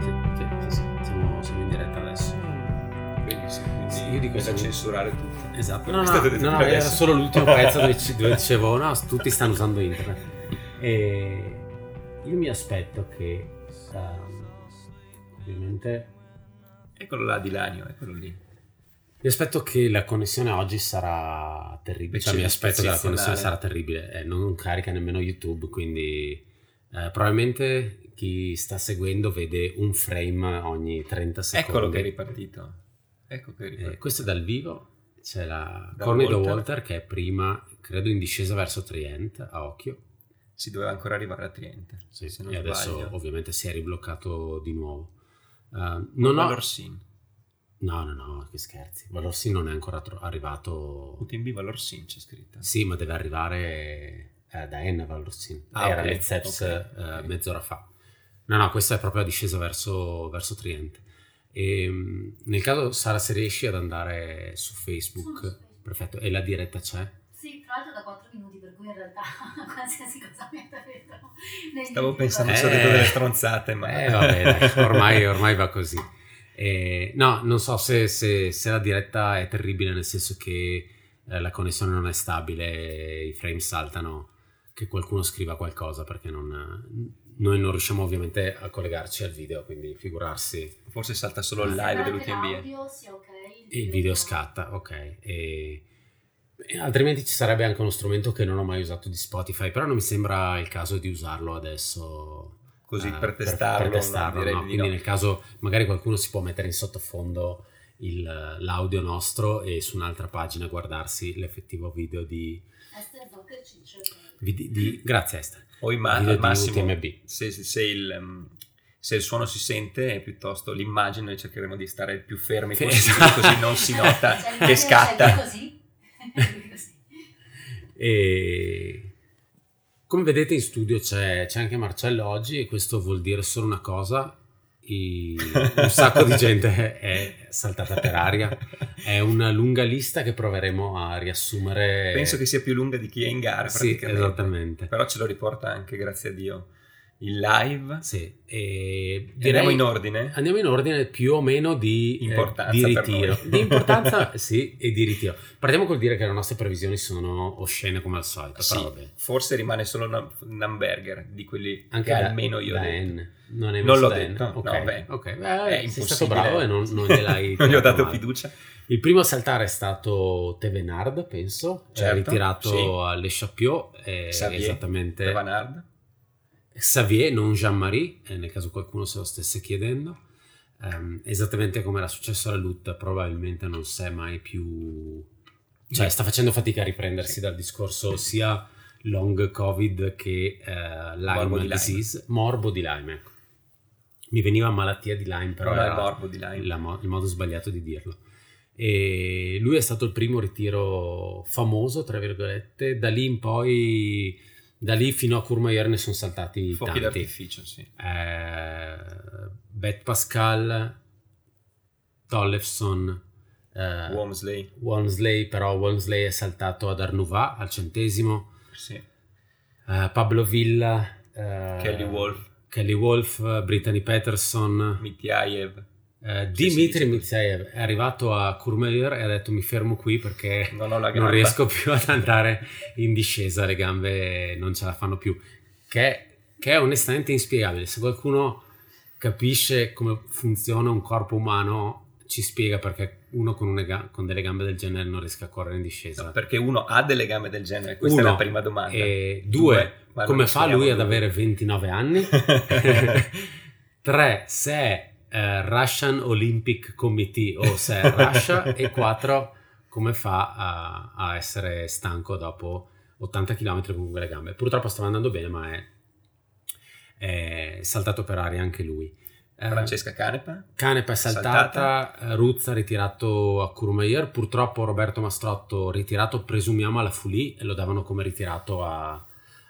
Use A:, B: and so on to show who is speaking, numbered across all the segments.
A: Sì, sì, sì, sì. Siamo, siamo in diretta adesso.
B: Benissimo, quindi
A: Sì, io dico
B: è da
A: solo-
B: censurare tutto.
A: Esatto.
B: Perché
A: No, no,
B: state dentro
A: no, no, era
B: adesso?
A: solo l'ultimo pezzo dove, ci- dove dicevo, no, tutti stanno usando internet. E io mi aspetto che, ehm, ovviamente,
B: Eccolo là di Lanio, eccolo lì.
A: mi aspetto che la connessione oggi sarà terribile. Cioè, mi aspetto che la connessione sarà terribile. Eh, non carica nemmeno YouTube, quindi eh, probabilmente chi sta seguendo vede un frame ogni 30 secondi.
B: Eccolo che è ripartito. Ecco che è ripartito.
A: Eh, questo è dal vivo. C'è la
B: Da
A: Cornedo
B: Walter.
A: Walter che è prima, credo, in discesa verso Trient a occhio.
B: Si doveva ancora arrivare a Triente. se non
A: e adesso
B: sbaglio.
A: ovviamente si è ribloccato di nuovo. Eh, non ho-
B: Valorsin.
A: No, no, no, che scherzi. Valorsi non è ancora tro- arrivato.
B: UTMB Valorsin c'è scritta.
A: Sì, ma deve arrivare eh, da Enna Valorsi.
B: Ah,
A: Era
B: ok,
A: alle Zeps
B: ok,
A: eh,
B: ok.
A: mezz'ora fa. No, no, questa è proprio la discesa verso, verso Trient. E, mm, nel caso, Sara, se riesci ad andare su Facebook,
C: Sono su Facebook.
A: perfetto, e la diretta c'è?
C: Sì, tra l'altro da 4 minuti, per cui in realtà qualsiasi cosa mi ha detto. negli
B: Stavo
C: ultimi
B: pensando,
A: Eh.
B: se ho detto delle stronzate, ma...
A: Eh, vabbè, dai, ormai, ormai va così. Eh, no, non so se, se- se la diretta è terribile, nel senso che eh, la connessione non è stabile, i frame saltano, che qualcuno scriva qualcosa perché non- noi non riusciamo ovviamente a collegarci al video, quindi figurarsi.
B: Forse salta solo il
C: quattro-
B: live
C: Sembra che
B: dell'UTMB.
C: l'audio sia ok.
A: E il video
C: no.
A: scatta, ok. E- e altrimenti ci sarebbe anche uno strumento che non ho mai usato di Spotify, però non mi sembra il caso di usarlo adesso.
B: Così
A: Ah,
B: per testarlo,
A: per testarlo,
B: no, direi
A: no?
B: di
A: quindi
B: no.
A: nel caso magari qualcuno si può mettere in sottofondo il- l'audio nostro e su un'altra pagina guardarsi l'effettivo video di,
C: Esther Zucker ci dice ok.
A: di- di- grazie Esther
B: O in ma-
A: video
B: al
A: di
B: massimo,
A: UTMB.
B: se, se- se il, mm, se il suono si sente, è piuttosto l'immagine, noi cercheremo di stare il più fermi
A: Sì,
B: possibile,
A: esatto.
B: così non si nota
C: C'è Cioè, il video,
B: che
C: c'è il
B: scatta.
C: video Così. Così.
A: e come vedete in studio c'è, c'è anche Marcello oggi e questo vuol dire solo una cosa i- un sacco di gente è saltata per aria è una lunga lista che proveremo a riassumere
B: Penso che sia più lunga di chi è in gara,
A: sì,
B: praticamente.
A: esattamente
B: Però ce lo riporta anche, grazie a Dio, il live.
A: Sì, e
B: Andiamo
A: direi-
B: in ordine?
A: Andiamo in ordine più o meno di, eh,
B: Importanza
A: di
B: per
A: ritiro.
B: noi.
A: Di importanza, sì, e di ritiro. Partiamo col dire che le nostre previsioni sono oscene come al solito,
B: Sì,
A: però vabbè.
B: forse rimane solo un, un hamburger di quelli
A: Anche
B: che
A: da-
B: almeno io ho
A: da
B: detto.
A: Ann. Non, hai
B: Non
A: messo
B: l'ho
A: da Ann?
B: detto,
A: Ok,
B: no, beh,
A: ok. Beh,
B: È
A: sei
B: impossibile.
A: stato bravo e non, non gliel'hai
B: Non gli ho
A: tirato
B: dato
A: male.
B: fiducia.
A: Il primo a saltare è stato Tevenard, penso, eh,
B: Certo,
A: ritirato
B: sì.
A: alle Chapiot, eh,
B: Xavier,
A: esattamente
B: per Van Aert.
A: Xavier, non Jean-Marie, eh, nel caso qualcuno se lo stesse chiedendo. Ehm, esattamente come era successo alla Lut, probabilmente non si è mai più... Cioè, sta facendo fatica a riprendersi
B: Sì.
A: dal discorso sia long covid che eh, Lyme
B: Morbo di Lyme.
A: disease, morbo di Lyme. ecco. Mi veniva malattia di Lyme, però
B: Non è
A: era
B: morbo di Lyme.
A: la mo- il modo sbagliato di dirlo. E lui è stato il primo ritiro famoso, tra virgolette, da lì in poi, da lì fino a Courmayeur ne sono saltati
B: Fuochi
A: tanti.
B: d'artificio, sì.
A: Eh, Bet Pascal, Tollefson, eh,
B: Wormsley,
A: Walmsley, però Walmsley è saltato ad Arnouva al centesimo,
B: sì.
A: eh, Pablo Villa, eh,
B: Kelly Wolf,
A: Kelly Wolf, Brittany Peterson,
B: Mitiaev.
A: eh,
B: Sì,
A: Dimitri
B: sì, sì.
A: Mitsaev è arrivato a Courmayeur e ha detto mi fermo qui perché
B: Non ho la gamba.
A: non riesco più ad andare in discesa, le gambe non ce la fanno più, che, che è onestamente inspiegabile. Se qualcuno capisce come funziona un corpo umano, ci spiega perché uno con, una ga- con delle gambe del genere non riesce a correre in discesa.
B: No, perché uno ha delle gambe del genere, questa è
A: Uno.
B: la prima domanda.
A: E due,
B: ma non
A: come
B: ci
A: fa
B: siamo
A: lui ad
B: due.
A: avere 29 anni? 3 se è eh, Russian Olympic Committee o se è Russia e 4 come fa a, a essere stanco dopo 80 km con quelle gambe purtroppo stava andando bene ma è, è saltato per aria anche lui Eh,
B: Francesca Canepa?
A: Canepa è saltata, eh, Ruzza ritirato a Courmayeur, purtroppo Roberto Mastrotto ritirato presumiamo alla Fulì e lo davano come ritirato a,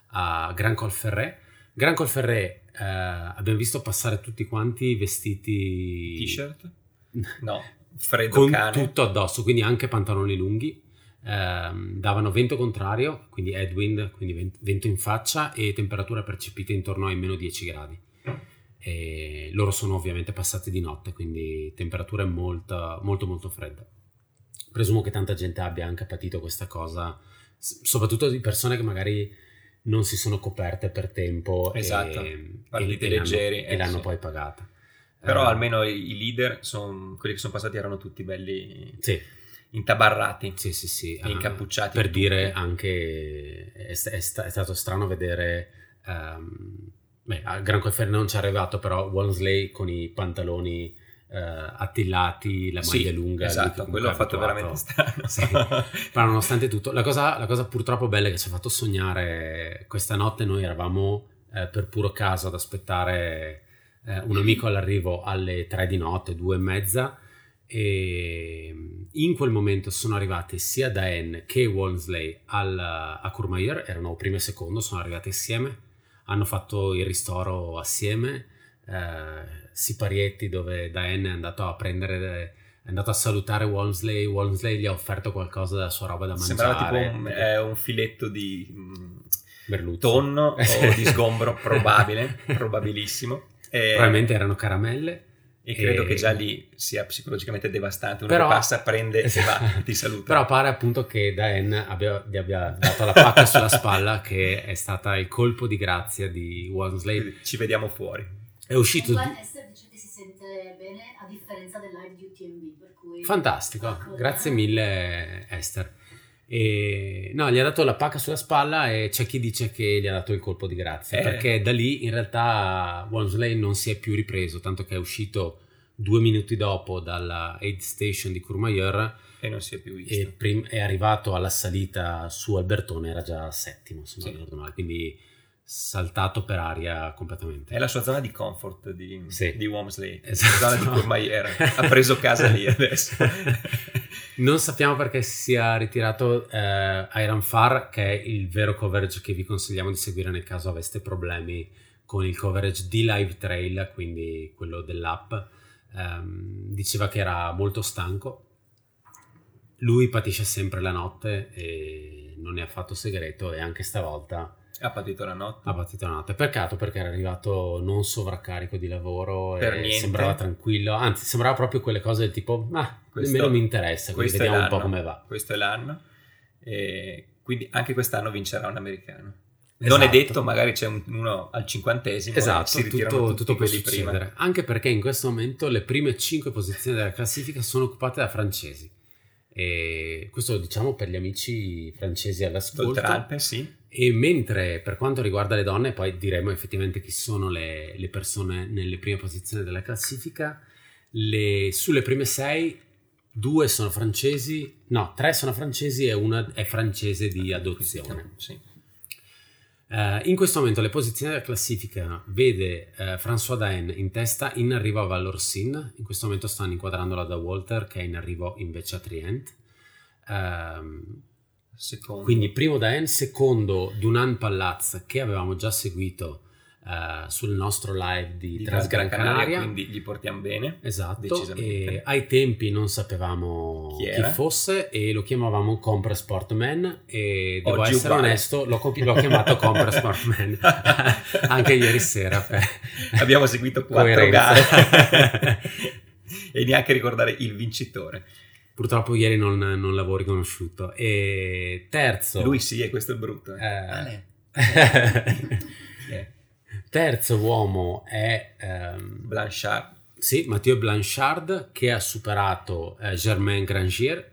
A: a Gran Colferré. Gran Colferré eh, abbiamo visto passare tutti quanti vestiti
B: T-shirt? No, freddo
A: con
B: cane.
A: tutto addosso, quindi anche pantaloni lunghi. Ehm, davano vento contrario, quindi headwind, quindi ven- vento in faccia e temperatura percepita intorno ai meno 10 gradi. E loro sono ovviamente passati di notte, quindi temperatura è molta- molto molto fredda. Presumo che tanta gente abbia anche patito questa cosa, s- soprattutto di persone che magari non si sono coperte per tempo e-
B: Esatto,
A: e,
B: partite
A: e l'hanno-
B: leggeri,
A: e
B: eh,
A: l'hanno
B: sì.
A: poi pagata.
B: Però
A: Eh,
B: almeno i i leader, son- quelli che sono passati, erano tutti belli
A: sì,
B: intabarrati.
A: Sì, sì, sì. eh,
B: E incappucciati
A: Per
B: tutti.
A: dire anche, è, sta- è sta- è stato strano vedere, ehm, beh, a Gran Coifer non ci è arrivato, però Wallensley con i pantaloni eh, attillati, la
B: Sì,
A: maglia lunga. lui che
B: esatto,
A: comunque
B: quello
A: è
B: ha fatto
A: abituato.
B: veramente strano.
A: Sì. Però nonostante tutto, la cosa, la cosa purtroppo bella che ci ha fatto sognare questa notte, noi eravamo eh, per puro caso ad aspettare eh,
B: Mm-hmm.
A: un amico all'arrivo alle 3 di notte, 2 e mezza, e in quel momento sono arrivate sia Daen che Walmsley al- a Courmayeur, erano primo e secondo, sono arrivate insieme, hanno fatto il ristoro assieme, eh, Siparietti dove Daen è andato a prendere è andato a salutare Walmsley, Walmsley gli ha offerto qualcosa della sua roba da mangiare.
B: Sembrava tipo un, eh, un filetto di mm,
A: merluzzo.
B: tonno o di sgombro, probabile, probabilissimo. E,
A: Probabilmente erano caramelle.
B: e credo
A: eh,
B: che già lì sia psicologicamente devastante. Uno
A: però-
B: che passa, prende e va,
A: Esatto.
B: ti saluta.
A: Però pare appunto che Daen abbia, gli abbia dato la pacca sulla spalla che è stata il colpo di grazia di Walmsley.
B: Quindi Ci vediamo fuori.
A: È uscito...
C: Comunque
A: di-
C: Esther dice che si sente bene a differenza del live di UTMB, per cui...
A: Fantastico,
C: Ecco.
A: grazie mille Esther. E, no, gli ha dato la pacca sulla spalla e c'è chi dice che gli ha dato il colpo di grazia,
B: Eh.
A: perché da lì in realtà Walmsley non si è più ripreso, tanto che è uscito due minuti dopo dalla aid station di Courmayeur
B: E non si è più visto.
A: e prim- è arrivato alla salita su Albertone, era già settimo, se non
B: Sì.
A: ricordo male, quindi saltato per aria completamente.
B: È la sua zona di comfort di,
A: Sì.
B: di Wamsley.
A: Esatto.
B: La zona di Courmayeur. ha preso casa lì adesso.
A: Non sappiamo perché si sia ritirato eh, Iron Far, che è il vero coverage che vi consigliamo di seguire nel caso aveste problemi con il coverage di Live Trail, quindi quello dell'app. Ehm, diceva che era molto stanco. Lui patisce sempre la notte e non ne ha fatto segreto e anche stavolta
B: ha patito la notte.
A: ha patito la notte. Peccato perché era arrivato non sovraccarico di lavoro
B: Per
A: e
B: niente.
A: sembrava tranquillo, anzi sembrava proprio quelle cose del tipo ma
B: Questo-
A: nemmeno mi interessa, quindi
B: questo è
A: vediamo un po'
B: l'anno.
A: come va.
B: Questo è l'anno. E quindi anche quest'anno vincerà un americano.
A: Esatto.
B: Non è detto, magari c'è un- uno al cinquantesimo e
A: Esatto,
B: si ritirano
A: tutto,
B: tutti
A: tutto può
B: quelli prima.
A: succedere. Anche perché in questo momento le prime 5 posizioni della classifica sono occupate da francesi. E questo lo diciamo per gli amici francesi all'ascolto.
B: Oltralpe, sì.
A: E mentre per quanto riguarda le donne, poi diremo effettivamente chi sono le, le persone nelle prime posizioni della classifica, le- sulle prime sei, due sono francesi, no, tre sono francesi e una è francese di adozione.
B: Ah, Sì.
A: Eh, in questo momento le posizioni della classifica vede eh, François Daen in testa in arrivo a Valorsin, in questo momento stanno inquadrandola da Walter che è in arrivo invece a Trient. Ehm,
B: Secondo.
A: quindi primo Daen, secondo Dunan Palazzo che avevamo già seguito eh, sul nostro live di,
B: di
A: Transgran
B: Gran Canaria,
A: Canaria.
B: quindi li portiamo bene.
A: Esatto,
B: decisamente.
A: e ai tempi non sapevamo
B: Chi
A: chi,
B: era?
A: fosse e lo chiamavamo Compra Sportman e devo
B: Oggi
A: essere
B: uguale.
A: onesto, l'ho, compi- l'ho chiamato Compra Sportman anche ieri sera. per-
B: Abbiamo seguito quattro
A: Coerenza.
B: gare e neanche ricordare il vincitore.
A: Purtroppo ieri non, non l'avevo riconosciuto. E terzo...
B: Lui Ah, sì, e questo è brutto. eh.
A: Certo. eh,
B: Ale. Eh,
A: terzo uomo è... ehm,
B: Blanchard.
A: Sì, Matteo Blanchard che ha superato eh, Germain Grangier.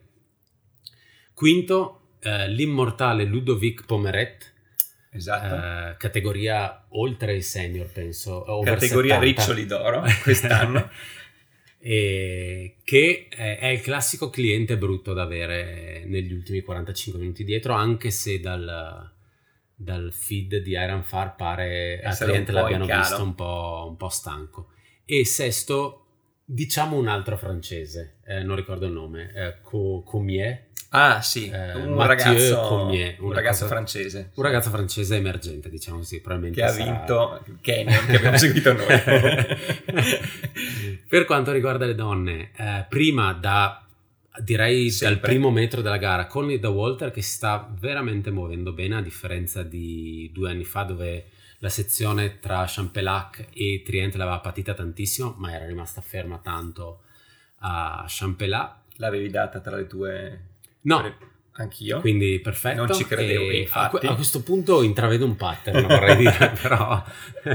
A: Quinto, eh, l'immortale Ludovic Pomeret,
B: Esatto.
A: eh, categoria oltre il senior, penso. eh, over
B: Categoria
A: 70.
B: Riccioli d'oro quest'anno.
A: E che eh, è il classico cliente brutto da avere negli ultimi 45 minuti dietro, anche se dal, dal feed di Iron Far pare a
B: Essere un
A: cliente
B: po' in
A: l'abbiano
B: calo.
A: visto un po', un po' stanco. E sesto, Diciamo un altro francese, eh, non ricordo il nome, eh, Co- Comier,
B: Ah, sì,
A: Eh,
B: un,
A: Mathieu
B: ragazzo,
A: Cormier,
B: un
A: una
B: ragazzo
A: cosa-
B: francese
A: un ragazzo francese emergente, diciamo così, probabilmente
B: che ha
A: sarà-
B: vinto il Canyon che abbiamo seguito noi.
A: per quanto riguarda le donne, eh, prima da direi dal
B: Sempre.
A: primo metro della gara, Connie da Walter che si sta veramente muovendo bene a differenza di due anni fa dove la sezione tra Champelac e Trient l'aveva patita tantissimo, ma era rimasta ferma tanto a Champelac.
B: L'avevi data tra le tue...
A: No,
B: pre- Anch'io.
A: quindi perfetto.
B: Esatto. Non ci credevo,
A: E a,
B: infatti.
A: a questo punto intravedo un pattern, vorrei dire, però.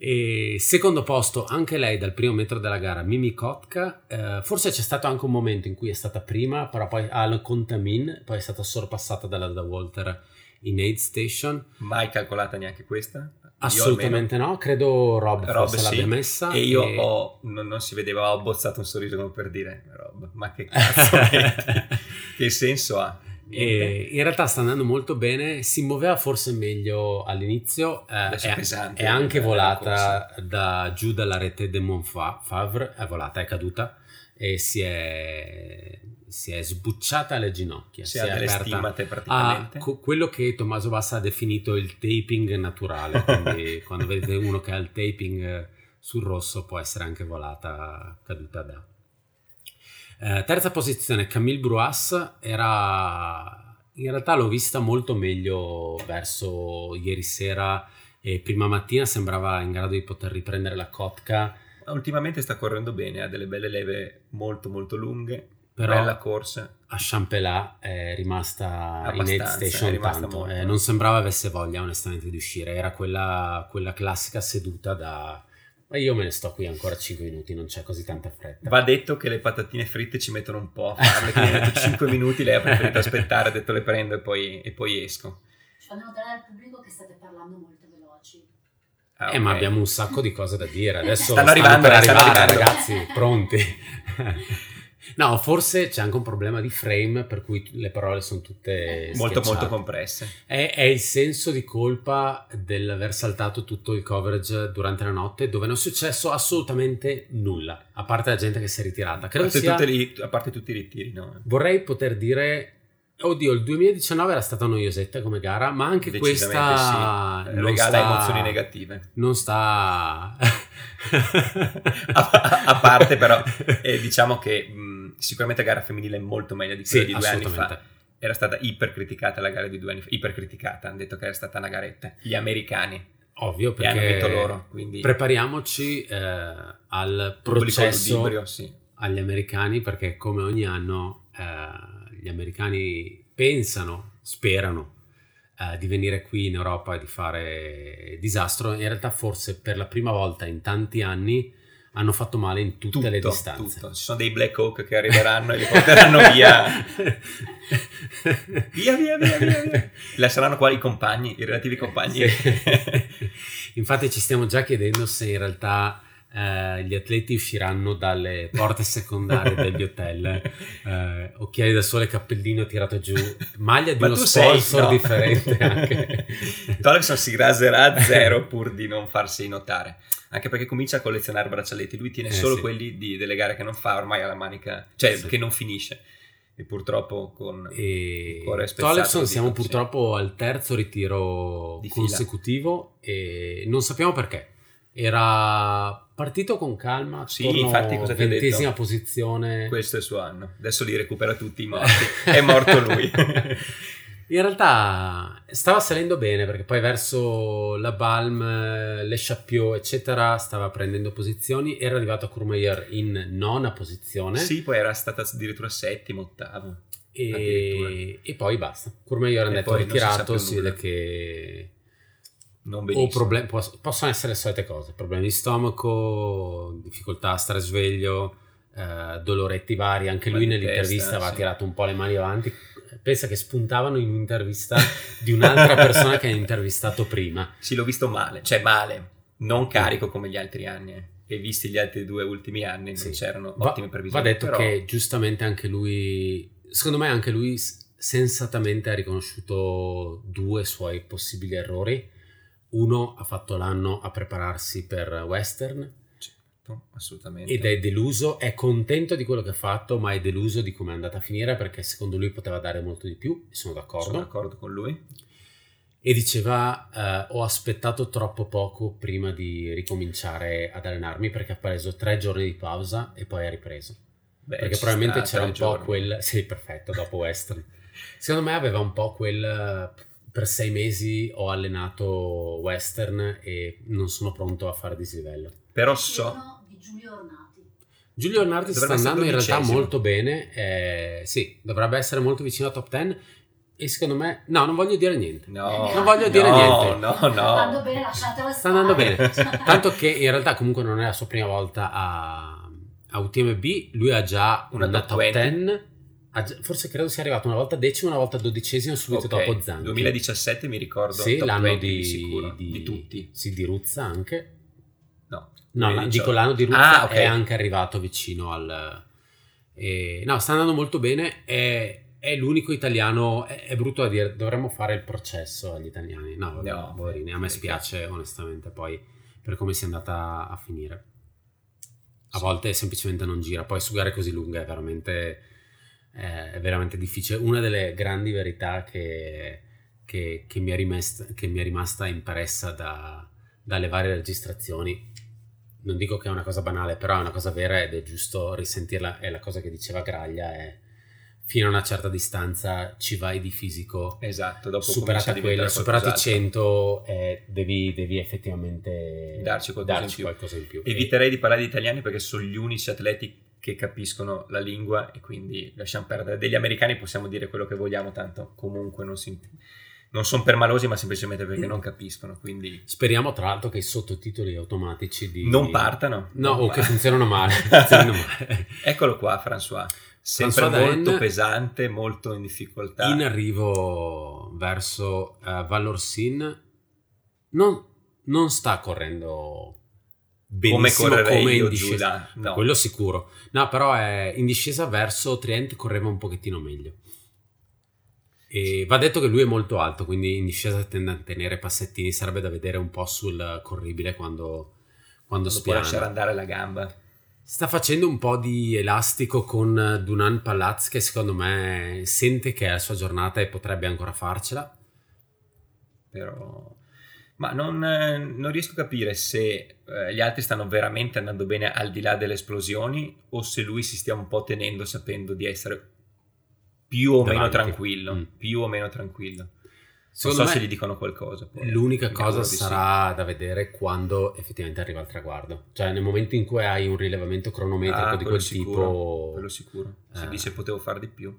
A: E secondo posto, anche lei dal primo metro della gara, Mimi Kotka. Eh, forse c'è stato anche un momento in cui è stata prima, però poi al Contamin, poi è stata sorpassata dalla da Walter in aid station.
B: Mai calcolata neanche questa? Io
A: Assolutamente no, credo Rob,
B: almeno.
A: forse
B: Rob, sì.
A: l'abbia messa.
B: E io ho- non, non si vedeva, ho bozzato un sorriso come per dire, Rob, ma che cazzo metti? Che senso ha? Niente.
A: E in realtà sta andando molto bene, si muoveva forse meglio all'inizio, eh,
B: Adesso è
A: è-
B: pesante.
A: è ecco, anche
B: Eh, corsa.
A: volata da, giù dalla rete de Monfa- Favre, è volata, è caduta e si è, si è sbucciata alle ginocchia, si
B: Si
A: è
B: ha delle
A: aperta
B: stimate
A: a
B: praticamente.
A: Ah, co- quello che Tommaso Bassa ha definito il taping naturale, quindi quando vedete uno che ha il taping eh, sul rosso può essere anche volata, caduta da. Eh, terza posizione, Camille Bruas era... In realtà l'ho vista molto meglio verso ieri sera e prima mattina sembrava in grado di poter riprendere la Kotka,
B: Ultimamente sta correndo bene, ha delle belle leve molto molto lunghe,
A: però
B: bella corsa.
A: a Champelà è rimasta in aid
B: Abbastanza,
A: station
B: è rimasta
A: tanto,
B: molto.
A: eh, non sembrava avesse voglia onestamente di uscire, era quella, quella classica seduta da... Ma io me ne sto qui ancora 5 minuti, non c'è così tanta fretta.
B: Va detto che le patatine fritte ci mettono un po' a farle, quindi ha detto 5 minuti, lei ha preferito aspettare, ha detto le prendo e poi, e poi esco.
C: Ci fanno notare al pubblico che state parlando molto veloci.
B: Ah,
A: Eh, ma
B: ok.
A: abbiamo un sacco di cose da dire. Adesso
C: Stanno
B: arrivando,
A: per
B: stanno
A: arrivare,
B: arrivando.
A: ragazzi, pronti. no, forse c'è anche un problema di frame per cui le parole sono tutte
B: molto molto
A: schiacciate.
B: compresse.
A: È, è il senso di colpa dell'aver saltato tutto il coverage durante la notte, dove non è successo assolutamente nulla, a parte la gente che si è ritirata.
B: A
A: Credo
B: parte,
A: sia,
B: tutte le- a parte tutti i ritiri, no?
A: Vorrei poter dire. Oddio, il 2019 era stata noiosetta come gara, ma anche
B: Decisamente
A: questa
B: sì.
A: Ah, non
B: regala
A: sta-
B: emozioni negative.
A: Non sta.
B: A- a parte, però, E diciamo che mh, sicuramente la gara femminile è molto meglio di quella
A: Sì,
B: di due anni fa.
A: assolutamente.
B: Era stata ipercriticata la gara di due anni fa. Ipercriticata, hanno detto che era stata una garetta. Gli americani,
A: Ovvio,
B: e hanno detto
A: perché.
B: loro. Quindi
A: Prepariamoci eh, al
B: pubblico
A: processo
B: ludibrio, sì.
A: agli americani perché come ogni anno eh, gli americani pensano, sperano eh, di venire qui in Europa e di fare disastro. In realtà forse per la prima volta in tanti anni hanno fatto male in tutte le
B: Tutto,
A: distanze.
B: tutto. Ci sono dei Black Hawk che arriveranno e li porteranno via. Via, via, via, via, via. Lasceranno qua i compagni, i relativi compagni.
A: Sì. Infatti ci stiamo già chiedendo se in realtà eh, gli atleti usciranno dalle porte secondarie degli hotel, eh, occhiali da sole, cappellino tirato giù, maglia di
B: Ma
A: uno
B: tu sei
A: sponsor
B: no.
A: differente anche.
B: Tollefson si raserà a zero pur di non farsi notare. Anche perché comincia a collezionare braccialetti. Lui tiene
A: Eh,
B: solo
A: sì.
B: quelli di- delle gare che non fa ormai alla manica, cioè
A: Sì.
B: che non finisce. E purtroppo con
A: E
B: il cuore spezzato.
A: Tollefson
B: dico,
A: siamo
B: sì.
A: purtroppo al terzo ritiro
B: Di fila.
A: consecutivo e non sappiamo perché. Era partito con calma,
B: Sì,
A: attorno
B: infatti, cosa ti ho detto?
A: ventesima posizione.
B: Questo è il suo anno. Adesso li recupera tutti i morti. È morto lui.
A: In realtà stava salendo bene perché poi verso la Balm, eh, Le Chappiot, eccetera, stava prendendo posizioni. Era arrivato a Courmayeur in nona posizione
B: sì, poi era stata addirittura settimo, ottavo.
A: e,
B: addirittura.
A: e poi basta. Courmayeur è
B: E
A: andato
B: poi non si sa
A: ritirato,
B: più
A: si, vede
B: nulla.
A: che
B: Non
A: o
B: benissimo.
A: problem- pos- possono essere le solite cose, problemi di stomaco, difficoltà a stare sveglio, eh, doloretti vari. Anche
B: Mal
A: lui
B: di
A: nell'intervista
B: testa,
A: aveva
B: sì.
A: tirato un po' le mani avanti. Pensa che spuntavano in un'intervista di un'altra persona che ha intervistato prima.
B: Sì, l'ho visto male, cioè male, non carico come gli altri anni. eh. E visti gli altri due ultimi anni,
A: Sì.
B: non c'erano
A: Va,
B: ottime
A: va
B: previsioni.
A: detto
B: però-
A: che giustamente anche lui, secondo me anche lui s- sensatamente ha riconosciuto due suoi possibili errori. Uno ha fatto l'anno a prepararsi per Western
B: Sì. Certo, assolutamente.
A: ed è deluso, è contento di quello che ha fatto, ma è deluso di come è andata a finire perché secondo lui poteva dare molto di più, e sono d'accordo.
B: Sono d'accordo con lui.
A: E diceva eh, ho aspettato troppo poco prima di ricominciare ad allenarmi perché ha preso tre giorni di pausa e poi ha ripreso.
B: Beh,
A: perché
B: ci
A: probabilmente
B: sta,
A: c'era un
B: tre
A: po'
B: giorni.
A: quel... Sì, perfetto, dopo Western. Secondo me aveva un po' quel... eh, Per sei mesi ho allenato Western e non sono pronto a fare dislivello.
B: Però
C: Il
B: so...
C: giorno di Giulio Ornati.
A: Giulio Leonardi sta
B: Dovrebbe essere
A: andando in realtà
B: dodicesimo.
A: molto bene, eh, sì, dovrebbe essere molto vicino a top 10 e secondo me... No, non voglio dire niente.
B: No,
C: Non voglio dire
B: no,
A: niente.
B: No,
C: Eh, Sta andando
B: no,
C: bene, lasciatelo
A: Sta andando
C: stare.
A: bene. Tanto che in realtà comunque non è la sua prima volta a, a UTMB, lui ha già
B: Una
A: una,
B: top
A: top
B: 20.
A: 10, ha già- forse credo sia arrivato una volta decimo, una volta dodicesimo subito
B: Ok,
A: dopo Zanchi.
B: 2017 mi ricordo.
A: sì,
B: top
A: l'anno
B: 20
A: di,
B: sicuro, di, tutti.
A: Sì, di Ruzza anche.
B: No.
A: No, la-
B: 2018.
A: dico l'anno di Ruzza
B: Eh, Ah, ok.
A: è anche arrivato vicino al... eh, no, sta andando molto bene, è, è l'unico italiano, è, è brutto da dire, dovremmo fare il processo agli italiani. No, vabbè,
B: No,
A: poverini, a me
B: perché?
A: spiace onestamente poi per come sia andata a finire. A volte semplicemente non gira, poi su gare così lunghe è veramente, eh, è veramente difficile. Una delle grandi verità che, che- che mi, è rimest- che mi è rimasta impressa da- dalle varie registrazioni, non dico che è una cosa banale, però è una cosa vera ed è giusto risentirla, è la cosa che diceva Graglia, è fino a una certa distanza ci vai di fisico
B: Esatto, dopo comincia a
A: superata quella,
B: diventare
A: superati i
B: qualcos'altro.
A: 100 eh, devi, devi effettivamente
B: Darci qualcosa in più.
A: qualcosa in più.
B: Eviterei di parlare di italiani perché sono gli unici atleti che capiscono la lingua e quindi lasciamo perdere. Degli americani possiamo dire quello che vogliamo, tanto comunque non, si- non sono permalosi, ma semplicemente perché non capiscono, quindi
A: E speriamo tra l'altro che i sottotitoli automatici di...
B: non partano.
A: No,
B: Non
A: o
B: par-
A: che funzionano male. funzionano male.
B: Eccolo qua, François. Sempre
A: François Daen.
B: molto pesante, molto in difficoltà.
A: In arrivo verso eh, Valorsin non, non sta correndo
B: come
A: benissimo come,
B: correrei
A: in
B: io giù
A: discesa.
B: là. No.
A: Quello sicuro. No, però è in discesa verso Trient correva un pochettino meglio. E va detto che lui è molto alto, quindi in discesa tende a tenere passettini. Sarebbe da vedere un po' sul corribile quando, quando
B: Lo può lasciare
A: spiana.
B: andare la gamba.
A: Sta facendo un po' di elastico con Dunan Palaz che secondo me sente che è la sua giornata e potrebbe ancora farcela.
B: però ma non, eh, non riesco a capire se eh, gli altri stanno veramente andando bene al di là delle esplosioni o se lui si stia un po' tenendo sapendo di essere più o meno
A: Davanti.
B: tranquillo,
A: Mm.
B: più o meno tranquillo.
A: Secondo
B: non so
A: me
B: se gli dicono qualcosa. poi.
A: L'unica
B: eh, Mi
A: cosa
B: auguro di sì.
A: sarà da vedere quando effettivamente arriva al traguardo. Cioè, nel momento in cui hai un rilevamento cronometrico
B: Ah,
A: di
B: quello
A: quel tipo,
B: quello sicuro. Si
A: Eh.
B: dice potevo fare di più.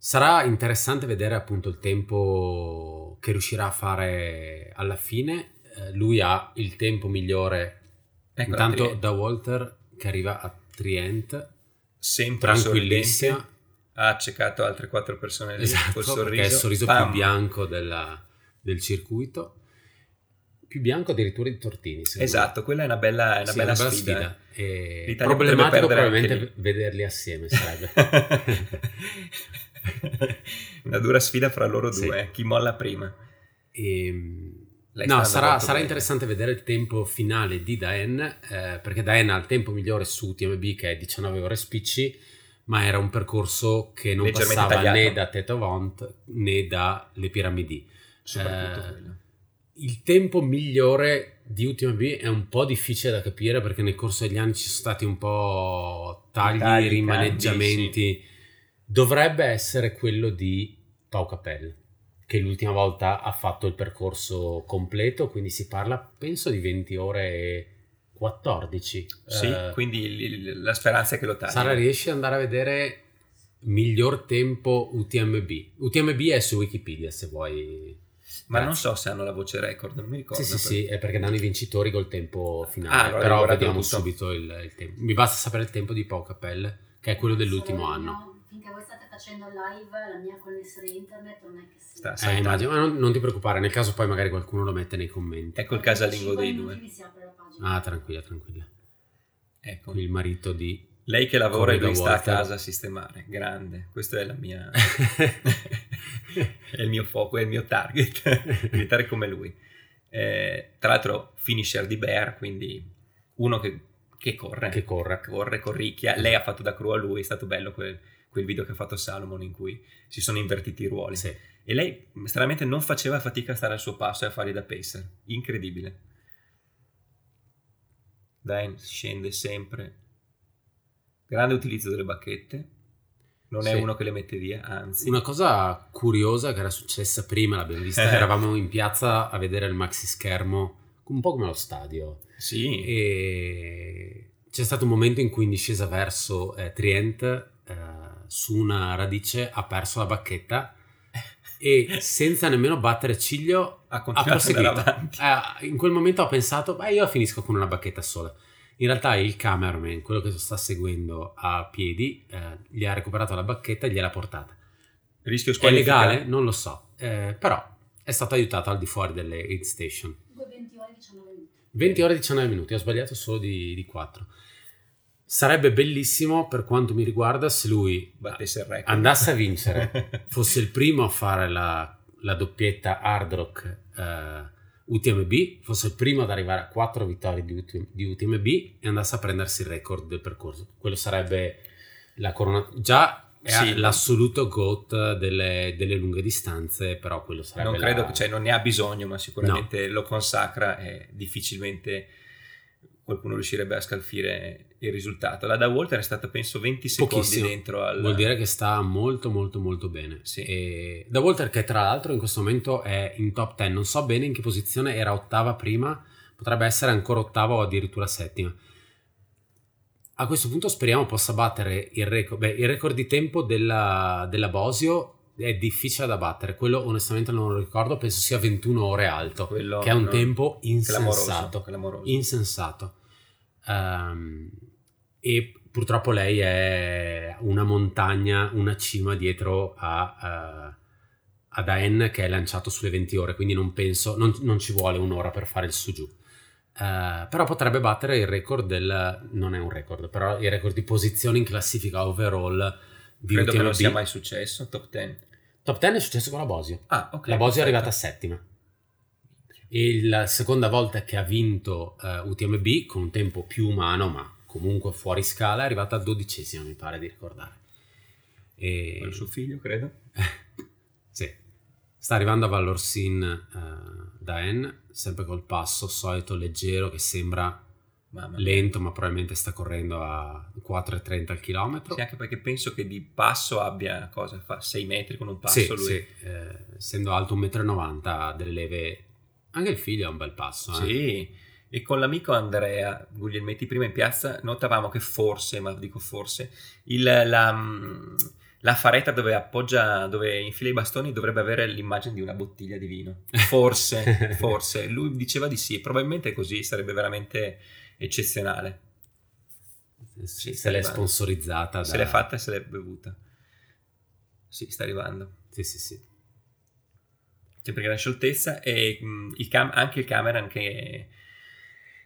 A: sarà interessante vedere appunto il tempo che riuscirà a fare alla fine. Eh, lui ha il tempo migliore
B: Ecco,
A: intanto
B: la tri-
A: da Walter che arriva a Trient,
B: sempre
A: tranquillissima.
B: sorridente, ha accecato altre quattro persone lì
A: Esatto,
B: col sorriso.
A: perché è il sorriso
B: Pam!
A: più bianco della- del circuito. Più bianco addirittura di Tortini. secondo me.
B: Esatto, quella è una bella, è una
A: Sì,
B: bella sfida. eh.
A: E
B: L'Italia potrebbe
A: problematico
B: perdere anche
A: probabilmente vederli assieme sarebbe.
B: Una dura sfida fra loro
A: Sì.
B: due, chi molla prima.
A: Ehm,
B: Lei sta
A: no,
B: andando
A: sarà,
B: molto
A: sarà
B: bene.
A: interessante vedere il tempo finale di Daen, eh, perché Daen ha il tempo migliore su TMB che è 19 ore spicci, ma era un percorso che non
B: Leggermente
A: passava né
B: tagliato.
A: da Tetovant né dalle piramidi.
B: Soprattutto
A: Eh,
B: quello.
A: Il tempo migliore di UTMB è un po' difficile da capire perché nel corso degli anni ci sono stati un po' tagli,
B: Tagli, cambi,
A: rimaneggiamenti. Dovrebbe essere quello di Pau Capel, che l'ultima volta ha fatto il percorso completo, quindi si parla penso di 20 ore e 14.
B: Sì,
A: Eh,
B: quindi il- il- la speranza è che lo tagli.
A: Sara, riesci ad andare a vedere miglior tempo UTMB? UTMB è su Wikipedia se vuoi.
B: Ma
A: Grazie.
B: non so se hanno la voce record, non mi ricordo.
A: Sì, sì, sì, è perché danno i vincitori col tempo
B: Ah,
A: finale,
B: allora
A: però
B: guardate
A: vediamo
B: tutto.
A: subito il, il tempo. Mi basta sapere il tempo di Pocapel, che è quello dell'ultimo
C: Solo
A: anno.
C: io, Finché voi state facendo live, la mia connessione internet non è che si...
B: Sta
A: Eh,
B: saltando.
A: immagino, ma non, non ti preoccupare, nel caso poi magari qualcuno lo mette nei commenti.
B: Ecco il casalingo
C: Cinque
B: dei
C: minuti
B: due.
C: mi si apre la pagina.
A: Ah, tranquilla, tranquilla.
B: Ecco.
A: Con il marito di...
B: Lei che lavora e
A: Corrida
B: lui sta a
A: Walter.
B: casa a sistemare. Grande. Questo è la mia... è il mio fuoco, è il mio target, diventare come lui. Eh, tra l'altro finisher di Bear, quindi uno che che corre,
A: che corre.
B: corre, corricchia. Lei ha fatto da crew a lui, è stato bello quel, quel video che ha fatto Salomon in cui si sono invertiti i ruoli.
A: Sì.
B: E lei stranamente non faceva fatica a stare al suo passo e a fare da pacer. Incredibile. Dai, scende sempre. Grande utilizzo delle bacchette. Non è
A: Sì.
B: uno che le mette via, anzi.
A: Una cosa curiosa che era successa prima, l'abbiamo vista,
B: Eh.
A: eravamo in piazza a vedere il maxi schermo, un po' come allo stadio,
B: Sì.
A: e c'è stato un momento in cui in discesa verso eh, Trient, eh, su una radice, ha perso la bacchetta e senza nemmeno battere ciglio,
B: ha continuato ad andare
A: proseguito.
B: avanti.
A: eh, in quel momento ho pensato, beh io finisco con una bacchetta sola. In realtà il cameraman, quello che lo sta seguendo a piedi, eh, gli ha recuperato la bacchetta e gliel'ha portata.
B: Rischio
A: È
B: squalificato.
A: legale? Non lo so, eh, però è stato aiutato al di fuori delle aid station.
C: 20 ore 19 minuti.
A: 20 ore e 19 minuti, ho sbagliato solo di, 4. Sarebbe bellissimo per quanto mi riguarda se lui
B: Battesse il record.
A: andasse a vincere, fosse il primo a fare la, la doppietta hard rock eh, UTMB, fosse il primo ad arrivare a 4 vittorie di, UT- di UTMB e andasse a prendersi il record del percorso. Quello sarebbe la corona. Già è
B: Sì.
A: l'assoluto GOAT delle, delle lunghe distanze, però quello sarebbe
B: non
A: la-
B: credo, cioè non ne ha bisogno, ma sicuramente lo consacra e difficilmente qualcuno riuscirebbe a scalfire il risultato. La da Walter è stata penso 20 secondi
A: Pochissimo.
B: dentro al
A: Vuol dire che sta molto molto molto bene.
B: Sì.
A: E da Walter che tra l'altro in questo momento è in top 10, non so bene in che posizione, era ottava prima, potrebbe essere ancora ottava o addirittura settima. A questo punto speriamo possa battere il record, beh, il record di tempo della, della Bosio è difficile da battere, quello onestamente non lo ricordo, penso sia 21 ore alto,
B: quello
A: che è un
B: no,
A: tempo
B: clamoroso,
A: insensato
B: clamoroso.
A: insensato. Ehm, e purtroppo lei è una montagna, una cima dietro a, eh, ad Aen che è lanciato sulle 20 ore, quindi non penso, non, non ci vuole un'ora per fare il su giù. Eh, però potrebbe battere il record del non è un record, però il record di posizione in classifica overall di
B: Credo che non
A: UTMB.
B: sia mai successo, top 10.
A: Top 10 è successo con la Bosio.
B: Ah, ok.
A: La Bosio è
B: perfetto.
A: arrivata settima. E la seconda volta che ha vinto eh, UTMB con un tempo più umano, ma comunque fuori scala, è arrivata a dodicesima, mi pare di ricordare. E...
B: Con il suo figlio, credo.
A: sì. Sta arrivando a Valorsin eh, Daen, sempre col passo solito, leggero, che sembra
B: Mamma. mia.
A: lento, ma probabilmente sta correndo a 4,30 al chilometro.
B: Sì, anche perché penso che di passo abbia cosa fa 6 metri con un passo
A: Sì,
B: lui.
A: sì, eh, essendo alto 1,90 m, ha delle leve... Anche il figlio ha un bel passo. eh.
B: Sì, e con l'amico Andrea Guglielmetti prima in piazza notavamo che forse, ma dico forse, il- la, mm, la faretta dove appoggia, dove infila i bastoni dovrebbe avere l'immagine di una bottiglia di vino. Forse, forse. Lui diceva di sì, probabilmente è così sarebbe veramente eccezionale.
A: Sì,
B: Sì,
A: se
B: sta
A: l'è
B: arrivando.
A: sponsorizzata.
B: Se
A: da-
B: l'è fatta e se l'è bevuta. Sì, sta arrivando.
A: Sì, sì, sì.
B: Cioè, perché la scioltezza e mh, il cam- anche il cameraman che,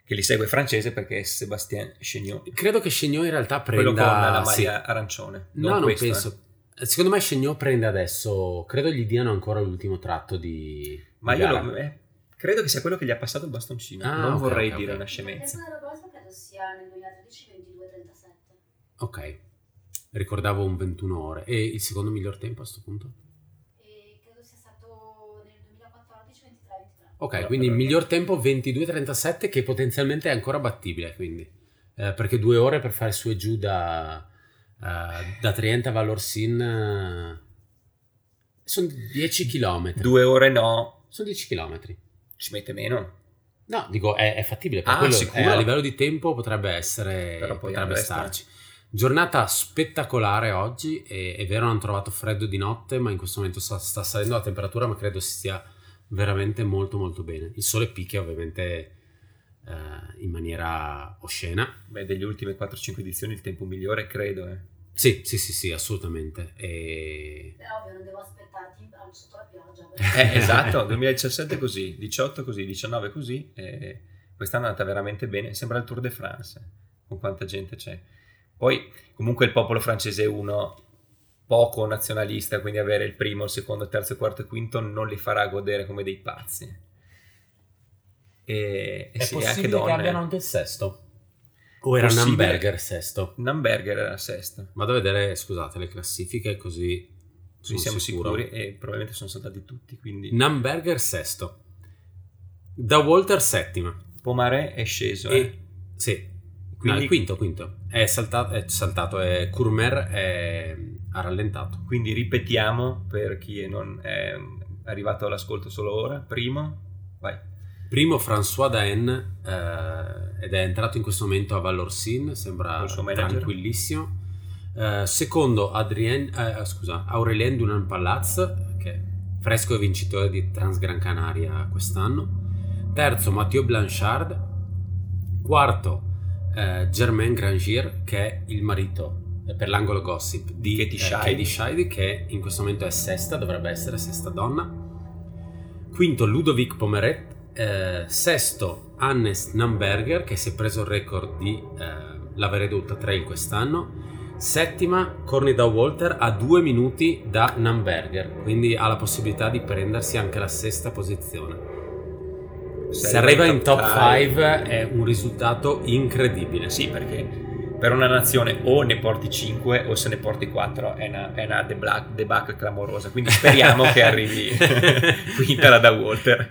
B: che li segue è francese perché è Sébastien Chenot.
A: Credo che Scegno in realtà prenda...
B: quello con la maglia
A: sì.
B: arancione.
A: No, non
B: questo, eh.
A: penso. Secondo me Scegno prende adesso... Credo gli diano ancora l'ultimo tratto di...
B: Ma
A: di
B: io
A: gara.
B: lo- eh, credo che sia quello che gli ha passato il bastoncino.
A: Ah,
B: non
A: ok,
B: vorrei
A: ok,
B: dire
A: ok.
B: una
C: Il
B: scemenza.
C: tempo della Bosio credo sia nel 2013 22 37.
A: Ok. Ricordavo un 21 ore. E il secondo miglior tempo a questo punto?
C: E credo sia stato nel 2014 23 23.
A: Ok,
B: Allora,
A: quindi il
B: allora.
A: miglior tempo 22.37 che potenzialmente è ancora battibile, quindi. Eh, perché due ore per fare su e giù da, eh, da Trienta a Valorsin eh, sono 10 km.
B: Due ore no,
A: Sono 10 km.
B: ci mette meno.
A: No, dico, è, è fattibile. Per
B: Ah,
A: quello,
B: sicuro?
A: eh, a livello di tempo potrebbe essere,
B: Però poi
A: potrebbe
B: resta.
A: starci. Giornata spettacolare oggi. e- è vero, hanno trovato freddo di notte, ma in questo momento sta, sta salendo la temperatura, ma credo si stia veramente molto molto bene. Il sole picchia ovviamente eh, in maniera oscena.
B: Beh, delle ultime 4-5 edizioni il tempo migliore, credo. eh.
A: Sì, sì, sì, sì, assolutamente. E...
C: Però ovvio non devo aspettarti a- sotto la pioggia.
B: Eh, esatto, 2017 così, 18 così, 19 così. e quest'anno è andata veramente bene. Sembra il Tour de France, con quanta gente c'è. Poi, comunque, il popolo francese è uno poco nazionalista, quindi avere il primo, il secondo, il terzo, il quarto e il quinto non li farà godere come dei pazzi. E, e Eh sì, anche donne.
A: anche il sesto? O era un
B: possibile-
A: hamburger sesto?
B: Namberger era il sesto.
A: Vado a vedere, scusate, le classifiche così
B: Ci
A: sono
B: siamo
A: sicuro.
B: sicuri e probabilmente sono saltati tutti, quindi
A: Namberger sesto. Da Walter settima.
B: Pomare è sceso.
A: E-
B: eh.
A: Sì.
B: Quindi-
A: No, è quinto, quinto. È saltato, è saltato è Kurmer è- ha rallentato.
B: Quindi ripetiamo per chi non è arrivato all'ascolto solo ora. Primo, vai.
A: Primo François Daen eh, ed è entrato in questo momento a Valorsin, sembra
B: Col suo manager.
A: tranquillissimo. Eh, secondo Adrien, eh, scusa, Aurelien Dunan Palaz, che è fresco vincitore di Transgran Canaria quest'anno. Terzo Matteo Blanchard. Quarto eh, Germain Grangier, che è il marito eh, per l'angolo gossip di
B: Katie
A: eh,
B: Scheide.
A: Katie Scheide, che in questo momento è sesta, dovrebbe essere sesta donna. Quinto Ludovic Pomeret, eh, sesto Hannes Namberger che si è preso il record di eh, La Veredotta Trail quest'anno. Settima Cornida Walter a due minuti da Namberger, quindi ha la possibilità di prendersi anche la sesta posizione. Se, arriva in top eh.
B: five-
A: 5 è un risultato incredibile.
B: Sì, perché per una nazione o ne porti 5 o se ne porti 4 è una, è una debla- debacle clamorosa. Quindi speriamo che arrivi quinta la da Walter.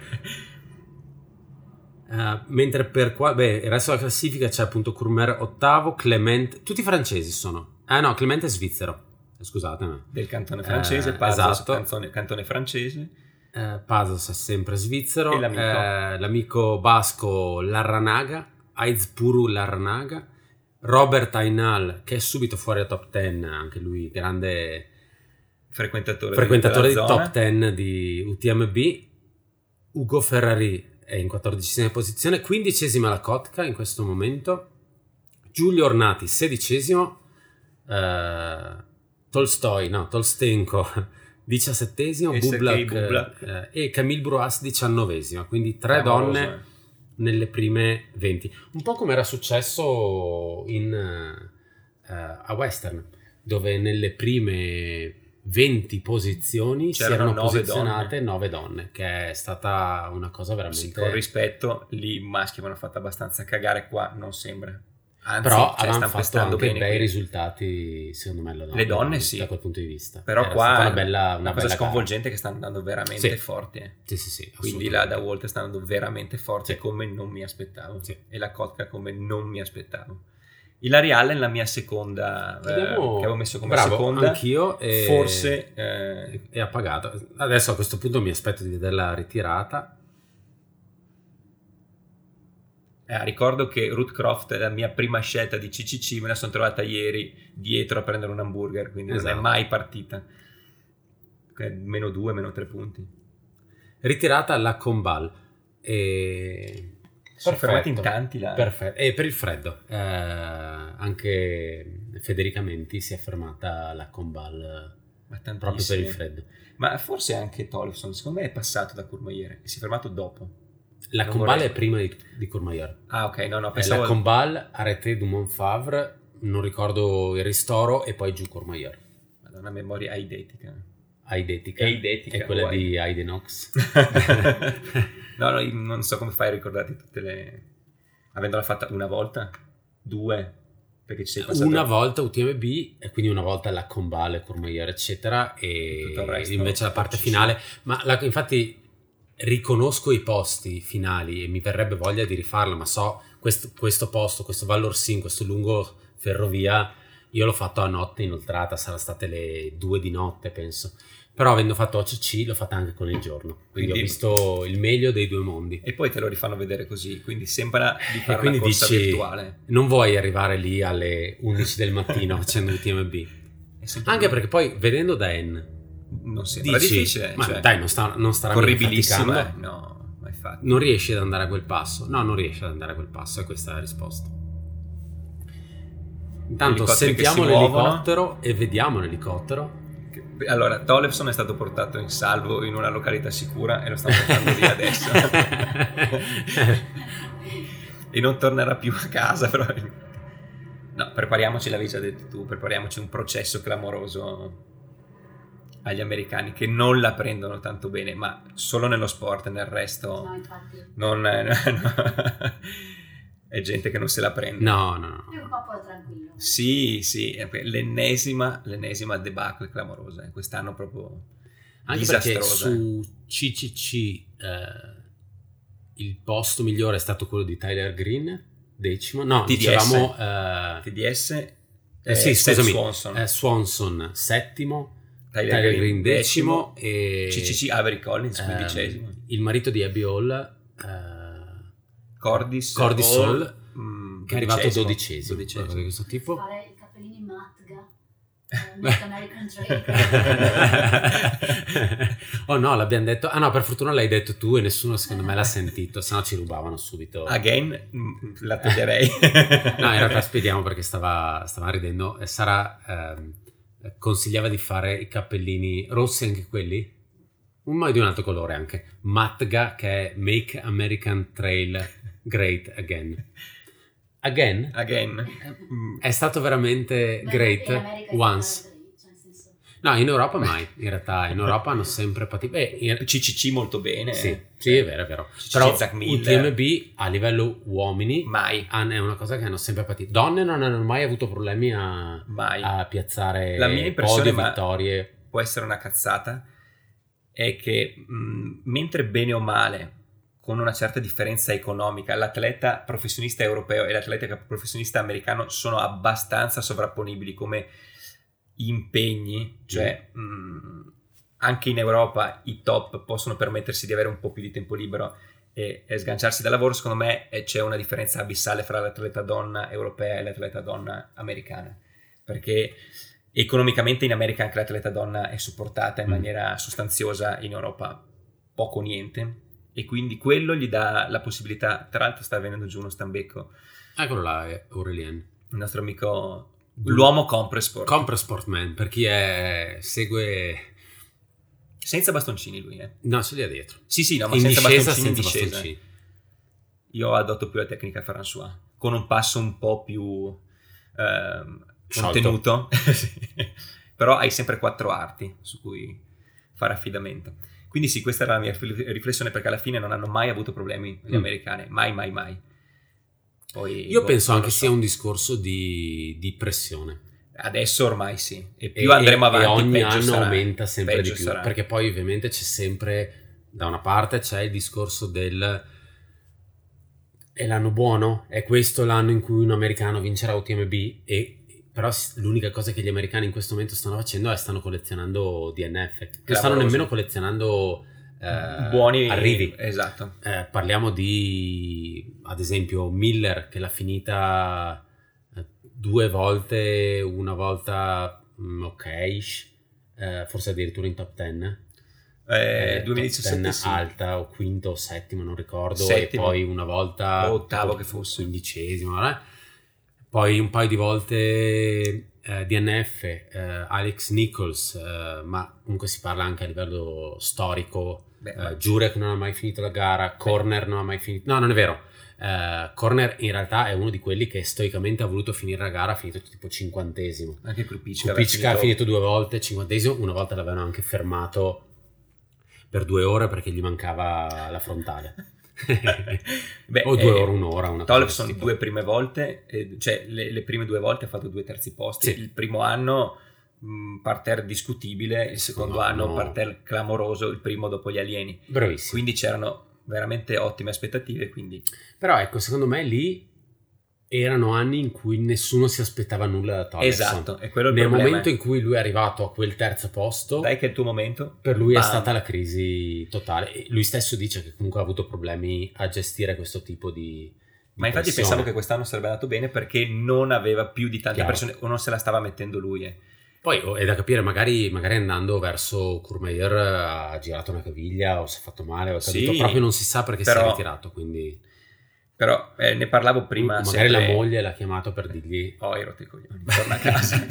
A: Eh, mentre per qua, beh, il resto della classifica c'è appunto Courmer ottavo, Clement, tutti francesi sono. Ah no, Clement è svizzero, Eh, scusatemi.
B: Del cantone francese,
A: Eh,
B: Pazos,
A: esatto.
B: canzone- cantone francese.
A: Eh, Pazos è sempre svizzero,
B: E l'amico?
A: Eh, l'amico basco Larranaga, Aizpuru Larranaga, Robert Ainal che è subito fuori da top 10, anche lui grande
B: Frequentatore,
A: frequentatore di
B: della zona.
A: top 10 di UTMB. Ugo Ferrari è in 14esima posizione, 15esima la Kotka in questo momento. Giulio Ornati, 16esimo. Eh, Tolstoi, no, Tolstenko, 17esimo.
B: E Sergei
A: Bublak,
B: Bublak.
A: eh, e Camille Bruas, 19esima. Quindi tre
B: Clamoroso,
A: donne
B: eh.
A: nelle prime 20. Un po' come era successo in, eh, a Western, dove nelle prime 20 posizioni si
B: C'erano
A: erano
B: nove
A: posizionate 9 donne, che è stata una cosa veramente...
B: Sì, con rispetto, lì i maschi avevano fatto abbastanza cagare, qua non sembra. Anzi,
A: però
B: cioè,
A: avevano
B: stanno
A: fatto
B: prestando
A: anche
B: bene,
A: bei
B: quindi.
A: risultati, secondo me, le donne,
B: Le donne sì.
A: da quel punto di vista.
B: Però
A: Era
B: qua
A: stata
B: è
A: una bella, una
B: Una cosa
A: bella gara.
B: sconvolgente è che stanno andando veramente
A: Sì.
B: forti. eh.
A: Sì, sì, sì.
B: Quindi la
A: assolutamente.
B: da Walter sta andando veramente forte
A: Sì.
B: come non mi aspettavo.
A: Sì.
B: E la Kotka come non mi aspettavo. Ilaria Allen, la mia seconda, eh,
A: Vediamo-
B: che avevo messo come
A: Bravo,
B: seconda,
A: anch'io. e-
B: forse eh,
A: e ha pagato. Adesso a questo punto mi aspetto di vederla ritirata.
B: Eh, ricordo che Ruth Croft, la mia prima scelta di CCC, me la sono trovata ieri dietro a prendere un hamburger, quindi non
A: Esatto.
B: è mai partita. Eh, Meno due, meno tre punti.
A: Ritirata la Combal. E...
B: Sono
A: Perfetto.
B: fermati in tanti là.
A: Perfetto. E per il freddo, eh, anche Federica Menti si è fermata la Combal
B: ma
A: eh,
B: tantissimi.
A: proprio per il freddo.
B: Ma forse anche Tollefson, secondo me è passato da Courmayeur e si è fermato dopo.
A: La
B: Non
A: Combal
B: vorrei-
A: è prima di, di Courmayeur.
B: Ah ok, no, no,
A: Eh, La
B: pensavo...
A: Combal, Arete du Montfavre, non ricordo il ristoro, e poi giù Courmayeur.
B: Madonna, memoria eidetica.
A: Eidetica.
B: Eidetica.
A: È quella
B: vuoi.
A: di Aidenox.
B: no, no, io non so come fai a ricordarti tutte le... Avendola fatta una volta? Due? Perché ci sei passato...
A: una volta UTMB e quindi una volta la Combale, Courmayeur eccetera
B: E
A: e
B: tutto il resto.
A: invece la parte
B: Sì, sì.
A: finale ma la- infatti riconosco i posti finali e mi verrebbe voglia di rifarla ma so questo, questo posto questo Vallorsin questo lungo ferrovia io l'ho fatto a notte inoltrata sarà state le due di notte penso però avendo fatto OCC l'ho fatta anche con il giorno quindi, ho
B: Quindi-
A: visto il meglio dei due mondi
B: E poi te lo rifanno vedere così, quindi sembra di
A: E
B: fare
A: quindi
B: una corsa
A: dici-
B: virtuale.
A: non vuoi arrivare lì alle 11 del mattino facendo UTMB
B: È sempre-
A: anche perché poi vedendo Dan
B: non sembra
A: dici,
B: difficile,
A: ma
B: cioè,
A: dai, non, sta, non starà mica
B: corribilissimo, eh,
A: faticando.
B: no, ma infatti.
A: Non riesci ad andare a quel passo. No, non riesci ad andare a quel passo, e questa è la risposta. Intanto
B: Elicotteri che
A: sentiamo
B: si muovono.
A: l'elicottero e vediamo l'elicottero.
B: Allora, Tollefson è stato portato in salvo in una località sicura e lo stanno portando lì adesso. e non tornerà più a casa, probabilmente. No, prepariamoci, l'avevi già detto tu, prepariamoci un processo clamoroso agli americani che non la prendono tanto bene, ma solo nello sport, nel resto...
C: No, infatti.
B: Non, eh, no, no. è gente che non se la prende.
A: No, no, no.
C: È un po' poi tranquillo.
B: Sì, sì, è que- l'ennesima, l'ennesima debacle clamorosa. eh, Quest'anno proprio
A: Anche perché
B: disastrosa.
A: su CCC eh, il posto migliore è stato quello di Tyler Green, decimo. No,
B: TDS.
A: dicevamo eh,
B: TDS, eh,
A: Eh sì,
B: Seth
A: scusami.
B: Swanson,
A: eh, Swanson settimo, Tyler, Green decimo, e
B: CCC Avery Collins,
A: ehm,
B: quindicesimo,
A: il marito di Abby Hall, eh,
B: Cordis,
A: Cordis Hall,
B: mm,
A: che è arrivato dodicesimo,
B: dodicesimo.
A: qualcosa di questo tipo.
C: Fare i capellini matga. eh, Make American
B: Beh.
C: Drake.
A: oh no, l'abbiamo detto. Ah no, per fortuna l'hai detto tu e nessuno secondo me l'ha sentito, sennò ci rubavano subito.
B: Again, mm, la toglierei.
A: No, in realtà spieghiamo perché stava, stava ridendo. Eh, Sara ehm, consigliava di fare i cappellini rossi anche quelli? Un ma di un altro colore anche. Matga che è Make American Trail Great Again. Again?
B: Again.
A: Eh,
B: Mm,
A: È stato veramente
C: Ma in
A: great
C: America è
A: once.
C: Tyler Drake, cioè, nel senso,
A: No, in Europa mai, in realtà. In Europa hanno sempre patito. Eh, in-
B: CCC molto bene.
A: Sì, sì, è vero, è vero.
B: CCC
A: Però
B: cioè, Zach Miller.
A: UTMB a livello uomini
B: Mai,
A: han- è una cosa che hanno sempre patito. Donne non hanno mai avuto problemi a,
B: mai.
A: a piazzare
B: La mia impressione,
A: podio,
B: ma-
A: vittorie.
B: può essere una cazzata, è che mh, mentre bene o male, con una certa differenza economica, l'atleta professionista europeo e l'atleta professionista americano sono abbastanza sovrapponibili come impegni, cioè mh, anche in Europa i top possono permettersi di avere un po' più di tempo libero e, e sganciarsi dal lavoro, secondo me eh, c'è una differenza abissale fra l'atleta donna europea e l'atleta donna americana, perché economicamente in America anche l'atleta donna è supportata in
A: Mm.
B: maniera sostanziosa, in Europa poco o niente, e quindi quello gli dà la possibilità, tra l'altro sta venendo giù uno stambecco,
A: Eccolo là, è Aurelien.
B: il nostro amico, l'uomo Compresport,
A: Compra Sportman, per chi è, segue...
B: senza bastoncini lui, eh.
A: No, ce li ha dietro.
B: Sì, sì, no, ma
A: in
B: senza
A: discesa,
B: bastoncini in
A: senza
B: discesa.
A: bastoncini.
B: Io adotto più la tecnica François, con un passo un po' più ehm,
A: Sciolto.
B: contenuto, Sì. però hai sempre quattro arti su cui fare affidamento. Quindi sì, questa era la mia rif- riflessione perché alla fine non hanno mai avuto problemi le
A: Mm.
B: americane, mai, mai, mai. Poi,
A: Io
B: boh,
A: penso
B: non
A: anche
B: lo so.
A: sia un discorso di, di pressione.
B: Adesso ormai sì, e
A: E-
B: più andremo
A: e-
B: avanti
A: E ogni
B: peggio
A: anno
B: sarà.
A: aumenta sempre
B: Peggio
A: di più.
B: sarà.
A: Perché poi ovviamente c'è sempre, da una parte c'è il discorso del... È l'anno buono? È questo l'anno in cui un americano vincerà UTMB? E, però s- l'unica cosa che gli americani in questo momento stanno facendo è stanno collezionando DNF. Non stanno
B: Clamoroso.
A: nemmeno collezionando eh,
B: Buoni
A: arrivi.
B: Esatto.
A: Eh, parliamo di, ad esempio, Miller che l'ha finita eh, due volte, una volta mm, ok, eh, forse addirittura in top 10.
B: Eh,
A: eh,
B: 2017
A: top 10
B: sì.
A: alta o quinto o settimo, non ricordo,
B: Settimo.
A: e poi una volta
B: O ottavo che fosse.
A: quindicesimo, eh. poi un paio di volte eh, DNF, eh, Alex Nichols, eh, ma comunque si parla anche a livello storico.
B: Beh,
A: Eh, Jurek non ha mai finito la gara, Corner non ha mai finito. No, non è vero. Eh, Corner in realtà è uno di quelli che stoicamente ha voluto finire la gara, ha finito tipo cinquantesimo.
B: anche Krupicka aveva
A: Kupicka ha finito due volte, cinquantesimo, una volta l'avevano anche fermato per due ore perché gli mancava la frontale.
B: Beh,
A: o due
B: eh,
A: ore, un'ora, una cosa
B: Tollefson
A: del tipo.
B: due prime volte, eh, cioè le, le prime due volte ha fatto due terzi posti.
A: Sì.
B: Il primo anno mh, parterre discutibile, il secondo
A: Secondo
B: anno
A: anno-
B: parterre clamoroso, il primo dopo gli alieni.
A: Bravissimo.
B: Quindi c'erano veramente ottime aspettative, quindi
A: Però ecco, secondo me lì erano anni in cui nessuno si aspettava nulla da Tollefson.
B: esatto, è quello il
A: Ah, Nel
B: problema.
A: momento in cui lui è arrivato a quel terzo posto,
B: Dai che è il tuo momento.
A: Per lui è
B: Bam.
A: stata la crisi totale. E Lui stesso dice che comunque ha avuto problemi a gestire questo tipo di. di
B: Ma infatti
A: pressione.
B: pensavo che quest'anno sarebbe andato bene perché non aveva più di tante
A: Chiaro.
B: persone o non se la stava mettendo lui. eh.
A: Poi oh, è da capire, magari, magari andando verso Courmayeur eh, ha girato una caviglia o si è fatto male o è caduto.
B: Sì,
A: Proprio non si sa perché si
B: però-
A: è ritirato. Quindi
B: Però eh, ne parlavo prima.
A: magari
B: sempre-
A: la moglie l'ha chiamato per dirgli.
B: Oh, ero te coglioni, torna a casa.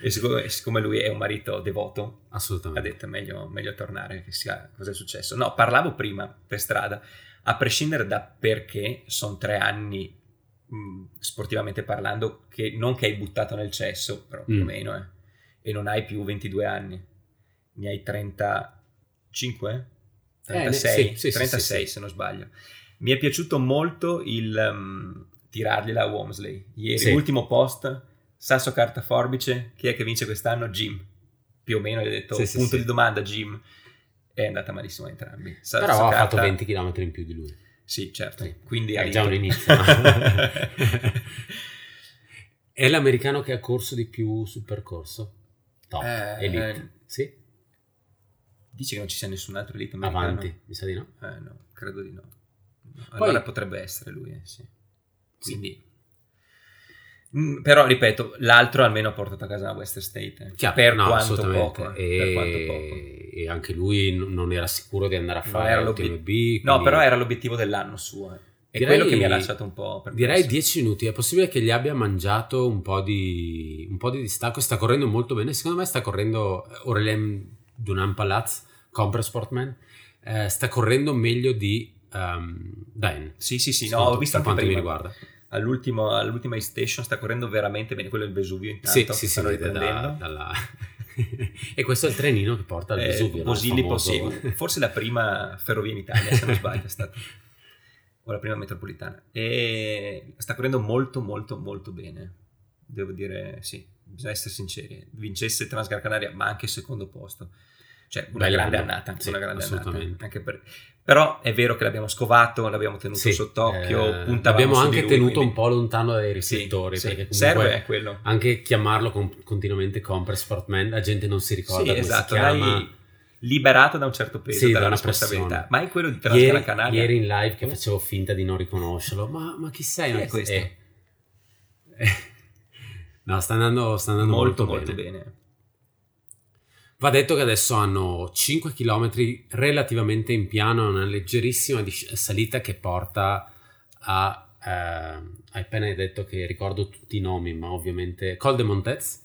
B: e siccome, e siccome lui è un marito devoto, ha
A: Assolutamente.
B: detto è meglio, meglio tornare, che sia cosa è successo. No, parlavo prima per strada, a prescindere da perché sono tre anni, mh, sportivamente parlando, che non che hai buttato nel cesso, però più o
A: Mm.
B: meno, eh, e non hai più 22 anni, ne hai 35?
A: Eh, ne-
B: 36,
A: Eh, sì, sì, sì,
B: 36
A: sì, sì.
B: se non sbaglio. Mi è piaciuto molto il ehm, tirargliela a Womsley. Ieri,
A: Sì.
B: ultimo post, sasso carta forbice, chi è che vince quest'anno? Jim. Più o meno hai detto,
A: Sì, sì,
B: punto
A: sì.
B: di domanda Jim. È andata malissimo a entrambi. Sasso
A: Però ha
B: carta-
A: fatto 20 km in più di lui.
B: Sì, certo. Quindi
A: È
B: hai
A: già un
B: vinto.
A: inizio. è l'americano che ha corso di più sul percorso? Top.
B: Eh, eh,
A: Elite. Sì?
B: Dici che non ci sia nessun altro elite americano?
A: Avanti, mi sa di no.
B: Eh, no, credo di no. Allora potrebbe essere lui, eh, sì.
A: Sì.
B: Quindi... Mm, Però, ripeto, l'altro almeno ha portato a casa la Western State. eh.
A: Chiaro,
B: per,
A: no,
B: quanto
A: assolutamente.
B: poco, eh,
A: E...
B: per quanto poco.
A: e anche lui n- non era sicuro di andare a
B: Non
A: fare
B: era
A: il
B: l'obiet-
A: TMB. quindi-
B: No, però era l'obiettivo dell'anno suo. eh. E
A: Direi-
B: quello che mi ha lasciato un po'... perplesso.
A: Direi 10 minuti, è possibile che gli abbia mangiato un po' di, un po' di distacco, sta correndo molto bene, secondo me sta correndo eh, Aurelien Dunan Palaz, Compra Sportman, eh, sta correndo meglio di ehm, Dan.
B: Sì, sì, sì, no,
A: Secondo-
B: ho visto
A: per
B: anche
A: quanto mi
B: prima.
A: riguarda.
B: All'ultimo, all'ultima Ice Station sta correndo veramente bene. Quello è il Vesuvio intanto.
A: Sì,
B: che
A: sì, sì,
B: stanno
A: vede da-
B: riprendendo.
A: dalla- e questo è il trenino che porta al
B: Eh,
A: Vesuvio. no? Il
B: Posillipo,
A: famoso-
B: sì. forse la prima ferrovia in Italia, se non sbaglio, è stata. O la prima metropolitana. E sta correndo molto, molto, molto bene. Devo dire, sì, bisogna essere sinceri. Vincesse Transgar Canaria, ma anche il secondo posto. Cioè, una
A: Bell'anno.
B: grande annata.
A: Sì,
B: una grande
A: assolutamente.
B: annata. Anche per- Però è vero che l'abbiamo scovato, l'abbiamo tenuto
A: Sì,
B: sott'occhio,
A: eh,
B: puntavamo
A: Abbiamo
B: su di
A: anche
B: lui,
A: tenuto
B: quindi-
A: un po' lontano dai
B: Sì,
A: riflettori,
B: sì.
A: perché comunque...
B: Serve è quello.
A: Anche chiamarlo con- continuamente Compre Sportman, la gente non si ricorda
B: Sì,
A: come
B: esatto,
A: si chiama.
B: l'hai liberato da un certo peso,
A: Sì, da
B: dalla
A: una
B: responsabilità.
A: persona.
B: Ma è quello di Transgar
A: Ieri,
B: Canaria.
A: ieri in live che facevo finta di non riconoscerlo, ma, ma chi sei?
B: Mm. Chi
A: Ma
B: è
A: chi-
B: questo?
A: eh. No, sta andando, sta andando
B: molto
A: molto,
B: molto
A: bene.
B: bene.
A: Va detto che adesso hanno 5 km relativamente in piano, una leggerissima dis- salita che porta a... eh, hai appena detto che ricordo tutti i nomi, ma ovviamente Col de Montez,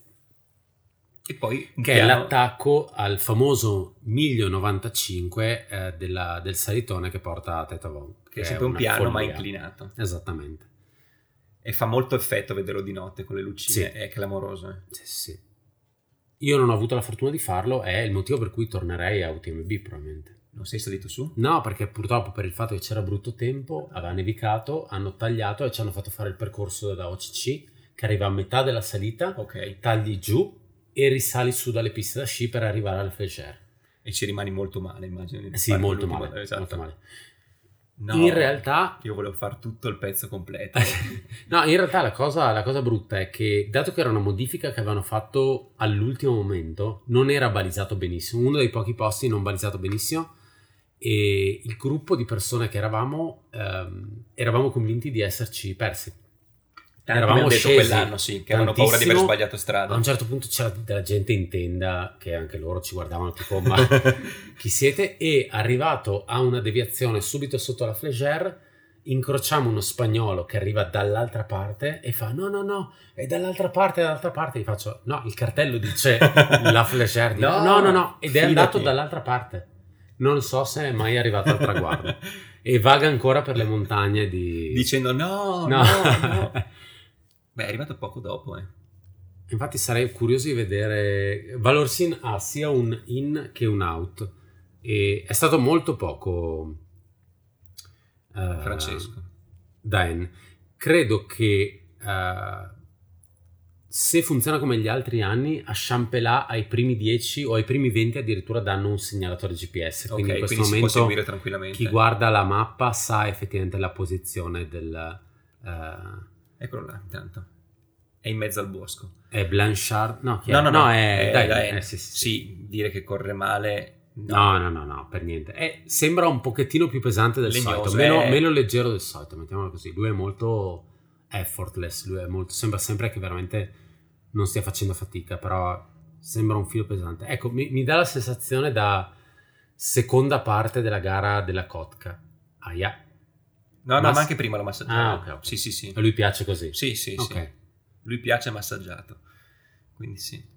B: E poi un
A: che è
B: piano-
A: l'attacco al famoso miglio 95 eh, della- del salitone che porta a Tetavon.
B: che è sempre un
A: una
B: piano ma
A: follia.
B: inclinato
A: Esattamente.
B: e fa molto effetto vederlo di notte con le lucine,
A: Sì.
B: è clamoroso. eh.
A: Sì, sì. Io non ho avuto la fortuna di farlo, è il motivo per cui tornerei a UTMB probabilmente.
B: Non sei salito su?
A: No, perché purtroppo per il fatto che c'era brutto tempo, aveva nevicato, hanno tagliato e ci hanno fatto fare il percorso da OCC che arriva a metà della salita,
B: Ok,
A: tagli giù e risali su dalle piste da sci per arrivare al Flecher.
B: e ci rimani molto male, immagino. di
A: Sì,
B: fare
A: molto
B: l'ultimo-
A: male,
B: esatto.
A: molto male.
B: No,
A: In realtà
B: io volevo fare tutto il pezzo completo.
A: No, in realtà la cosa, la cosa brutta è che, dato che era una modifica che avevano fatto all'ultimo momento, non era balizzato benissimo. Uno dei pochi posti non balizzato benissimo. E il gruppo di persone che eravamo, ehm, eravamo convinti di esserci persi.
B: Tanti
A: Eravamo
B: mi hanno Ah, detto
A: scesi
B: quell'anno, sì, che avevano paura di aver
A: tantissimo.
B: sbagliato
A: A
B: strada.
A: un certo punto c'era della gente in tenda che anche loro ci guardavano tipo, ma chi siete? E arrivato a una deviazione subito sotto la Flegère, incrociamo uno spagnolo che arriva dall'altra parte e fa no, no, no, è dall'altra parte, è dall'altra parte. Gli faccio no, il cartello dice la Flegère. No, no, no, no, ed è
B: fidati.
A: andato dall'altra parte. Non so se è mai arrivato al traguardo. e vaga ancora per le montagne di...
B: Dicendo no,
A: No.
B: no, no. Beh, è arrivato poco dopo, eh.
A: Infatti sarei curioso di vedere... Valorsin ha sia un in che un out e è stato molto poco... eh,
B: Francesco.
A: Dan. Credo che eh, se funziona come gli altri anni, a Champelà ai primi 10 o ai primi 20 addirittura danno un segnalatore GPS. Quindi
B: ok,
A: in questo
B: quindi si può
A: momento
B: seguire tranquillamente.
A: chi guarda la mappa sa effettivamente la posizione del... eh,
B: Eccolo là, intanto. È in mezzo al bosco.
A: è Blanchard? No, chi è?
B: No, no, no,
A: è, Dan.
B: Diane.
A: Eh, sì, sì, sì.
B: Sì, dire che corre male, no.
A: No, no, no, no, per niente. Eh, sembra un pochettino più pesante del
B: Legnoso,
A: solito, meno,
B: eh.
A: meno leggero del solito, mettiamolo così. Lui è molto effortless, lui è molto, sembra sempre che veramente non stia facendo fatica, però sembra un filo pesante. Ecco, mi, mi dà la sensazione da seconda parte della gara della Kotka. Aia,
B: No, no,
A: Mass-
B: ma anche prima l'ho massaggiato.
A: Ah, ok, ok.
B: Sì, sì, sì.
A: a lui piace così.
B: Sì, sì,
A: ok.
B: sì. Lui piace massaggiato. Quindi sì.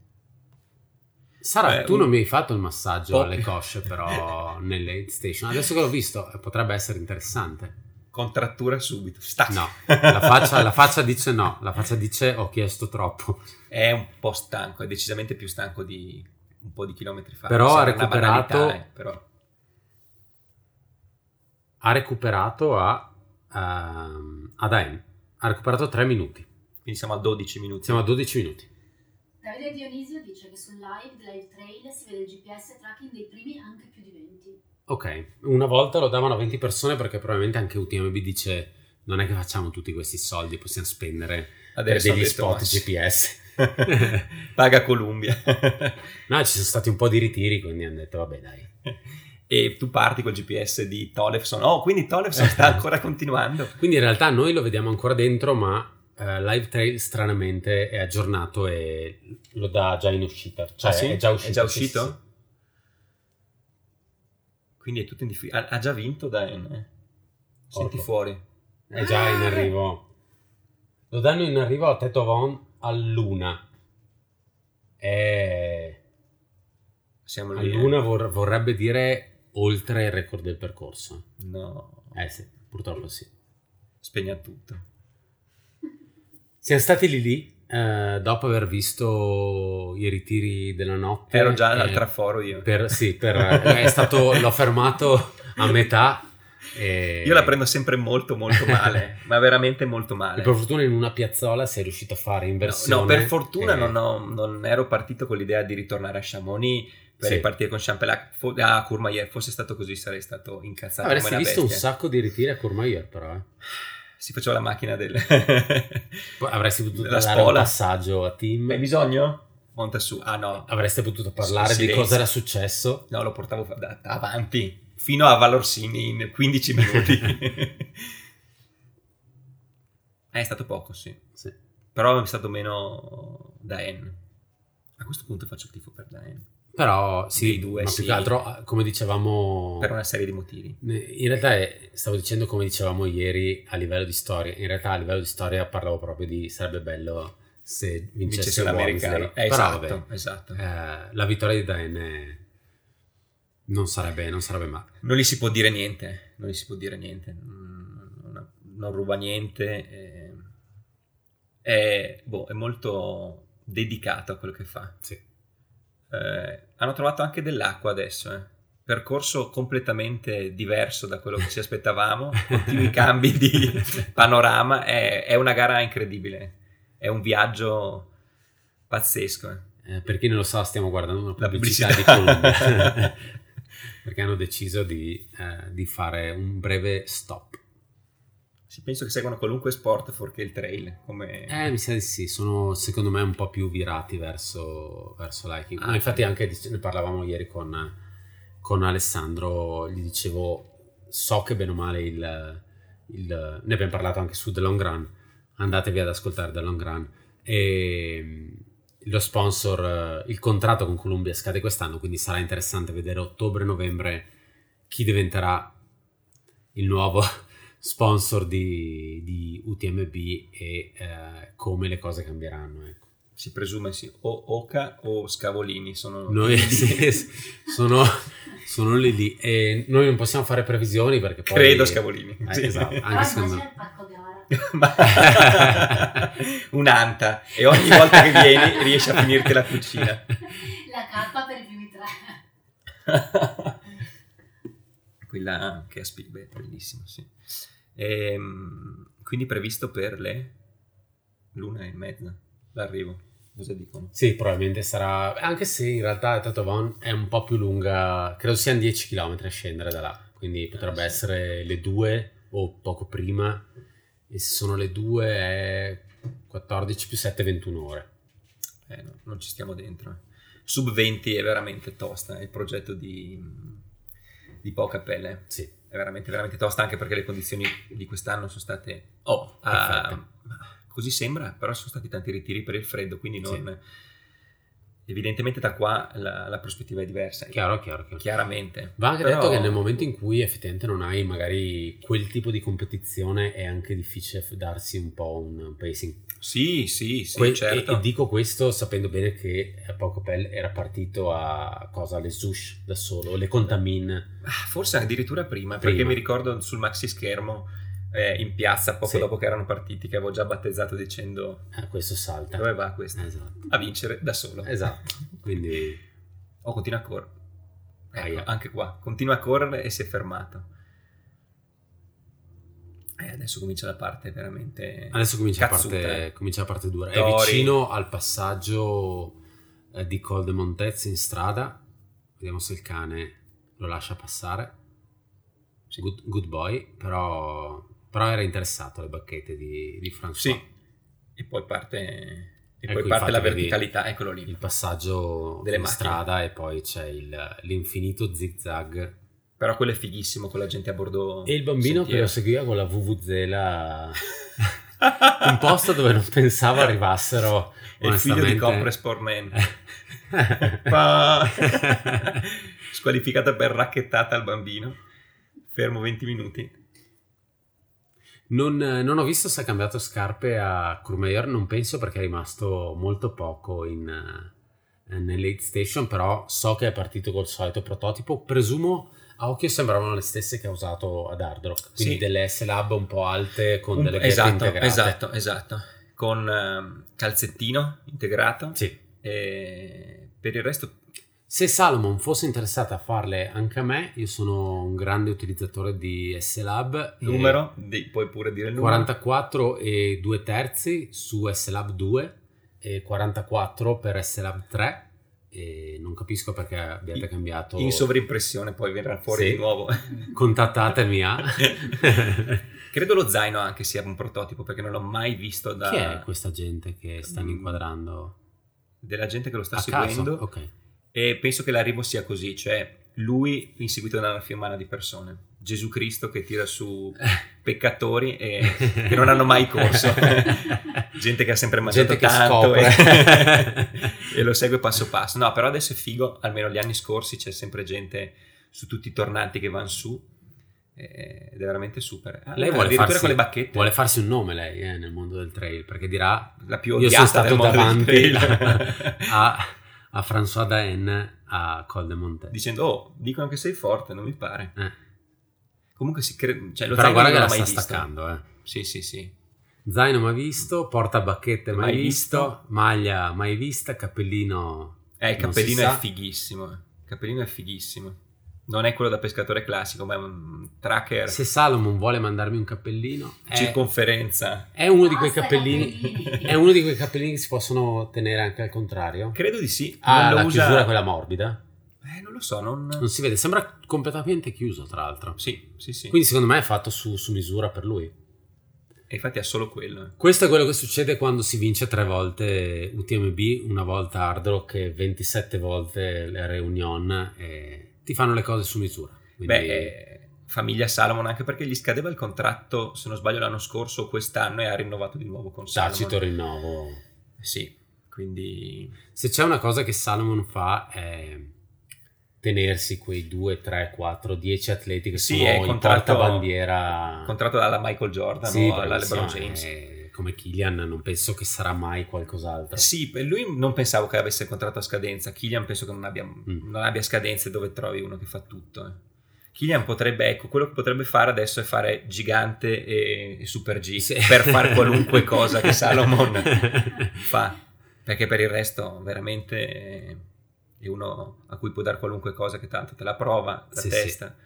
A: Sara,
B: Beh,
A: tu
B: un-
A: non mi hai fatto il massaggio
B: Po-
A: alle cosce, però nelle aid station. Adesso che l'ho visto, eh, potrebbe essere interessante.
B: Contrattura subito. Stac.
A: No, La faccia, la faccia dice no, la faccia dice ho chiesto troppo,
B: È un po' stanco, è decisamente più stanco di un po' di chilometri fa.
A: Però ha
B: Sembra una
A: recuperato-
B: banalità, eh, però.
A: ha recuperato a ehm, ad AM, ha recuperato 3 minuti.
B: Quindi siamo a 12 minuti.
A: Siamo a 12 minuti.
C: Davide Dionisio dice che sul live live trail si vede il GPS tracking dei primi anche più di 20.
A: Ok, una volta lo davano a 20 persone perché probabilmente anche UTMB dice non è che facciamo tutti questi soldi, possiamo spendere per
B: Adesso ho
A: degli
B: detto
A: spot
B: Massi.
A: GPS.
B: Paga Columbia.
A: No, ci sono stati un po' di ritiri, quindi hanno detto vabbè dai.
B: e tu parti col GPS di Tollefson. Oh, quindi Tollefson sta ancora continuando.
A: Quindi in realtà noi lo vediamo ancora dentro, ma eh, Live Trail stranamente è aggiornato e lo dà già in uscita. Cioè
B: Ah, sì?
A: è già uscito.
B: È già
A: sì,
B: uscito?
A: sì, sì.
B: Quindi è tutto in difficoltà. Ha, ha già vinto Dan. eh. Senti
A: Porco.
B: fuori.
A: È Eh, già in arrivo. Lo danno in arrivo a Tetovon a Luna. E
B: Siamo
A: a
B: lì. eh.
A: Luna vor- vorrebbe dire oltre il record del percorso.
B: No.
A: Eh sì, purtroppo sì.
B: Spegna tutto.
A: Siamo stati lì lì eh, dopo aver visto i ritiri della notte.
B: Ero già
A: eh,
B: al traforo io.
A: per- sì, per- eh, è stato- l'ho fermato a metà e-
B: Io la prendo sempre molto molto male, ma veramente molto male.
A: E per fortuna in una piazzola sei riuscito a fare in
B: No,
A: versione.
B: No, per fortuna
A: eh,
B: non, ho- non ero partito con l'idea di ritornare a Chamonix per
A: Sì.
B: ripartire con Champelac fo- a Courmayeur. Fosse stato così sarei stato incazzato come
A: Avresti
B: una
A: visto un
B: bestia.
A: sacco di ritiri a Courmayeur, però. eh.
B: Si faceva la macchina del...
A: Poi avresti potuto
B: La
A: dare un
B: spola.
A: passaggio a Tim.
B: Hai bisogno? Monta su. Ah no.
A: Avreste potuto parlare di
B: Silenzio.
A: cosa era successo.
B: No, lo portavo fa- da- da avanti fino a Valorsini in 15 minuti. Eh, è stato poco, sì.
A: Sì.
B: Però è stato meno Daen. A questo punto faccio tifo per Daen.
A: Però sì,
B: Dei due,
A: ma più
B: sì.
A: che altro, ah, come dicevamo...
B: Per una serie di motivi.
A: In realtà è- stavo dicendo come dicevamo ieri a livello di storia, in realtà a livello di storia parlavo proprio di sarebbe bello se
B: Vincesse
A: vincesse
B: l'americano.
A: l'americano.
B: Eh,
A: Però
B: esatto, esatto.
A: vabbè, eh, la vittoria di Dan è- non sarebbe, non sarebbe male.
B: Non gli si può dire niente. eh. Non gli si può dire niente. Non, non- non ruba niente. eh. È, boh, è molto dedicato a quello che fa.
A: Sì.
B: Eh, hanno trovato anche dell'acqua adesso, eh. percorso completamente diverso da quello che ci aspettavamo, continui cambi di panorama, è, è una gara incredibile, è un viaggio pazzesco. eh.
A: Eh, per chi non lo sa, stiamo guardando una
B: La
A: pubblicità, di Columbia.
B: pubblicità.
A: Perché hanno deciso di, eh, di fare un breve stop.
B: Sì, penso che seguano qualunque sport fuorché il trail, come
A: Eh, mi sa di sì, sono secondo me un po' più virati verso, verso l'hiking. No, Ah, infatti anche dice- ne parlavamo ieri con, con Alessandro, gli dicevo, so che bene o male il, il- Ne abbiamo parlato anche su The Long Run, andatevi ad ascoltare The Long Run. E mm, lo sponsor, eh, il contratto con Columbia scade quest'anno, quindi sarà interessante vedere ottobre-novembre chi diventerà il nuovo sponsor di, di UTMB e eh, come le cose cambieranno. ecco.
B: si presume, sì, o Oca o Scavolini sono...
A: Noi sì, sì, sono, sono lì lì e noi non possiamo fare previsioni perché poi...
B: Credo Scavolini.
A: Eh,
B: sì.
A: esatto,
C: Però
A: anche secondo me.
C: immagina il pacco
B: Ma-
C: gara.
B: un'anta e ogni volta che vieni riesci a finirti la cucina.
C: La K per i primi tre.
B: Quella che aspi- beh, bellissimo, sì. Ehm, quindi previsto per le l'una e mezza l'arrivo. Cosa dicono?
A: Sì, probabilmente sarà... Anche se in realtà Tatovon è un po' più lunga, credo siano 10 km a scendere da là, quindi potrebbe
B: Ah, sì.
A: essere le 2 o poco prima e se sono le 2 è 14 più 7, 21 ore.
B: Eh, no, non ci stiamo dentro. eh. Sub 20 è veramente tosta, è il progetto di, mm, di poca pelle.
A: Sì.
B: È veramente, veramente tosta anche perché le condizioni di quest'anno sono state... Oh, ah,
A: Perfette.
B: così sembra, però sono stati tanti ritiri per il freddo, quindi
A: Sì.
B: non... Evidentemente da qua la, la prospettiva è diversa.
A: Chiaro, chiaro, chiaro.
B: Chiaramente.
A: Va anche
B: Però-
A: detto che nel momento in cui effettivamente non hai magari quel tipo di competizione è anche difficile f- darsi un po' un pacing.
B: Sì, sì, sì,
A: Que- e-
B: certo.
A: e, dico questo sapendo bene che Pocopel era partito a cosa? Le Zush da solo, le Contamin.
B: Ah, Forse addirittura prima,
A: Prima.
B: perché mi ricordo sul maxi schermo eh, in piazza poco
A: Sì.
B: dopo che erano partiti che avevo già battezzato dicendo
A: Eh, questo salta.
B: dove va questo?
A: Esatto.
B: A vincere da solo.
A: Esatto. Quindi
B: Oh, continua a correre. Ecco,
A: Aia.
B: anche qua. Continua a correre e si è fermato. Eh, adesso comincia la parte veramente...
A: Adesso comincia la,
B: Cazzuta, eh.
A: parte, comincia la parte dura. È
B: Dori.
A: vicino al passaggio eh, di Col de Montez in strada. Vediamo se il cane lo lascia passare. Good, good boy, però, però era interessato alle bacchette di, di François.
B: Sì. E poi parte, e
A: Ecco,
B: poi parte
A: infatti,
B: la
A: vedi-
B: verticalità, eccolo lì.
A: Il passaggio
B: Delle
A: in
B: macchine.
A: strada e poi c'è il- l'infinito zigzag.
B: Però quello è fighissimo con la gente a bordo.
A: E il bambino che lo
B: sentiero.
A: seguiva con la VVZela... un posto dove non pensavo arrivassero,
B: È il figlio di
A: onestamente.
B: Compress Poor Man. Pa- Squalificata per racchettata al bambino. Fermo 20 minuti.
A: Non, non ho visto se ha cambiato scarpe a Courmayeur, non penso perché è rimasto molto poco in, eh, nell'aid station, però so che è partito col solito prototipo, presumo a occhio sembravano le stesse che ha usato ad Hard Rock, quindi
B: Sì.
A: delle S-Lab un po' alte con
B: Un-
A: delle ghette
B: esatto,
A: integrate.
B: esatto, esatto. Con ehm, calzettino integrato.
A: Sì.
B: E per il resto,
A: Se Salomon fosse interessata a farle anche a me, io sono un grande utilizzatore di S-Lab. e
B: numero, di- puoi pure dire il numero.
A: 44 e 2 terzi su S-Lab 2 e 44 per S-Lab 3 e non capisco perché abbiate
B: In-
A: cambiato
B: In sovrimpressione, poi verrà fuori
A: Sì.
B: di nuovo.
A: contattatemi ah. a
B: Credo lo zaino anche sia un prototipo perché non l'ho mai visto da
A: chi è questa gente che stanno inquadrando
B: della gente che lo Mm. sta
A: a caso
B: seguendo
A: ok
B: e penso che l'arrivo sia così, cioè lui inseguito da una fiumana di persone, Gesù Cristo che tira su peccatori e che non hanno mai corso. gente che ha sempre mangiato
A: Gente che
B: tanto e,
A: scopre.
B: e lo segue passo passo. No, però adesso è figo, almeno gli anni scorsi c'è sempre gente su tutti i tornanti che vanno su eh, ed è veramente super. Ah,
A: Lei Eh, vuole
B: addirittura
A: farsi-
B: con le bacchette.
A: vuole farsi un nome lei eh, nel mondo del trail perché dirà
B: la più
A: Io
B: odiata
A: sono stato
B: del mondo
A: davanti
B: del
A: a,
B: trail.
A: a François Daen a Col de Monte.
B: dicendo oh dicono che sei forte non mi pare
A: Eh.
B: comunque si cre- cioè, lo
A: Però
B: zaino
A: guarda che
B: non
A: la
B: l'ho
A: sta
B: mai visto
A: staccando. Eh.
B: sì sì sì
A: Zaino mai visto, porta bacchette mai,
B: Mai
A: visto,
B: visto.
A: maglia mai vista, cappellino...
B: eh il
A: Non si
B: cappellino
A: sa.
B: è fighissimo eh. il cappellino è fighissimo non è quello da pescatore classico ma è un tracker
A: Se Eh. Salomon vuole mandarmi un cappellino, è,
B: circonferenza
A: è uno di quei
C: Basta,
A: cappellini...
C: cappellini.
A: È uno di quei cappellini che si possono tenere anche al contrario.
B: credo di sì
A: Ha
B: non lo
A: Ah, la
B: usa-
A: chiusura quella morbida.
B: eh non lo so non
A: Non si vede, sembra completamente chiuso tra l'altro.
B: sì sì sì
A: Quindi secondo me è fatto su- su misura per lui.
B: e infatti ha solo quello eh.
A: Questo è quello che succede quando si vince tre volte UTMB, una volta Hard Rock e 27 volte la Reunion e ti fanno le cose su misura. Quindi
B: beh eh, famiglia Salomon anche perché gli scadeva il contratto se non sbaglio l'anno scorso o quest'anno e ha rinnovato di nuovo con Salomon
A: tacito rinnovo.
B: sì quindi
A: Se c'è una cosa che Salomon fa è tenersi quei 2, 3, 4, 10 atleti che
B: Sì,
A: sono
B: è
A: in
B: contratto-
A: portabandiera.
B: contratto alla Michael Jordan
A: Ah. Sì,
B: o alla
A: bravissimo,
B: LeBron James.
A: eh, come Killian non penso che sarà mai qualcos'altro.
B: Sì, per lui non pensavo che avesse il contratto a scadenza. Killian penso che non abbia,
A: Mm.
B: non abbia scadenze dove trovi uno che fa tutto. eh. Killian potrebbe, ecco, quello che potrebbe fare adesso è fare gigante e, e super G
A: Sì.
B: per fare qualunque cosa che Salomon fa. Perché per il resto veramente eh, è uno a cui può dare qualunque cosa che tanto te la prova, la
A: Sì, sì.
B: testa.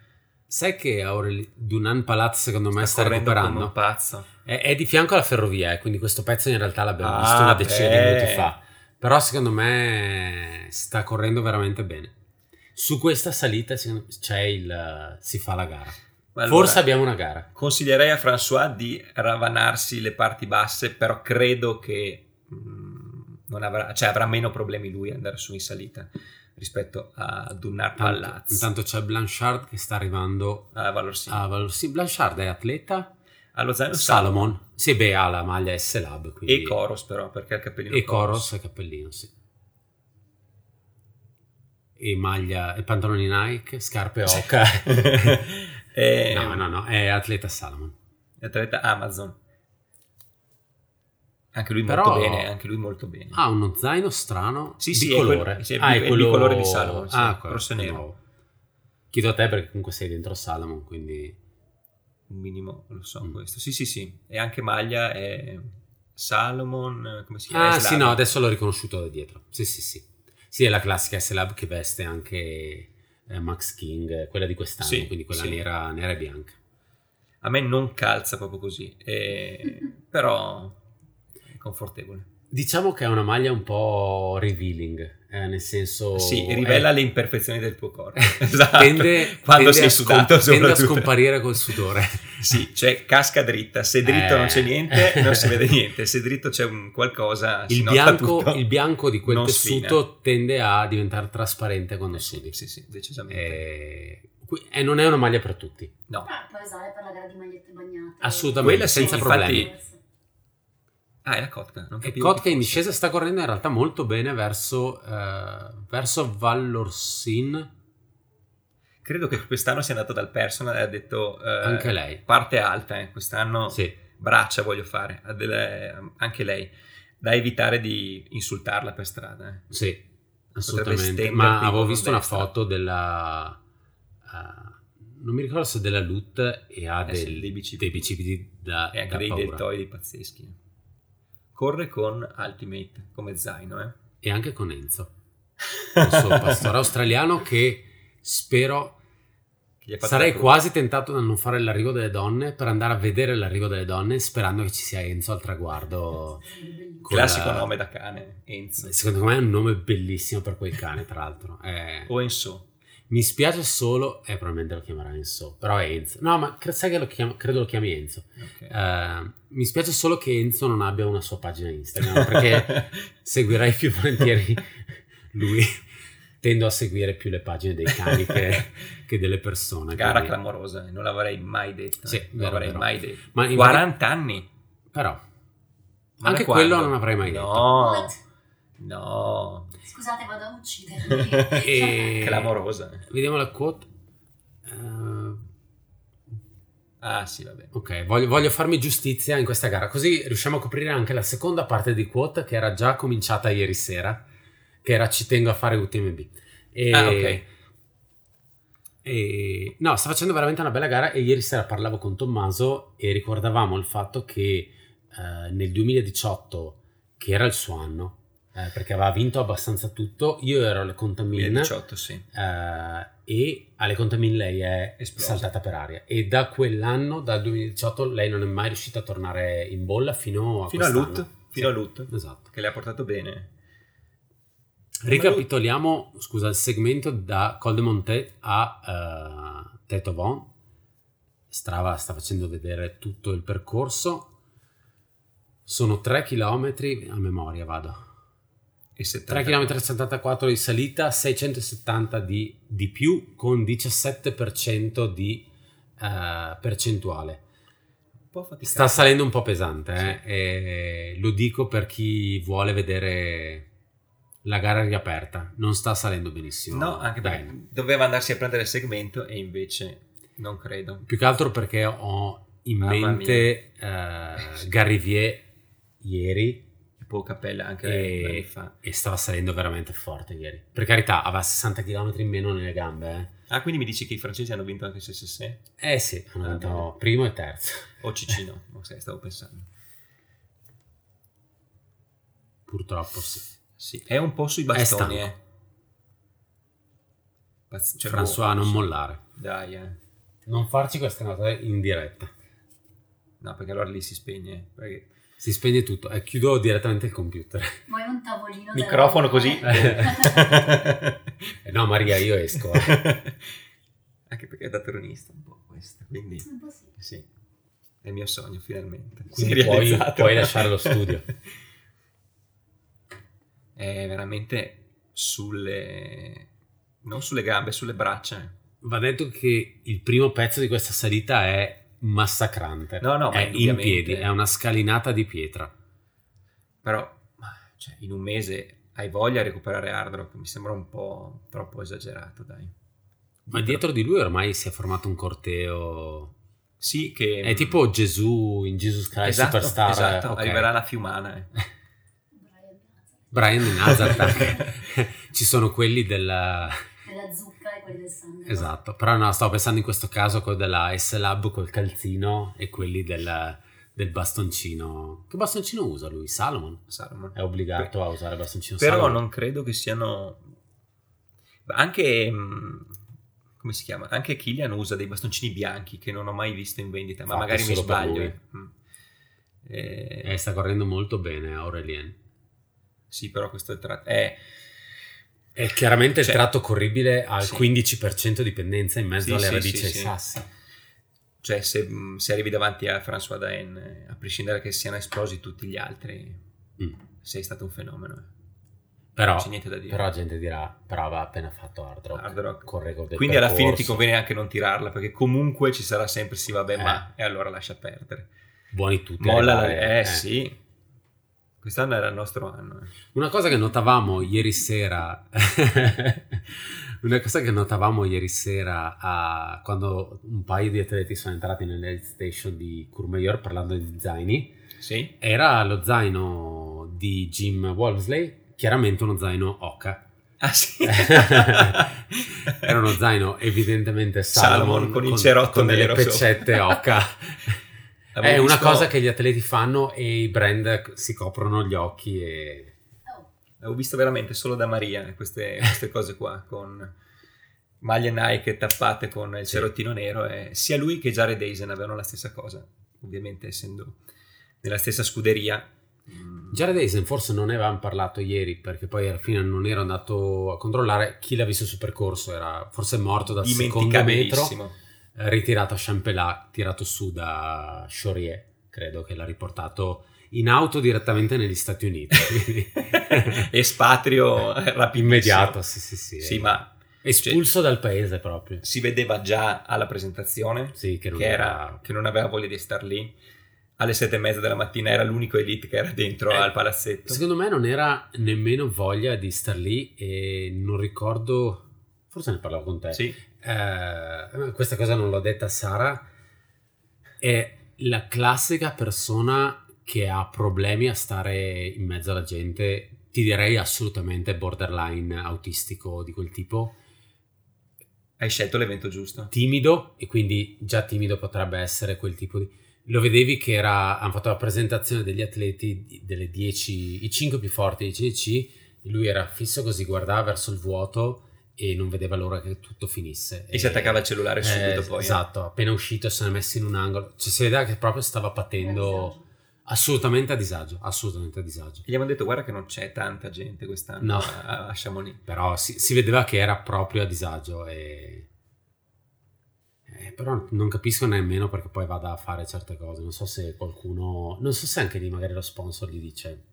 A: Sai che Aurel- Dunan Palazzo secondo me sta,
B: correndo come
A: recuperando?
B: un pazzo.
A: È, è di fianco alla ferrovia, eh, quindi questo pezzo in realtà l'abbiamo
B: Ah,
A: visto una decina di
B: beh.
A: minuti fa. Però secondo me sta correndo veramente bene. Su questa salita secondo- c'è il si fa la gara.
B: Ma allora-
A: Forse abbiamo una gara.
B: Consiglierei a François di ravanarsi le parti basse, però credo che mm, non avrà, cioè avrà meno problemi lui ad andare su in salita rispetto a Dunnar
A: Intanto,
B: Palazzo.
A: intanto c'è Blanchard che sta arrivando
B: Ah, Valor sì.
A: a Valor- sì, Blanchard è atleta.
B: Allo zaino Salomon
A: Salomon. Sì, beh, ha la maglia S-Lab.
B: e
A: quindi-
B: Coros però, perché ha il cappellino
A: E Coros e cappellino, sì. E maglia e pantaloni Nike, scarpe Oca.
B: E-
A: No, no, no, è atleta Salomon.
B: Eh, Atleta Amazon. Anche lui
A: Però- Ah.
B: molto bene, anche lui molto bene.
A: Ha uno zaino strano
B: Sì,
A: di
B: sì, è
A: colore.
B: quel- sì, è
A: Ah,
B: bi- è bicolore di Salomon, sì,
A: Ah, quello
B: rosso e
A: è
B: nero.
A: nuovo. Chiedo a te perché comunque sei dentro Salomon, quindi
B: un minimo lo so
A: Mm.
B: questo. Sì, sì, sì. E anche maglia è Salomon, eh, come si chiama?
A: Ah,
B: Slava.
A: sì, no, adesso l'ho riconosciuto da dietro. Sì, sì, sì. Sì, è la classica S-Lab che veste anche eh, Max King, eh, quella di quest'anno,
B: Sì,
A: quindi quella
B: sì.
A: nera, nera e bianca.
B: A me non calza proprio così, e- però è confortevole.
A: Diciamo che è una maglia un po' revealing, eh, nel senso...
B: sì, rivela
A: eh,
B: le imperfezioni del tuo corpo. esatto.
A: Tende,
B: Quando
A: tende
B: sei
A: a
B: sudato,
A: scom- tende a
B: soprattutto.
A: scomparire col sudore.
B: Sì, cioè casca dritta. Se dritto
A: Eh.
B: non c'è niente, non si vede niente. Se dritto c'è un qualcosa, si
A: Il
B: nota
A: bianco,
B: tutto.
A: il bianco di quel
B: Non Eh
A: tessuto tende a diventare trasparente quando sudi.
B: Sì, sì, sì,
A: Eh,
B: decisamente.
A: E... qui- e non è una maglia per tutti.
B: No.
C: Ah, puoi usare per la gara di magliette bagnate.
A: Assolutamente,
B: Quella sì,
A: senza
B: infatti-
A: problemi.
B: Ah, è la Kotka. Non
A: E
B: capivo
A: Kotka
B: che
A: in
B: fosse.
A: discesa sta correndo in realtà molto bene verso, eh, verso Vallorsin,
B: Credo che quest'anno sia andato dal personal e ha detto... eh,
A: anche lei.
B: Parte alta, eh, quest'anno
A: Sì.
B: braccia voglio fare, ha delle- anche lei, da evitare di insultarla per strada. eh.
A: Sì,
B: stenderti
A: assolutamente. Ma avevo
B: con
A: visto una
B: destra.
A: foto della. eh, non mi ricordo se è della LUT e ha
B: Eh sì,
A: del-
B: dei bicipiti.
A: Ah, dei bicipiti da,
B: E anche
A: da
B: dei
A: paura.
B: deltoidi pazzeschi. Corre con Ultimate come zaino, eh.
A: E anche con Enzo, il suo pastore australiano, che spero.
B: Che gli ha fatto
A: Sarei
B: la cru-
A: quasi tentato da non fare l'arrivo delle donne per andare a vedere l'arrivo delle donne sperando che ci sia Enzo al traguardo. con
B: Classico
A: la- Eh
B: nome da cane, Enzo.
A: Secondo me è un nome bellissimo per quel cane, tra l'altro. Eh,
B: O Enzo.
A: Mi spiace solo, eh, probabilmente lo chiamerà Enzo, però è Enzo. No, ma cre- sai che lo chiam- credo lo chiami Enzo.
B: Ok.
A: Eh, mi spiace solo che Enzo non abbia una sua pagina Instagram, perché seguirei più volentieri lui. Tendo a seguire più le pagine dei cani che, che delle persone.
B: Gara
A: quindi-
B: clamorosa, eh, non l'avrei mai detto. eh.
A: Sì,
B: non
A: vero,
B: l'avrei
A: vero.
B: mai detto.
A: Ma in-
B: 40 anni.
A: Però,
B: Ma
A: Anche
B: da quando?
A: quello non avrei mai detto. Eh.
B: No,
C: What?
B: no.
C: Scusate, vado a uccidermi.
A: E-
B: Clamorosa. eh.
A: vediamo la quote. Eh,
B: Ah sì, vabbè.
A: ok, voglio, voglio farmi giustizia in questa gara, così riusciamo a coprire anche la seconda parte di quote che era già cominciata ieri sera, che era ci tengo a fare UTMB. E-
B: Ah, ok.
A: E- no, sta facendo veramente una bella gara e ieri sera parlavo con Tommaso e ricordavamo il fatto che eh, nel 2018, che era il suo anno, eh, perché aveva vinto abbastanza tutto, io ero alle Contamin
B: 2018, sì.
A: eh, e alle Contamin lei è
B: Esplosa.
A: saltata per aria e da quell'anno, dal 2018, lei non è mai riuscita a tornare in bolla fino a
B: Fino a
A: quest'anno.
B: Lut, fino a Lut,
A: Esatto.
B: che le ha portato bene.
A: Ricapitoliamo, scusa, il segmento da Col de Monte a eh, Teto Von. Strava sta facendo vedere tutto il percorso. Numero- Sono 3 km a memoria, vado.
B: E 70.
A: 3 km 74 di salita, 670 di, di più con 17% di eh, percentuale.
B: Un po' faticato.
A: Sta salendo un po' pesante, eh, e lo dico per chi vuole vedere la gara riaperta. Non sta salendo benissimo.
B: No, anche
A: Dai.
B: perché doveva andarsi a prendere il segmento e invece non credo.
A: Più che altro perché ho in
B: Mamma
A: mente eh, Garivier ieri
B: E poi Cappella anche
A: E-
B: anni fa.
A: e stava salendo veramente forte ieri. Per carità, aveva 60 km in meno nelle gambe.
B: Ah, quindi mi dici che i francesi hanno vinto anche il SSS?
A: Eh, eh sì, hanno
B: Ah,
A: vinto
B: bene.
A: primo e terzo.
B: O Cicino?
A: Eh.
B: non sai, stavo pensando.
A: Purtroppo sì.
B: Sì, è un po' sui bastoni, eh. Pazz- cioè,
A: François,
B: boh,
A: non
B: sì.
A: mollare.
B: Dai, eh.
A: Non farci queste note in diretta.
B: No, perché allora lì si spegne. Perché
A: Si spegne tutto. Eh, chiudo direttamente il computer.
C: Vuoi Cioè, un tavolino? della-
B: Microfono così.
A: Eh, no, Maria, io esco. eh.
B: Anche perché è da tronista un po' questo, quindi
C: Un po' sì.
B: sì, è il mio sogno finalmente.
A: Quindi
B: Si è
A: puoi-
B: realizzato.
A: puoi lasciare lo studio.
B: è veramente sulle... non sulle gambe, sulle braccia. eh.
A: Va detto che il primo pezzo di questa salita è massacrante.
B: No, no, ma
A: è in
B: indubbiamente.
A: piedi, è una scalinata di pietra.
B: Però ma, cioè, in un mese hai voglia di recuperare hard rock, mi sembra un po' troppo esagerato, dai.
A: Ma dietro di lui ormai si è formato un corteo.
B: Sì, che...
A: È tipo Gesù in Jesus Christ
B: Ehm. esatto,
A: Superstar. eh,
B: esatto,
A: ok.
B: arriverà la fiumana. eh.
C: Brian Nazareth.
A: Brian di Nazareth. anche. Ci sono quelli della.
C: Della zucca e quelli del sangue.
A: Esatto. Però no, stavo pensando in questo caso a quello della S-Lab col calzino e quelli del, del bastoncino. Che bastoncino usa lui? Salomon?
B: Salomon.
A: È obbligato a usare il bastoncino
B: Però
A: Salomon.
B: non credo che siano... Anche... mh, mm, come si chiama? Anche Killian usa dei bastoncini bianchi che non ho mai visto in vendita, ma
A: Fatti
B: magari mi
A: Ah, solo per
B: sbaglio.
A: lui.
B: eh. Mm. Eh,
A: Eh, sta correndo molto bene Aurelien.
B: Sì, però questo è il tratto. Eh,
A: È chiaramente
B: Cioè-
A: il tratto corribile al
B: Sì.
A: 15% di pendenza in mezzo
B: Sì,
A: alle
B: sì,
A: radici
B: sì,
A: ai
B: sì.
A: sassi.
B: cioè, se, mh, se arrivi davanti a François Daen, eh, a prescindere che siano esplosi tutti gli altri,
A: Mm.
B: sei stato un fenomeno. eh.
A: Però,
B: non c'è niente da dire.
A: però la gente dirà, brava, ha appena fatto hard rock.
B: Hard rock.
A: Con record del
B: Quindi alla fine ti
A: percorso.
B: conviene anche non tirarla, perché comunque ci sarà sempre sì, vabbè,
A: Eh.
B: ma... E allora lascia perdere.
A: Buoni tutti.
B: Molla la...
A: arrivare,
B: Eh, sì. Quest'anno era il nostro anno. eh.
A: Una cosa che notavamo ieri sera, una cosa che notavamo ieri sera a- quando un paio di atleti sono entrati nell'health station di Courmayeur parlando di zaini,
B: Sì?
A: era lo zaino di Jim Walmsley, chiaramente uno zaino Oca.
B: Ah sì.
A: era uno zaino evidentemente Salomon,
B: Salomon con il cerotto
A: con delle
B: nero sopra.
A: peccette Oca. È
B: Avevo
A: una
B: visto-
A: cosa che gli atleti fanno e i brand si coprono gli occhi e
C: Oh,
B: Avevo visto veramente solo da Maria eh, queste, queste cose qua, con maglie Nike tappate con il
A: Sì.
B: cerottino nero. E sia lui che Jared Eisen avevano la stessa cosa, ovviamente essendo nella stessa scuderia. Mm,
A: Jared Eisen forse non ne avevamo parlato ieri perché poi alla fine non ero andato a controllare chi l'ha visto sul percorso, era forse morto dal secondo metro,
B: dimenticabilissimo.
A: eh, ritirato a Champelat, tirato su da Chaurier, credo che l'ha riportato in auto direttamente negli Stati Uniti. quindi-
B: Espatrio rapidissimo.
A: Immediato, sì sì sì. eh.
B: Sì, ma
A: Espulso dal paese proprio.
B: si vedeva già alla presentazione
A: Sì, che non
B: che,
A: era...
B: era, che non aveva voglia di star lì. Alle sette e mezza della mattina era l'unico elite che era dentro
A: Eh,
B: al palazzetto.
A: Secondo me non era nemmeno voglia di star lì e non ricordo... Forse ne parlavo con te.
B: Sì.
A: Eh, questa cosa non l'ho detta a Sara, è la classica persona che ha problemi a stare in mezzo alla gente, ti direi assolutamente borderline autistico di quel tipo,
B: Hai scelto l'evento giusto.
A: timido e quindi già timido potrebbe essere quel tipo di... Lo vedevi che era, hanno fatto la presentazione degli atleti, di- delle 10, i 5 più forti dei CDC, lui era fisso così, guardava verso il vuoto e non vedeva l'ora che tutto finisse.
B: E si attaccava al cellulare subito
A: Eh,
B: poi. eh.
A: Esatto, appena uscito se n'è messo in un angolo. Cioè, si vedeva che proprio stava
C: Esatto.
A: patendo assolutamente a disagio, assolutamente a disagio.
B: E gli abbiamo detto guarda che non c'è tanta gente quest'anno
A: No.
B: a, a Chamonix.
A: Però si, si vedeva che era proprio a disagio e... eh, però non capisco nemmeno perché poi vada a fare certe cose. Non so se qualcuno... Non so se anche lì magari lo sponsor gli dice...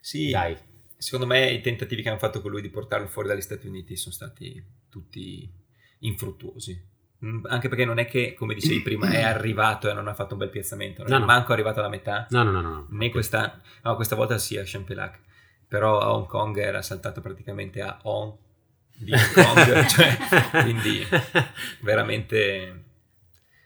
B: Sì,
A: Dai,
B: secondo me i tentativi che hanno fatto con lui di portarlo fuori dagli Stati Uniti sono stati tutti infruttuosi. Mm, Anche perché non è che, come dicevi prima, è arrivato e non ha fatto un bel piazzamento. Non
A: No,
B: è
A: no.
B: manco arrivato alla metà.
A: no, no, no, no. no.
B: Né quest'anno. No, questa volta sì a Champelac. Però a Hong Kong era saltato praticamente a Hong di Hong Kong. cioè, quindi veramente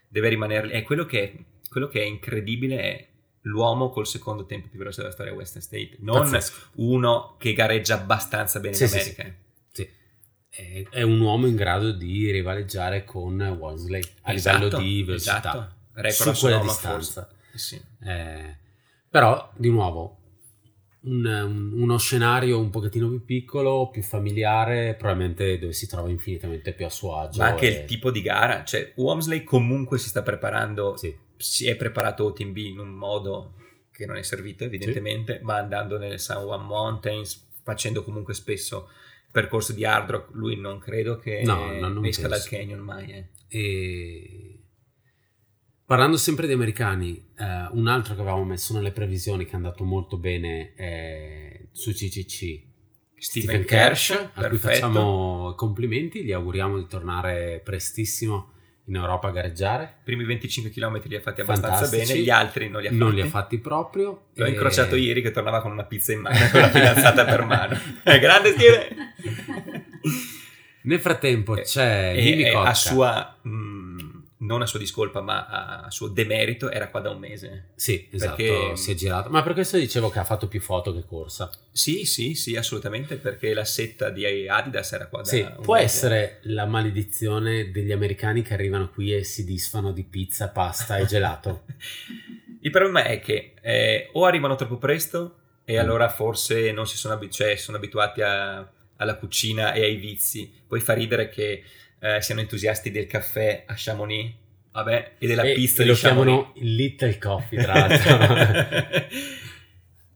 B: deve rimanere lì. E quello che, quello che è incredibile è l'uomo col secondo tempo più veloce della storia Western State, non
A: Pazzesco.
B: uno che gareggia abbastanza bene
A: Sì,
B: in
A: sì,
B: America.
A: Sì. È, è un uomo in grado di rivaleggiare con Walsley a livello
B: Esatto,
A: di velocità.
B: esatto. Record
A: su
B: a
A: quella
B: Sonoma,
A: distanza.
B: forse. Eh sì.
A: Eh, però, di nuovo, un- un- uno scenario un pochettino più piccolo, più familiare, probabilmente dove si trova infinitamente più a suo agio. eh.
B: Ma anche
A: e-
B: il tipo di gara, cioè Wamsley comunque si sta preparando
A: Sì.
B: si è preparato OTB in un modo che non è servito evidentemente, ma andando nelle San Juan Mountains, facendo comunque spesso percorso di hard rock, lui non credo che
A: No, no, non
B: esca dal
A: penso.
B: canyon mai. eh.
A: E... Parlando sempre di americani, eh, un altro che avevamo messo nelle previsioni che è andato molto bene eh, su CCC, Stephen Kersh, a cui
B: perfetto.
A: facciamo complimenti, gli auguriamo di tornare prestissimo in Europa a gareggiare.
B: I primi 25 km li ha fatti abbastanza
A: Fantastici.
B: bene, gli altri non li ha fatti.
A: Non li ha fatti Eh. proprio.
B: L'ho
A: e-
B: incrociato ieri che tornava con una pizza in mano, con la fidanzata per mano. Eh, Grande Steven!
A: Nel frattempo
B: E-
A: c'è
B: e,
A: Mimi
B: e
A: Kotka.
B: a sua mh, non a suo discolpa ma a, a suo demerito era qua da un mese
A: Sì, esatto,
B: perché-
A: si è girato. Ma per questo dicevo che ha fatto più foto che corsa.
B: sì sì sì assolutamente perché la setta di Adidas era qua da
A: Sì,
B: un
A: può
B: mese.
A: essere la maledizione degli americani che arrivano qui e si disfano di pizza, pasta e gelato.
B: il problema è che eh, o arrivano troppo presto e
A: Mm.
B: allora forse non si sono, abi- cioè, sono abituati a- alla cucina e ai vizi poi fa ridere che eh, siano entusiasti del caffè a Chamonix, vabbè, e della
A: E- e
B: pizza diciamo, di
A: lo
B: Chamonix.
A: chiamano Little Coffee, tra l'altro.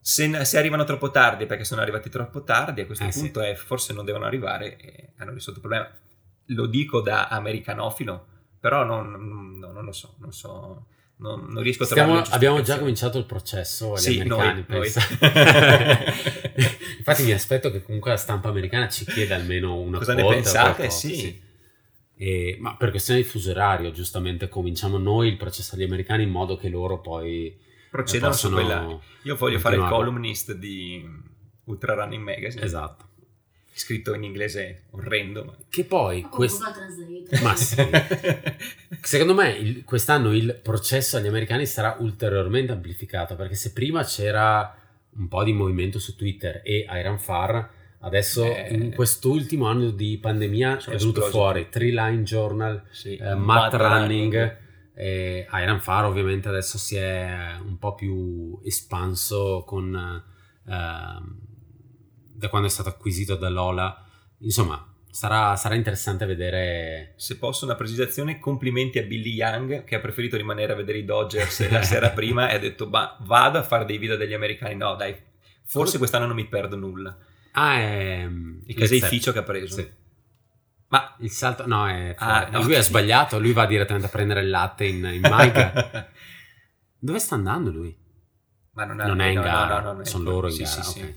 B: se, se arrivano troppo tardi, perché sono arrivati troppo tardi, a questo
A: Eh, sì.
B: punto è forse non devono arrivare e hanno risolto il problema. Lo dico da americanofilo, però non, non- non lo so, non so, non, non riesco a trovare
A: Stiamo-
B: una
A: abbiamo già
B: giustificazione.
A: cominciato il processo agli
B: Sì,
A: americani,
B: noi, noi.
A: pensa. Infatti mi aspetto che comunque la stampa americana ci chieda almeno una
B: Cosa ne
A: quota o
B: pensate?
A: qualcosa,
B: Sì.
A: E- ma per questione di fuso orario, giustamente cominciamo noi il processo agli americani in modo che loro poi eh,
B: Procedono su
A: possano...
B: quella. Io voglio fare il
A: continuare.
B: columnist di Ultra Running Magazine,
A: Esatto.
B: scritto in inglese orrendo, ma...
A: Che poi
C: Ma con
A: quest-
C: Google Translate.
A: Ma sì. Secondo me il- quest'anno il processo agli americani sarà ulteriormente amplificato perché se prima c'era un po' di movimento su Twitter e Iron Far, adesso
B: Eh.
A: in quest'ultimo anno di pandemia
B: Sono
A: è venuto
B: esplosi.
A: fuori Three Line Journal,
B: Sì,
A: eh,
B: Mad
A: Matt Running, eh, Iron Far ovviamente adesso si è un po' più espanso con, ehm, da quando è stato acquisito da Lola. Insomma, sarà- sarà interessante vedere...
B: Se posso una precisazione, complimenti a Billy Young che ha preferito rimanere a vedere i Dodgers la sera prima e ha detto ma vado a fare dei video degli americani. No dai, forse quest'anno non mi perdo nulla.
A: Ah, è mm,
B: Il
A: Led Zeppelin.
B: caseificio che ha preso.
A: Sì.
B: Ma
A: Il salto, no, è
B: Ah,
A: fuori.
B: no.
A: lui ha sbagliato. Lui va direttamente a prendere il latte in, in maga. Dove sta andando lui?
B: ma non,
A: non è in
B: no, no,
A: gara,
B: no, no, no,
A: sono loro in
B: sì,
A: gara.
B: sì, sì.
A: ok.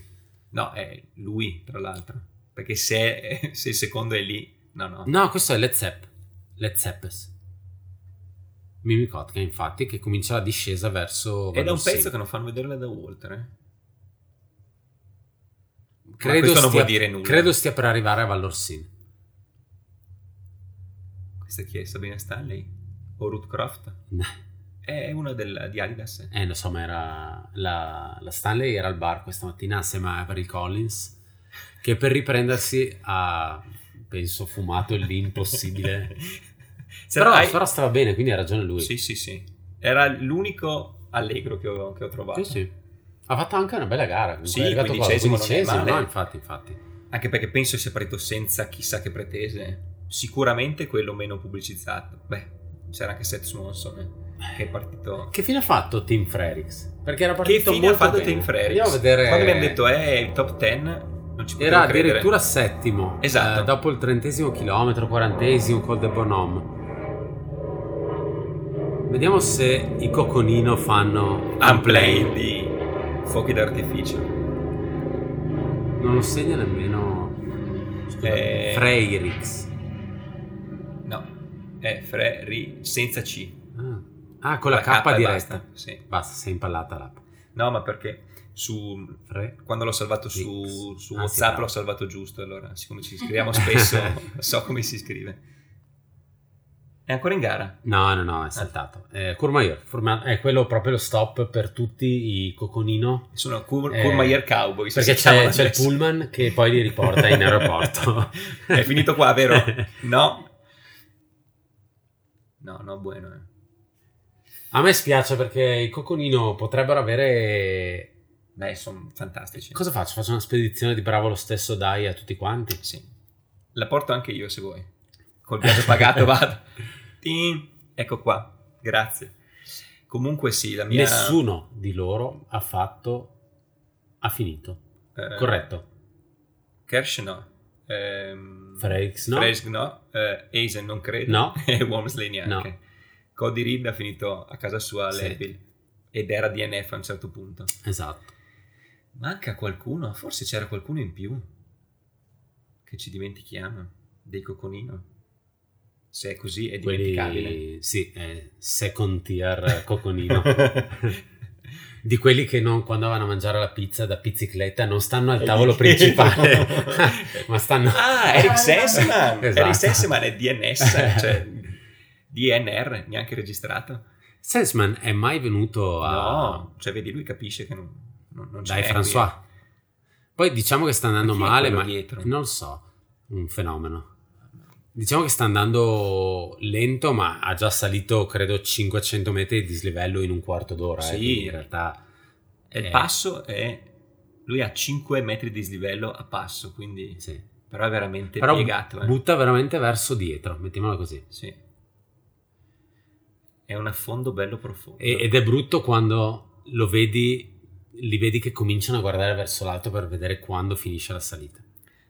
B: No, è lui tra l'altro. Perché se, se il secondo è lì, no, no.
A: No, questo è Led Zepp. Led Zeppes. Mimi Kotka, infatti, che comincia la discesa verso.
B: È da un
A: Valdossini.
B: pezzo che non fanno vederla da Walter. eh.
A: credo
B: questo non
A: stia-
B: vuol dire nulla.
A: Credo stia per arrivare a Vallorsin.
B: Questa chi è? Sabina Stanley? O Ruth Croft? È una del- di Adidas.
A: Eh, insomma, era la, la Stanley era al bar questa mattina assieme a Avery Collins, che per riprendersi ha, penso, fumato l'impossibile.
B: C'era-
A: però,
B: hai-
A: però stava bene, quindi ha ragione lui.
B: Sì, sì, sì. Era l'unico allegro che ho, che ho trovato.
A: Sì, sì. Ha fatto anche una bella gara. Comunque,
B: Sì,
A: è arrivato cosa?
B: quindicesimo, non è
A: quindicesimo,
B: male.
A: no? Infatti, infatti.
B: Anche perché penso sia partito senza chissà che pretese. Sicuramente quello meno pubblicizzato. Beh, c'era anche Seth Swanson eh, che è partito...
A: Che fine ha fatto Tim Frerichs? Perché era partito
B: che fine
A: molto
B: ha fatto
A: bene.
B: Tim Frerichs?
A: Andiamo a vedere.
B: Quando abbiamo detto è il top 10, non ci potevo
A: Era
B: credere.
A: addirittura settimo.
B: Esatto.
A: eh, dopo il trentesimo chilometro, quarantesimo col De Bonhomme. Vediamo se i Coconino fanno
B: Ah, Unplay di fuochi d'artificio.
A: Non lo segna nemmeno. Scusa,
B: Eh.
A: Freirix.
B: No, è Freri senza C.
A: Ah. Ah, con la,
B: K
A: K,
B: e
A: diretta.
B: basta, Sì.
A: Basta, sei impallata l'app.
B: No, ma perché su
A: Fre-
B: quando l'ho salvato su,
A: X.
B: su
A: Ah, sì,
B: WhatsApp
A: bravo.
B: l'ho salvato giusto, allora siccome ci scriviamo spesso so come si scrive. È ancora in gara?
A: No, no, no, è saltato. Eh, Courmayeur, Forma- è quello proprio lo stop per tutti i Coconino.
B: Sono Cour-
A: Eh,
B: Courmayeur Cowboy.
A: Perché c'è, c'è il pullman che poi li riporta in aeroporto.
B: È finito qua, vero? No. No, no, bueno. eh.
A: A me spiace perché i Coconino potrebbero avere...
B: Beh, sono fantastici.
A: Cosa faccio? Faccio una spedizione di bravo lo stesso dai a tutti quanti?
B: Sì. La porto anche io se vuoi. Col viaggio pagato vado. Tin, Ecco qua. Grazie. Comunque sì, la mia...
A: Nessuno di loro ha fatto... ha finito.
B: eh,
A: Corretto.
B: Kersh no. Ehm,
A: Freirix no?
B: Fresk no. Eh, Eisen non credo.
A: No.
B: E Wormsley neanche. Cody Reed ha finito a casa sua a
A: Sì.
B: Leadville ed era DNF a un certo punto.
A: Esatto.
B: Manca qualcuno? Forse c'era qualcuno in più che ci dimentichiamo dei Coconino. Se è così è dimenticabile.
A: Quelli... Sì, eh, second tier Coconino. di quelli che non, quando vanno a mangiare la pizza da pizzicletta non stanno al tavolo principale, ma stanno...
B: Eh, Ah, Eric Sesseman!
A: Esatto.
B: Eric Sesseman è DNS, cioè DNR, neanche registrato.
A: Sensman è mai venuto a...
B: No, cioè vedi, lui capisce che non, non, non c'è.
A: Dai
B: qui.
A: François. Poi diciamo che sta andando
B: Chi è
A: male,
B: quello
A: ma
B: dietro?
A: non lo so, un fenomeno. Diciamo che sta andando lento, ma ha già salito credo 500 metri di dislivello in un quarto d'ora. eh,
B: Sì.
A: quindi in realtà
B: E il
A: eh,
B: passo è... Lui ha 5 metri di slivello a passo, quindi
A: sì.
B: Però è veramente
A: Però
B: piegato. eh.
A: butta veramente verso dietro, mettiamola così.
B: Sì. È un affondo bello profondo.
A: E- ed è brutto quando lo vedi, li vedi che cominciano a guardare verso l'alto per vedere quando finisce la salita.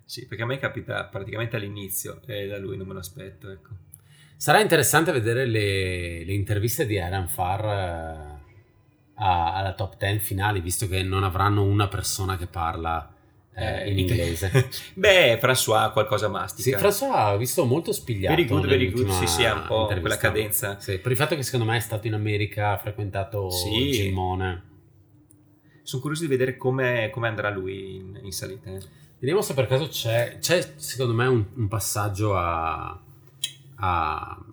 B: Sì, perché a me capita praticamente all'inizio e da lui non me lo aspetto, ecco.
A: Sarà interessante vedere le, le interviste di Alan Farr eh, a- alla top 10 finale, visto che non avranno una persona che parla eh, in inglese.
B: Beh, François qualcosa
A: Sì,
B: mastica.
A: François ha visto molto spigliato.
B: Very good, very good,
A: nell'ultima
B: sì, sì, ha un po'
A: intervista.
B: quella cadenza.
A: Sì, per il fatto che secondo me è stato in America, ha frequentato
B: Sì.
A: Gilmone.
B: Sono curioso di vedere come, come andrà lui in, in salita. eh.
A: Vediamo se per caso c'è, c'è secondo me un, un passaggio a, a,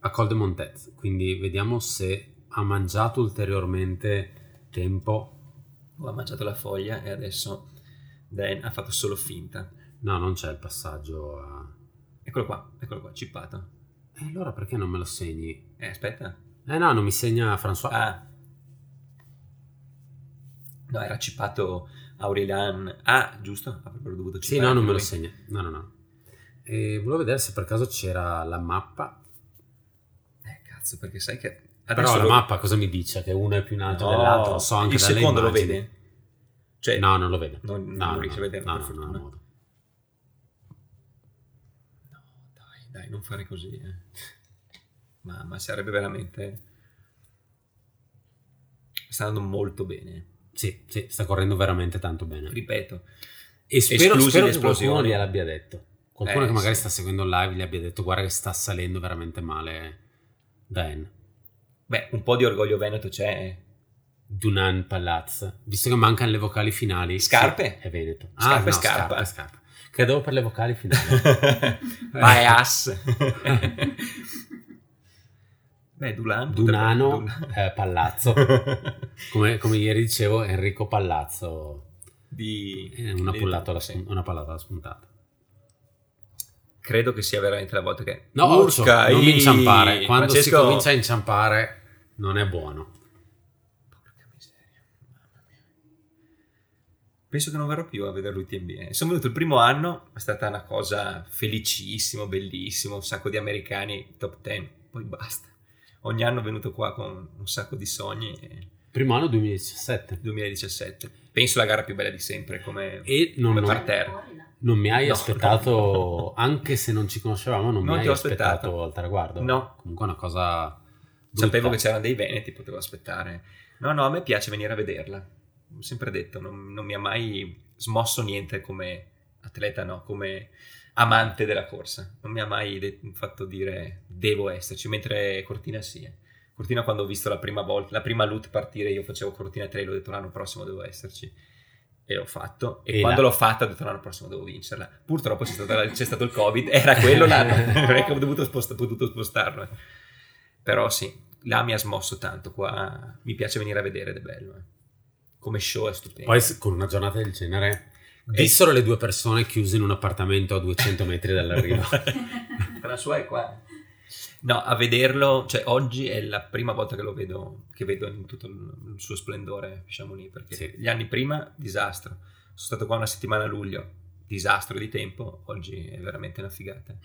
A: a Col de Montet, quindi vediamo se ha mangiato ulteriormente tempo.
B: O ha mangiato la foglia e adesso Dan ha fatto solo finta.
A: No, non c'è il passaggio a...
B: Eccolo qua, eccolo qua, cippato.
A: E allora perché non me lo segni?
B: Eh, aspetta.
A: Eh no, non mi segna François.
B: Ah. No, era cippato Aurelian. Ah, giusto? Avrebbero dovuto
A: Sì,
B: cippare
A: no, non
B: anche
A: me lo
B: lui.
A: segna. No, no, no. E volevo vedere se per caso c'era la mappa.
B: Eh, cazzo, perché sai che...
A: Però la
B: lo-
A: mappa cosa mi dice? Che uno è più in alto
B: No,
A: dell'altro, lo so anche
B: Oh, Il
A: dalle
B: secondo lo
A: immagini.
B: vede? Cioè,
A: No, non lo vede.
B: non, non
A: No, no,
B: lo riesce
A: no.
B: a vedere,
A: No,
B: per
A: no, non ha
B: fortuna.
A: modo.
B: No, dai, dai, non fare così. eh. Ma, ma sarebbe veramente... Sta andando molto bene.
A: Sì, sì, sta correndo veramente tanto bene.
B: Ripeto,
A: E spero,
B: esclusi
A: spero
B: le
A: che qualcuno
B: esplosioni.
A: gliel'abbia detto. Qualcuno
B: Eh,
A: che magari
B: sì.
A: sta seguendo live gli abbia detto guarda che sta salendo veramente male Dan.
B: beh, un po' di orgoglio veneto c'è. eh.
A: Dunan Palaz, visto che mancano le vocali finali.
B: Scarpe?
A: Sì, è Veneto. Ah,
B: Scarpe,
A: no,
B: scarpa.
A: scarpe, scarpa. Credevo per le vocali finali.
B: Vai ass. Beh, Dulan. potrebbe-
A: Dunano
B: Dulan.
A: eh, Palazzo. Come, come ieri dicevo, Enrico Palazzo.
B: di
A: eh, Una,
B: di-
A: pullata alla
B: sì.
A: spun- una pallata alla spuntata.
B: Credo che sia veramente la volta che
A: No, Orso,
B: Urca,
A: non
B: ii,
A: inciampare. Quando
B: Francesco-
A: si comincia a inciampare, non è buono.
B: Porca miseria. Mamma mia. Penso che non verrò più a vedere l'UTMB. eh. Sono venuto il primo anno, è stata una cosa felicissima, bellissima, un sacco di americani top 10, poi basta. Ogni anno è venuto qua con un sacco di sogni. eh.
A: Primo anno 2017.
B: 2017. Penso la gara più bella di sempre come
A: E non,
B: Come
A: non-
B: parte-
A: non mi hai
B: No.
A: aspettato, anche se non ci conoscevamo, non,
B: Non
A: mi
B: ti
A: hai
B: ho
A: aspettato,
B: aspettato.
A: al traguardo.
B: No.
A: Comunque è una cosa... brutta.
B: Sapevo che c'erano dei veneti, potevo aspettare. No, no, a me piace venire a vederla. Ho sempre detto, non, non mi ha mai smosso niente come atleta, no, come amante della corsa. Non mi ha mai de- fatto dire devo esserci, mentre Cortina sì. eh. Cortina quando ho visto la prima volta, la prima loot partire, io facevo Cortina 3, l'ho detto l'anno prossimo devo esserci. E l'ho fatto. E,
A: E
B: quando
A: la-
B: l'ho fatta ho detto l'anno prossimo devo vincerla. Purtroppo c'è, stata la- c'è stato il Covid, era quello l'anno, perché ho dovuto spost- potuto spostarlo. eh. Però sì, là mi ha smosso tanto, qua mi piace venire a vedere ed è bello. eh. Come show è stupendo.
A: Poi s- con una giornata del genere dissero le due persone chiuse in un appartamento a 200 metri dall'arrivo.
B: Per la sua è qua. No, a vederlo, cioè oggi è la prima volta che lo vedo, che vedo in tutto il il suo splendore Chamonix, perché
A: Sì.
B: gli anni prima, disastro. Sono stato qua una settimana a luglio, disastro di tempo, oggi è veramente una figata.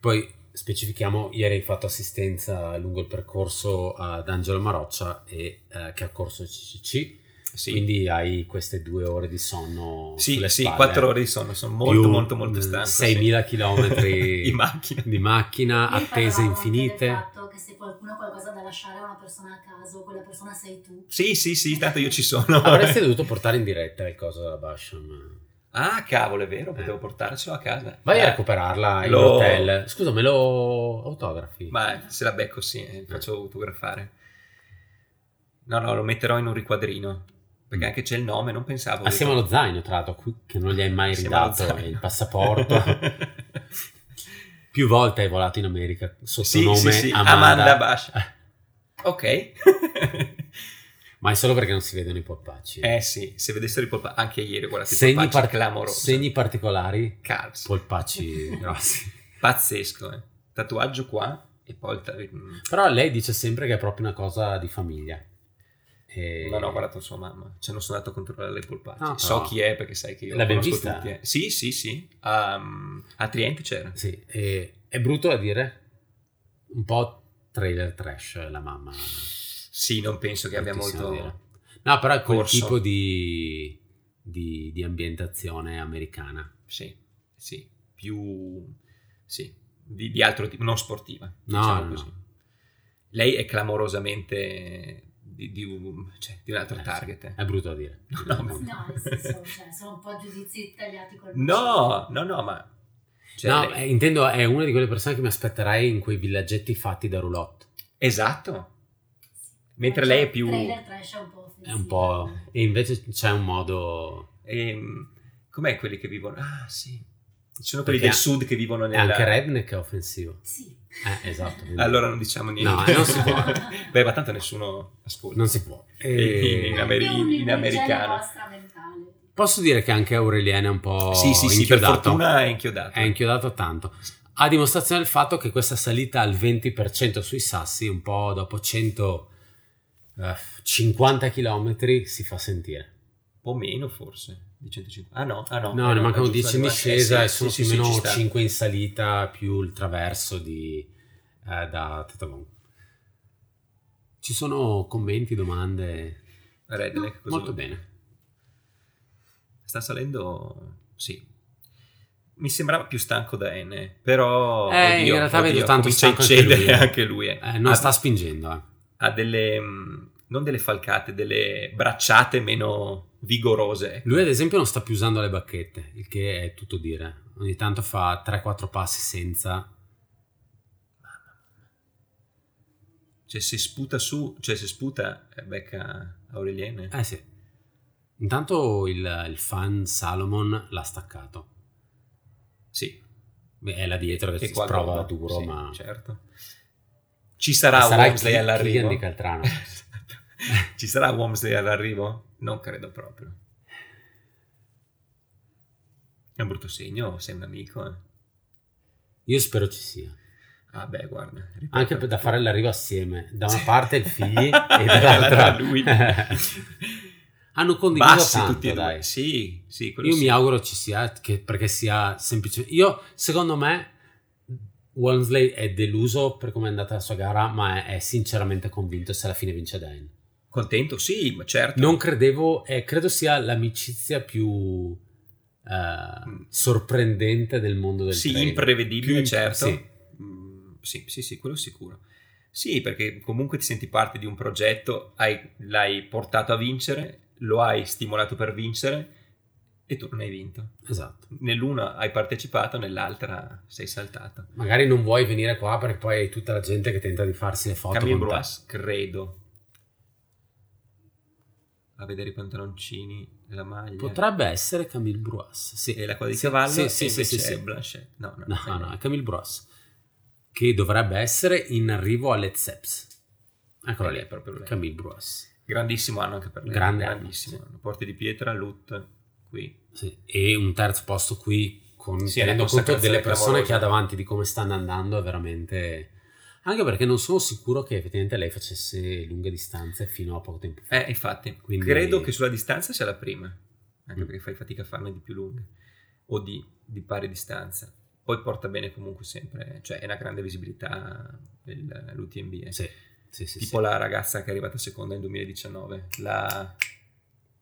A: Poi specifichiamo, ieri hai fatto assistenza lungo il percorso ad Angelo Maroccia e, eh, che ha corso il CCC,
B: Sì,
A: quindi hai queste due ore di sonno
B: sì,
A: sulle
B: sì,
A: spalle. eh.
B: quattro ore di sonno, sono molto
A: Più,
B: molto molto
A: mm,
B: stanco. sì.
A: 6.000 chilometri
B: di macchina.
A: di macchina, attese
C: Il
A: infinite.
C: fatto che se qualcuno ha qualcosa da lasciare a una persona a caso, quella persona sei tu.
B: Sì, sì, sì, tanto io ci sono.
A: Avresti dovuto portare in diretta il coso della Basham.
B: Ah, cavolo, è vero, potevo portarcelo a casa.
A: Eh. Vai
B: Eh,
A: a recuperarla in
B: Lo-
A: hotel. Scusa, me lo autografi.
B: Ma se la becco sì, eh, faccio autografare. No, no, lo metterò in un riquadrino, perché
A: Mm. Ah,
B: anche c'è il nome, non pensavo.
A: Assieme allo zaino, tra l'altro, qui- che non gli hai mai
B: Assieme allo
A: ridato
B: zaino.
A: e il passaporto. Più volte hai volato in America sotto
B: sì,
A: nome Eh.
B: sì, sì,
A: Amanda,
B: Amanda, Bash. Ok.
A: ma è solo perché non si vedono i polpacci.
B: eh sì, se vedessero i polpa, anche ieri, guardate, i
A: segni,
B: polpacci
A: par-
B: clamorosi.
A: segni particolari,
B: Cazzo.
A: polpacci grossi.
B: Pazzesco, eh. Tatuaggio qua e poi il ta-
A: Però lei dice sempre che è proprio una cosa di famiglia. E-
B: Non ho guardato sua mamma, cioè non sono andato a controllare le polpacce.
A: Ah,
B: so
A: però-
B: chi è perché sai che io
A: L'abbiamo
B: conosco
A: vista?
B: tutti, eh. Sì, sì, sì. A, a Triente c'era.
A: Sì, e- è brutto da dire. Un po' trailer trash la mamma.
B: Sì, non penso che abbia
A: Bruttissimo da
B: molto...
A: dire. No, però è quel
B: corso.
A: tipo di, di- di ambientazione americana.
B: Sì, sì. Più... Sì. Di, di altro tipo, non sportiva.
A: No,
B: diciamo
A: no.
B: così. Lei è clamorosamente di, di un, cioè, di un altro
A: Eh,
B: target. eh.
A: È brutto da dire.
B: No, ma-
C: No, nel senso, cioè, sono un po' giudizi tagliati col
B: No, no, no, ma... cioè,
A: No,
B: lei-
A: eh, intendo, è una di quelle persone che mi aspetterai in quei villaggetti fatti da roulotte.
B: Esatto. Mentre
C: Cioè,
B: lei è più...
C: Trailer trash è un po' offensivo.
A: È un po'... E invece c'è un modo...
B: Ehm, com'è quelli che vivono? Ah, sì. Ci sono quelli
A: Perché
B: del sud che vivono
A: E
B: nella...
A: anche redneck è offensivo.
C: Sì.
A: Eh, esatto. quindi
B: Allora non diciamo
A: No, eh,
B: niente.
A: non si può.
B: Beh, ma tanto nessuno ascolta.
A: Non si può.
B: E- In
A: E...
B: Ameri-
C: È
B: in
C: un'immagine
B: americano.
C: vostra mentale.
A: Posso dire che anche Aureliana è un po'...
B: Sì, sì, sì, per
A: inchiodato.
B: fortuna è inchiodato.
A: È inchiodato tanto. A dimostrazione del fatto che questa salita al 20% sui sassi, un po' dopo 150 km, si fa sentire.
B: Un po' meno forse, di 150. Ah no, ah no.
A: No,
B: eh,
A: ne mancano
B: giusto,
A: 10 in
B: eh,
A: discesa
B: sì,
A: e
B: sì,
A: sono
B: sì,
A: più o
B: sì, ci
A: meno
B: sta.
A: 5 in salita più il traverso di, eh, da Tetovon. Ci sono commenti, domande?
B: Redneck, ecco cosa
A: Molto
B: vuol dire?
A: bene.
B: Sta salendo, sì. Mi sembrava più stanco da N, però...
A: Eh, in
B: oddio,
A: realtà
B: oddio,
A: vedo tanto
B: comincia a
A: stanco anche lui,
B: cedere
A: eh.
B: anche lui. eh.
A: Eh, non
B: Ah,
A: sta spingendo, eh.
B: ha delle mh, non delle falcate, delle bracciate meno vigorose.
A: Lui ad esempio non sta più usando le bacchette, il che è tutto dire. Ogni tanto fa 3-4 passi senza...
B: Cioè, se sputa su, cioè se sputa eh, becca Aureliene.
A: Eh sì. Intanto il, il fan Salomon l'ha staccato.
B: Sì.
A: Beh, è là dietro che si
B: qua
A: prova
B: Gordon.
A: duro,
B: Sì,
A: ma...
B: certo. Ci sarà,
A: Sarà
B: Wamsley
A: Ki- Killian
B: all'arrivo?
A: di Caltrano.
B: Ci sarà Wamsley all'arrivo? Non credo proprio. È un brutto segno, sei un amico. eh.
A: Io spero ci sia.
B: Ah beh, guarda. ripeto.
A: Anche per- da fare l'arrivo assieme. Da una
B: Sì.
A: parte il figli e dall'altra
B: lui.
A: Hanno condiviso
B: Bassi
A: tanto,
B: tutti e due.
A: dai.
B: Sì, sì, quello
A: Io
B: sì.
A: mi auguro ci sia, che- perché sia semplicemente... Io, secondo me, Walmsley è deluso per come è andata la sua gara, ma è, è sinceramente convinto se alla fine vince Dane.
B: Contento? Sì, ma certo.
A: Non credevo, eh, credo sia l'amicizia più eh,
B: Mm.
A: sorprendente del mondo del
B: sì,
A: trailer.
B: imprevedibile,
A: Più-
B: certo.
A: sì.
B: Mm, Sì. sì, sì, quello sicuro. Sì, perché comunque ti senti parte di un progetto, hai- l'hai portato a vincere, lo hai stimolato per vincere e tu non hai vinto.
A: Esatto.
B: Nell'una hai partecipato, nell'altra sei saltato.
A: Magari non vuoi venire qua perché poi hai tutta la gente che tenta di farsi le foto
B: Camille
A: con te.
B: Bruas, credo. A vedere i pantaloncini, la maglia
A: Potrebbe essere Camille Bruas. Sì.
B: e la coda di
A: Sì,
B: cavallo
A: sì,
B: e
A: sì, sì,
B: invece
A: sì,
B: è
A: sì.
B: Blanchet. No, no,
A: No,
B: sai-
A: no, è Camille Bruas. Che dovrebbe essere in arrivo alle Zeps. Eccola
B: Eh,
A: lì,
B: è proprio lei.
A: Camille Bruas.
B: Grandissimo anno anche per lei.
A: Grande anno,
B: grandissimo anno. Porte di pietra, Lut, qui.
A: Sì. E un terzo posto qui, con,
B: Sì, è una
A: tenendo conto
B: consacrazione
A: delle persone che ha
B: clamorosa.
A: davanti, di come stanno andando, è veramente... Anche perché non sono sicuro che effettivamente lei facesse lunghe distanze fino a poco tempo fa.
B: Eh, infatti,
A: Quindi-
B: credo che sulla distanza sia la prima, anche
A: Mm.
B: perché fai fatica a farne di più lunghe o di, di pari distanza. Poi porta bene comunque sempre, cioè è una grande visibilità il- l'UTMB. eh.
A: Sì, sì, sì.
B: tipo
A: sì.
B: la ragazza che è arrivata seconda nel 2019, la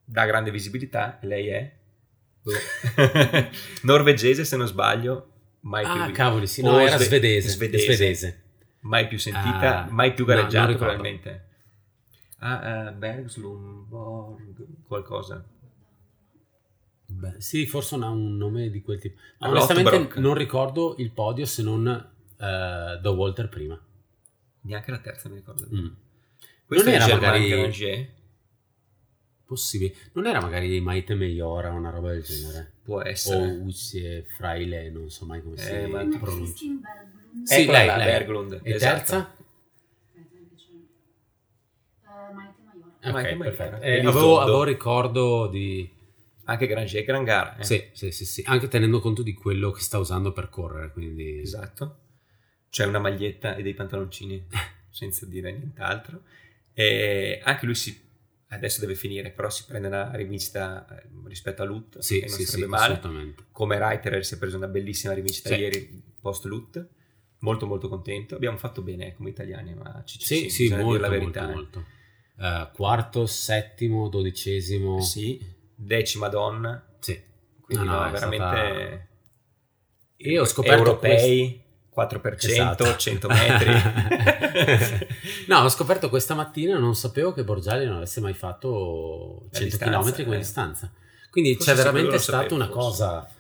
B: dà grande visibilità, lei è boh, norvegese se non sbaglio, mai più
A: Ah,
B: vi-
A: cavoli, sì,
B: o
A: no, era
B: sve-
A: svedese.
B: svedese.
A: svedese.
B: mai più sentita,
A: Ah,
B: mai più
A: no, non
B: gareggiato
A: ricordo.
B: probabilmente. Ah, eh, Bergslum, Borg, qualcosa.
A: Beh, sì, forse non ha un nome di quel tipo. Ma
B: Allora,
A: onestamente
B: Ottobrock.
A: non ricordo il podio se non eh, da Walter prima.
B: Neanche la terza mi ricordo.
A: Mm.
B: Questo
A: Non
B: è
A: era
B: Germain
A: magari-
B: Granger?
A: Possibile. Non era magari Maite Meiora o una roba del genere?
B: Può
A: O
B: essere.
A: Uzie Fraile, non so mai come si
B: Eh, ma-
C: Una
A: pronuncia.
C: Christine Berglund.
A: Sì,
B: Eccola
A: lei,
B: là,
A: lei.
B: Berglund.
A: E
B: esatto.
A: terza?
C: Aspetta, che c'è. Eh, Maite Maiora.
A: Ok,
B: Maite Meiora.
A: perfetto.
B: E
A: Eh,
B: il
A: avevo,
B: fondo?
A: avevo ricordo di...
B: Anche Granger, gran gara. eh.
A: Sì, sì, sì, sì. Anche tenendo conto di quello che sta usando per correre, quindi...
B: Esatto. C'è una maglietta e dei pantaloncini, senza dire nient'altro. E anche lui si adesso deve finire, però si prende una rivincita eh, rispetto a Lut,
A: Sì,
B: che non
A: sì, sì,
B: sarebbe male.
A: assolutamente.
B: Come Reiterer si è preso una bellissima rivincita
A: Sì.
B: ieri post Lut, molto molto contento. Abbiamo fatto bene eh, come italiani, ma ci ci
A: Sì, sì,
B: bisogna dire
A: molto,
B: la
A: molto,
B: verità. eh.
A: molto. Eh, quarto, settimo, dodicesimo.
B: Eh Sì, Eh, decima donna,
A: Sì.
B: quindi
A: No,
B: no,
A: no, è
B: veramente
A: E ho scoperto
B: europei, 4%,
A: Esatto.
B: 100 metri.
A: No, ho scoperto questa mattina, non sapevo che Borgiali non avesse mai fatto
B: La
A: 100
B: distanza,
A: km come
B: eh.
A: distanza. Quindi
B: Forse
A: c'è
B: sì,
A: veramente
B: quello lo
A: stata
B: sapevo,
A: una
B: forse.
A: cosa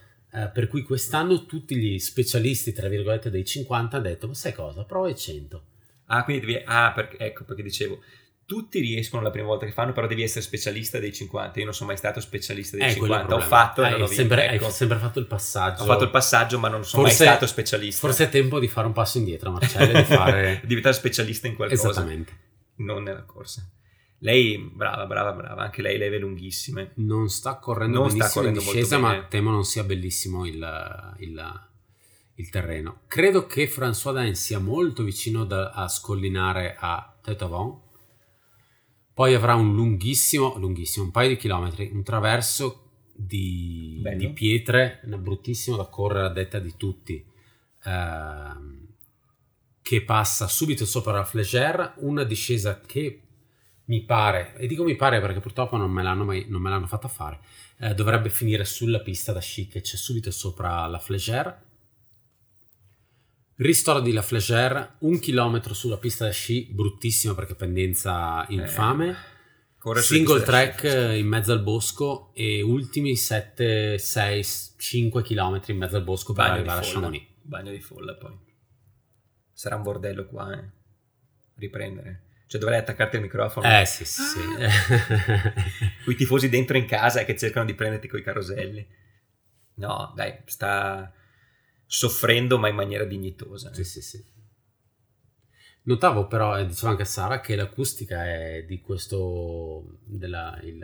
A: eh, per cui quest'anno tutti gli specialisti, tra virgolette, dei 50 hanno detto, ma sai cosa, prova i 100.
B: Ah, quindi devi... Ah, perché- ecco perché dicevo... Tutti riescono la prima volta che fanno, però devi essere specialista dei 50. Io non sono mai stato specialista dei
A: Eh, quello è il
B: 50. Ho
A: problema.
B: fatto e
A: Hai
B: non ho vinto,
A: sempre, hai
B: ecco.
A: sempre fatto il passaggio.
B: Ho fatto il passaggio, ma non sono
A: Forse-
B: mai stato specialista.
A: Forse è tempo di fare un passo indietro, Marcello, e di Cioè, fare...
B: diventare specialista in qualcosa,
A: Esattamente.
B: non nella corsa. Lei, brava, brava, brava, anche lei leve lunghissime.
A: Non sta correndo
B: Non sta
A: benissimo
B: correndo
A: in
B: molto
A: discesa,
B: bene.
A: ma temo non sia bellissimo il, il- il terreno. Credo che François Dain sia molto vicino da- a scollinare a Tetavon. Poi avrà un lunghissimo, lunghissimo, un paio di chilometri, un traverso di,
B: Bello.
A: di pietre, una- bruttissimo da correre a detta di tutti, ehm, che passa subito sopra la Flegère, una discesa che mi pare, e dico mi pare perché purtroppo non me l'hanno, mai, non me l'hanno fatta fare, eh, dovrebbe finire sulla pista da sci che c'è subito sopra la Flegère. Ristoro di La Flegère, un chilometro sulla pista da sci, bruttissima perché pendenza
B: Eh,
A: infame.
B: Corre sulle
A: Single
B: piste da sci,
A: track
B: forse.
A: eh, in mezzo al bosco e ultimi 7, 6, 5 km in mezzo al bosco per
B: Bagno di
A: arrivare a
B: folla.
A: Chamonix.
B: Bagno di folla poi. Sarà un bordello qua, eh. Riprendere. Cioè dovrei attaccarti al microfono.
A: Eh sì, sì, sì.
B: Quei tifosi dentro in casa che cercano di prenderti coi caroselli. No, dai, sta soffrendo ma in maniera dignitosa. eh.
A: Sì, sì, sì. Notavo però, e diceva anche Sara, che l'acustica è di questo, della il-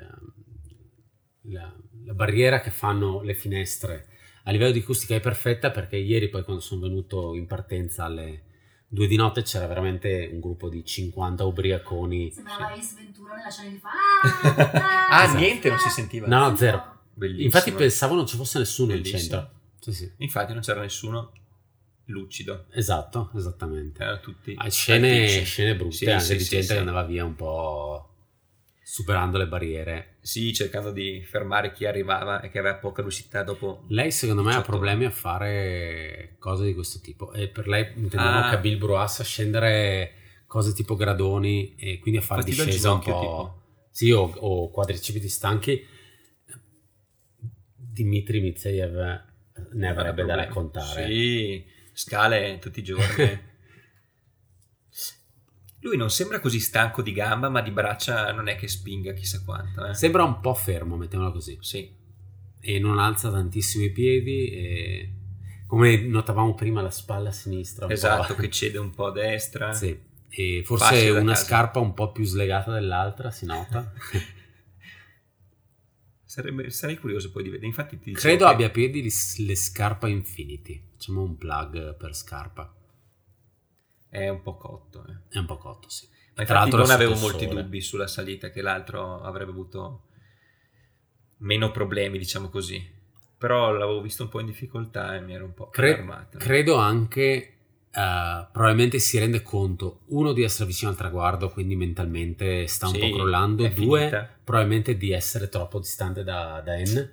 A: la, la barriera che fanno le finestre a livello di acustica è perfetta perché ieri poi quando sono venuto in partenza alle due di notte c'era veramente un gruppo di 50 ubriaconi.
C: Sembrava Ace Ventura nella Channel fa- Ah, ah,
B: Ah,
A: Esatto.
B: niente, non si sentiva.
A: No, no, zero.
B: Bellissimo.
A: Infatti pensavo non ci fosse nessuno in
B: Bellissimo.
A: centro. Sì, sì.
B: Infatti non c'era nessuno lucido.
A: Esatto, esattamente.
B: Erano tutti
A: Ah, scene,
B: artifici.
A: scene brutte
B: Eh, Sì,
A: anche
B: sì,
A: di
B: sì,
A: gente
B: sì.
A: che andava via un po' superando le barriere.
B: Sì, cercando di fermare chi arrivava e che aveva poca lucidità dopo.
A: Lei secondo me ha
B: 18.
A: problemi a fare cose di questo tipo e per lei intendiamo
B: Ah.
A: Kabil Bruas a scendere cose tipo gradoni e quindi a fare
B: Fastidio al
A: discesa un po'...
B: ginocchio,
A: Sì, o, o quadricipiti stanchi. Dimitri Mitsayev ne avrebbe da
B: Problemi.
A: raccontare.
B: Sì, scale tutti i giorni. Lui non sembra così stanco di gamba, ma di braccia non è che spinga chissà quanto. eh.
A: Sembra un po' fermo, mettiamola così.
B: Sì,
A: E non alza tantissimo i piedi e... Come notavamo prima la spalla sinistra. un po'.
B: esatto, che cede un po' a destra.
A: Sì, e
B: Facile
A: forse
B: da
A: una
B: casa.
A: scarpa un po' più slegata dell'altra, si nota.
B: Sarebbe- sarei curioso poi di vedere. Infatti ti dicevo
A: Credo
B: che-
A: abbia a piedi le, le scarpa Infinity. Facciamo un plug per scarpa.
B: È un po' cotto. eh.
A: È un po' cotto, sì.
B: Ma
A: Tra
B: infatti
A: l'altro
B: non
A: era
B: avevo
A: sotto
B: molti
A: sole.
B: dubbi sulla salita che l'altro avrebbe avuto meno problemi, diciamo così. Però l'avevo visto un po' in difficoltà e mi ero un po'
A: Cre-
B: allarmato.
A: Credo anche, eh, probabilmente si rende conto, uno, di essere vicino al traguardo, quindi mentalmente sta un
B: Sì,
A: po' crollando,
B: è
A: due,
B: finita.
A: probabilmente di essere troppo distante da, da Anne.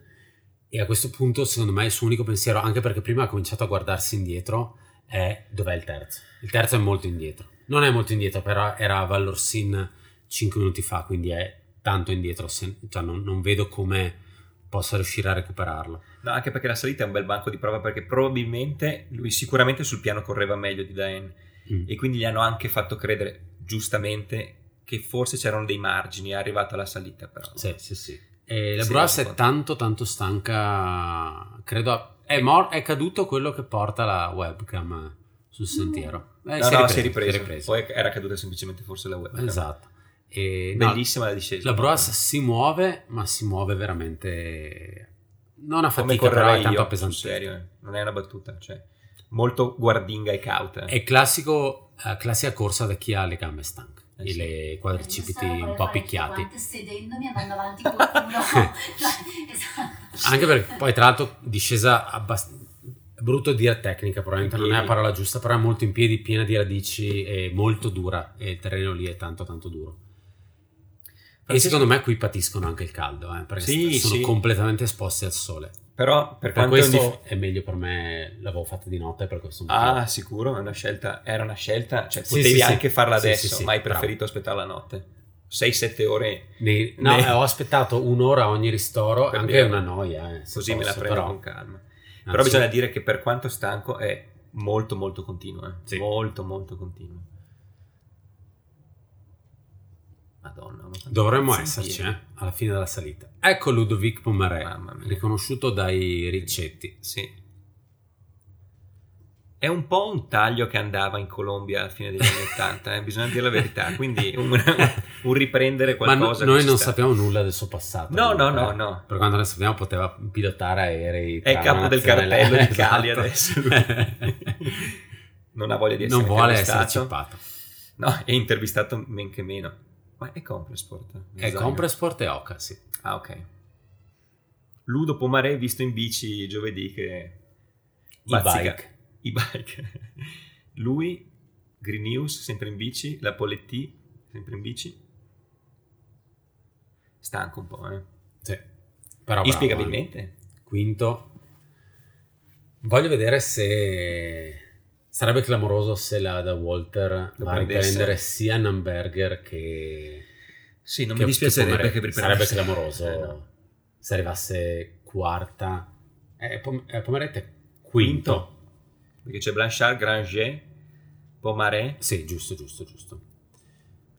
A: E a questo punto, secondo me, il suo unico pensiero, anche perché prima ha cominciato a guardarsi indietro, è dov'è il terzo. Il terzo è molto indietro. Non è molto indietro, però era a Vallorsin 5 minuti fa, quindi è tanto indietro. se- cioè non, non vedo come possa riuscire a recuperarlo.
B: No, anche perché la salita è un bel banco di prova perché probabilmente lui sicuramente sul piano correva meglio di Daen
A: Mm.
B: e quindi gli hanno anche fatto credere giustamente che forse c'erano dei margini, è arrivato alla salita però.
A: Sì, sì, sì. E la
B: Sì,
A: Bruas
B: sì,
A: è
B: sì.
A: tanto, tanto stanca. Credo è, mor- è caduto quello che porta la webcam sul sentiero. Eh,
B: no, no, si
A: ripreso,
B: è ripreso.
A: ripreso.
B: Poi era caduta semplicemente forse la web.
A: Esatto. E, no,
B: Bellissima la discesa.
A: la Bruas si muove, ma si muove veramente. Non a
B: come
A: fatica, però
B: correrei
A: è tanto
B: io, sul
A: appesantita.
B: serio, eh. non è una battuta, cioè molto guardinga e cauta. eh.
A: È classico, eh, classica corsa da chi ha le gambe stanche. e le quadricipiti un po' picchiati.
C: Sedendomi andando avanti col culo. esatto.
A: Anche perché poi tra l'altro discesa abbastanza... Brutto dire tecnica, probabilmente
B: In
A: non è la
B: piedi.
A: parola giusta, però è molto in piedi, piena di radici e molto dura e il terreno lì è tanto tanto duro. E
B: Francesco-
A: secondo me qui patiscono anche il caldo, eh, perché
B: Sì,
A: sono
B: sì.
A: completamente esposti al sole.
B: Però
A: Per
B: per quanto è un
A: questo
B: dif-
A: è meglio per me, l'avevo fatta di notte per questo motivo.
B: Ah, sicuro, è una scelta, era una scelta, cioè
A: Sì,
B: potevi
A: sì, sì.
B: anche farla
A: Sì,
B: adesso,
A: sì, sì,
B: ma hai
A: bravo.
B: preferito aspettare la notte. 6-7 ore
A: Ne- no,
B: Ne-
A: eh, ho aspettato un'ora a ogni ristoro,
B: Per
A: anche
B: bene.
A: una noia. eh, se
B: così me la
A: posso,
B: prendo
A: però-
B: con calma. Però
A: anzi,
B: bisogna dire che per quanto stanco è molto molto continuo, eh.
A: Sì.
B: molto molto continuo. Madonna, ma quanto
A: Dovremmo
B: cazzo
A: esserci,
B: in
A: eh, alla fine della salita. Ecco Ludovic
B: piedi.
A: Pomaré,
B: Mamma mia.
A: riconosciuto dai riccetti.
B: Sì. È un po' un taglio che andava in Colombia alla fine degli anni 80, eh, bisogna dire la verità, quindi un, un riprendere
A: Ma no-
B: qualcosa che
A: noi
B: ci
A: non
B: sta.
A: sappiamo nulla del suo passato.
B: No, no,
A: comunque,
B: no,
A: eh.
B: no.
A: Per quanto ne sappiamo, poteva pilotare aerei.
B: È
A: tra
B: capo del
A: nazione e la-
B: cartello di Cali
A: Esatto.
B: adesso, lui. Non ha voglia di essere
A: Non vuole essere
B: intervistato.
A: cippato.
B: No, è intervistato men che meno. Ma è Esatto. Complesport?
A: È
B: Zaino.
A: Comprasport e Oca, sì.
B: Ah, ok. Ludo Pomaré visto in bici giovedì che... bazzica-
A: E-bike.
B: E-bike. Lui, Green News, sempre in bici, la Poletti, sempre in bici. Stanco un po', eh.
A: Sì. Però Ah, bravo,
B: Inspiegabilmente.
A: eh. Quinto. Voglio vedere se... Sarebbe clamoroso se la da Walter
B: Lo
A: va a
B: prendesse.
A: riprendere sia Namberger che...
B: Sì, non
A: che-
B: mi dispiacerebbe
A: che
B: che
A: Pomerè.
B: riprendesse-
A: Sarebbe clamoroso
B: Eh, no.
A: se arrivasse quarta. Eh, Pom- eh, Pomerette quinto.
B: Quinto. Perché c'è Blanchard, Granger, Pomaré.
A: Sì, giusto, giusto, giusto.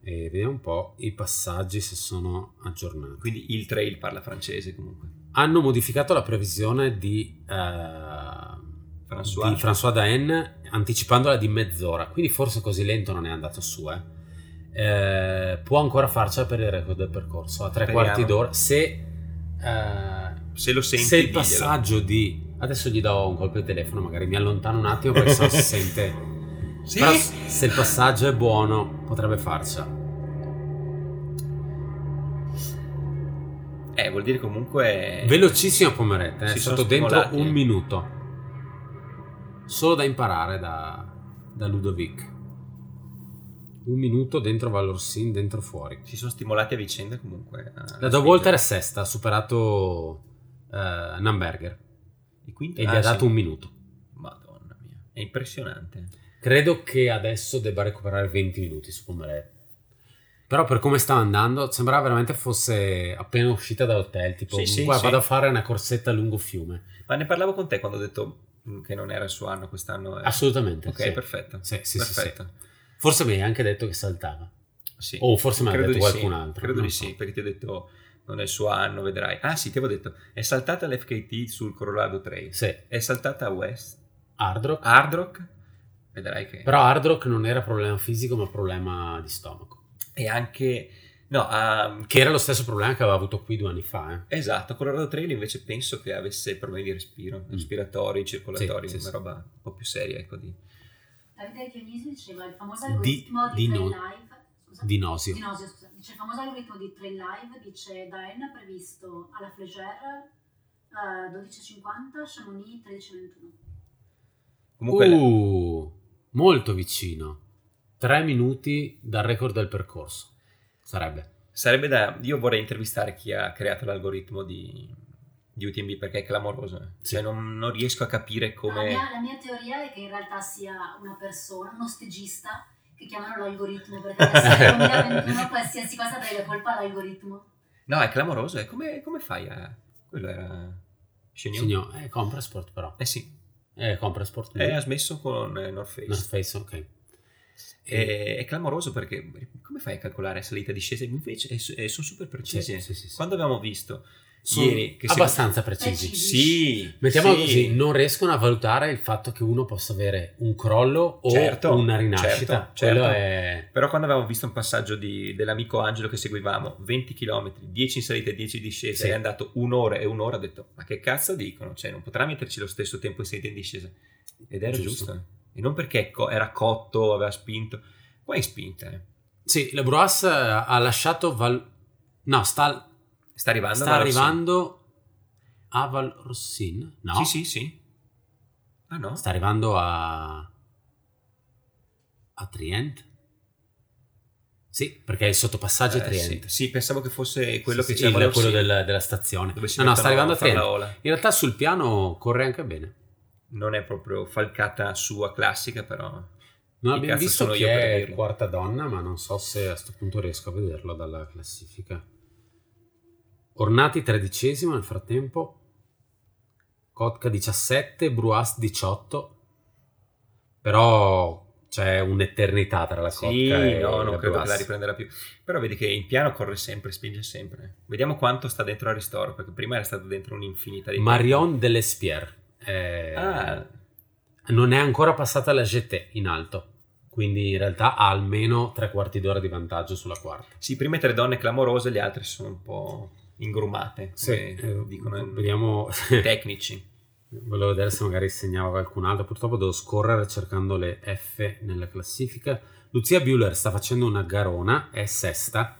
A: E vediamo un po' i passaggi se sono aggiornati.
B: Quindi il trail parla francese comunque.
A: hanno modificato la previsione di, eh,
B: François.
A: di François Daen anticipandola di mezz'ora, quindi forse così lento non è andato su. eh. Eh, può ancora farcela per il record del percorso a tre
B: Speriamo.
A: quarti d'ora. Se, eh,
B: Se lo senti,
A: se il
B: diglielo.
A: passaggio di adesso gli do un colpo di telefono, magari mi allontano un attimo perché sennò si sente.
B: Sì?
A: Però se il passaggio è buono, potrebbe farcela.
B: Eh, vuol dire comunque...
A: Velocissima pomeretta, eh. è
B: Eh, Si sono
A: stato dentro
B: stimolati,
A: un
B: eh.
A: minuto. Solo da imparare da, da Ludovic. Un minuto dentro Valorsin, dentro fuori.
B: Si sono stimolati a vicenda comunque. eh, a-
A: La Da Walter è sesta, ha superato eh, Namberger
B: Il quinto?
A: e gli
B: Ah,
A: ha
B: sì.
A: dato un minuto.
B: Madonna mia. È impressionante.
A: Credo che adesso debba recuperare 20 minuti su Pomeretta. Però per come stava andando, sembrava veramente fosse appena uscita dall'hotel, tipo,
B: Sì, sì,
A: "Guarda,
B: sì.
A: vado a fare una corsetta lungo fiume.
B: Ma ne parlavo con te quando ho detto mm, che non era il suo anno quest'anno. eh.
A: Assolutamente.
B: Ok,
A: sì.
B: perfetto.
A: Sì, sì, sì, sì.
B: perfetto.
A: Forse mi hai anche detto che saltava.
B: Sì.
A: O Oh, forse me l'ha
B: Credo
A: detto
B: di
A: qualcun
B: sì,
A: altro.
B: Credo
A: non
B: di
A: so.
B: sì, perché ti ho detto non è il suo anno, vedrai. Ah sì, ti avevo detto, è saltata l'FKT sul Colorado Trail,
A: Sì,
B: è saltata a West,
A: Hard Rock.
B: Hard Rock, vedrai che...
A: Però Hard Rock non era problema fisico, ma problema di stomaco.
B: E anche... No, a-
A: Che era lo stesso problema che aveva avuto qui due anni fa. eh.
B: esatto, Colorado Trail invece penso che avesse problemi di respiro, respiratori, circolatori,
A: Mm. Sì, sì,
B: una
A: sì.
B: roba un po' più seria, ecco di...
C: Davide Dionisio diceva il famoso
A: Di-
C: algoritmo di,
A: di
C: Trail
A: no-
C: Live. Scusa?
A: Di Nosio.
C: Dinosio, scusa. Dice il famoso algoritmo di Trail Live, dice Daen ha previsto alla Fleger eh, 12.50, Chamonix 13.21.
B: Comunque
A: Uh, molto vicino. Tre minuti dal record del percorso. Sarebbe.
B: sarebbe da... Io vorrei intervistare chi ha creato l'algoritmo di, di UTMB perché è clamoroso. eh.
A: Sì.
B: Cioè non, non riesco a capire
C: La,
B: come...
C: mia, la mia teoria è che in realtà sia una persona, uno stagista, che chiamano l'algoritmo, perché adesso nel 2021 qualsiasi cosa dai la colpa all'algoritmo.
B: No, è clamoroso. E come, come fai a... Quello era... Shenyu?
A: Signor, eh, compra sport però.
B: Eh sì,
A: Eh, compra sport.
B: eh, ha smesso con eh, North Face.
A: North Face, ok.
B: E- è clamoroso perché come fai a calcolare salita e discesa? Invece è su- eh, sono super
A: Sì,
B: precisi.
A: sì, sì, sì.
B: Quando abbiamo visto...
A: Sono
B: ieri, che siamo-
A: abbastanza precisi.
C: Precisi.
B: Sì,
A: Mettiamola
B: sì.
A: così, non riescono a valutare il fatto che uno possa avere un crollo o
B: Certo,
A: una rinascita.
B: certo, certo.
A: Quello è...
B: Però quando avevamo visto un passaggio di- dell'amico Angelo che seguivamo, 20 km, 10 in salita e 10 in discesa,
A: Sì.
B: è andato un'ora e un'ora, ho detto, ma che cazzo dicono? Cioè, non potrà metterci lo stesso tempo in salita e in discesa. Ed era
A: Giusto.
B: giusto. E non perché co- era cotto, aveva spinto. Poi è spinta, eh.
A: Sì, la Bruas ha lasciato Val... No, sta,
B: Sta arrivando.
A: sta
B: Valorsin.
A: arrivando a Val Rossin? No,
B: Sì, sì, sì. Ah no?
A: sta arrivando a... a Trient? Sì, perché il sottopassaggio è
B: Eh, sì.
A: Trient.
B: Sì, pensavo che fosse quello
A: Sì,
B: che
A: sì,
B: c'era
A: il-
B: Valorsin,
A: quello del- della stazione.
B: dove si
A: No, no, sta arrivando
B: mettono
A: a
B: far la
A: Trient.
B: ola.
A: In realtà sul piano corre anche bene.
B: Non è proprio falcata sua classica, però.
A: Non
B: Chi
A: abbiamo
B: cazzo
A: visto
B: sono
A: chi
B: io per
A: è
B: dirlo?
A: quarta donna, ma non so se a sto punto riesco a vederlo dalla classifica. Ornati tredicesimo nel frattempo, Kotka 17, Bruas 18, però c'è un'eternità tra la Kotka
B: Sì,
A: e
B: no, non
A: la
B: credo che
A: Bruas.
B: la riprenderà più. Però vedi che in piano corre sempre, spinge sempre. Vediamo quanto sta dentro la ristoro, perché prima era stato dentro un'infinità di
A: Marion Delespierre. eh,
B: Ah.
A: Non è ancora passata la GT in alto, quindi in realtà ha almeno tre quarti d'ora di vantaggio sulla quarta.
B: Sì, prima tre donne clamorose, le altre sono un po' ingrumate,
A: Sì,
B: come
A: eh,
B: dicono i
A: vediamo.
B: tecnici.
A: Volevo vedere se magari segnava qualcun altro. Purtroppo devo scorrere cercando le F nella classifica. Lucia Bueller sta facendo una garona, è sesta,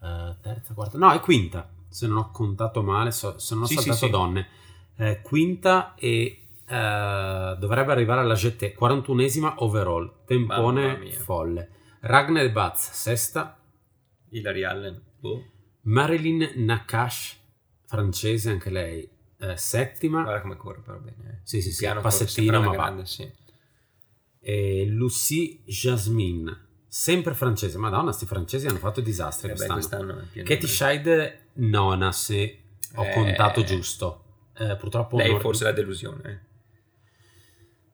A: Eh, terza, quarta, no, è quinta. Se non ho contato male, so- se non ho
B: Sì, sì,
A: saltato
B: sì.
A: donne, Eh, quinta e eh, dovrebbe arrivare alla GT, 41esima overall.
B: Mamma
A: Tempone
B: mia.
A: folle. Ragnar Batz, sesta,
B: Hilary Allen, boh,
A: Marilyn Nakash, francese anche lei, eh, settima.
B: guarda come corre, però bene. eh.
A: Sì, sì, sì,
B: Piano corre, sembra
A: passettino,
B: una
A: ma va.
B: grande, sì. Eh,
A: E Lucie Jasmine, sempre francese. Madonna, sti francesi hanno fatto disastri
B: Eh beh,
A: quest'anno.
B: quest'anno è pieno
A: Katie
B: di-
A: Scheid, nona, se ho
B: Eh,
A: contato giusto. Eh, purtroppo
B: Lei
A: non...
B: forse la delusione. eh.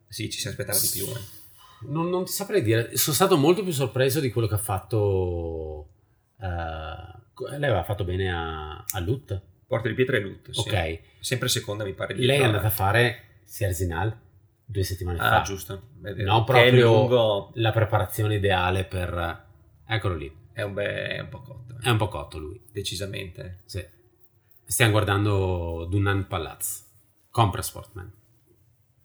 B: Sì, ci si aspettava di più. eh.
A: Non, non ti saprei dire. Sono stato molto più sorpreso di quello che ha fatto... eh, co- lei aveva fatto bene a, a Lut.
B: Porta di pietra e loot, sì.
A: Ok.
B: Sempre seconda mi pare. di
A: Lei è
B: Laura.
A: andata a fare Serginal due settimane
B: Ah,
A: fa.
B: giusto. È vero.
A: Non
B: Che è
A: proprio
B: lungo,
A: La preparazione ideale per... Eccolo lì.
B: è un, be- è un po' cotto, eh.
A: È un po' cotto lui.
B: decisamente.
A: Sì. Stiamo guardando Dunan Palazzo. Compra Sportman.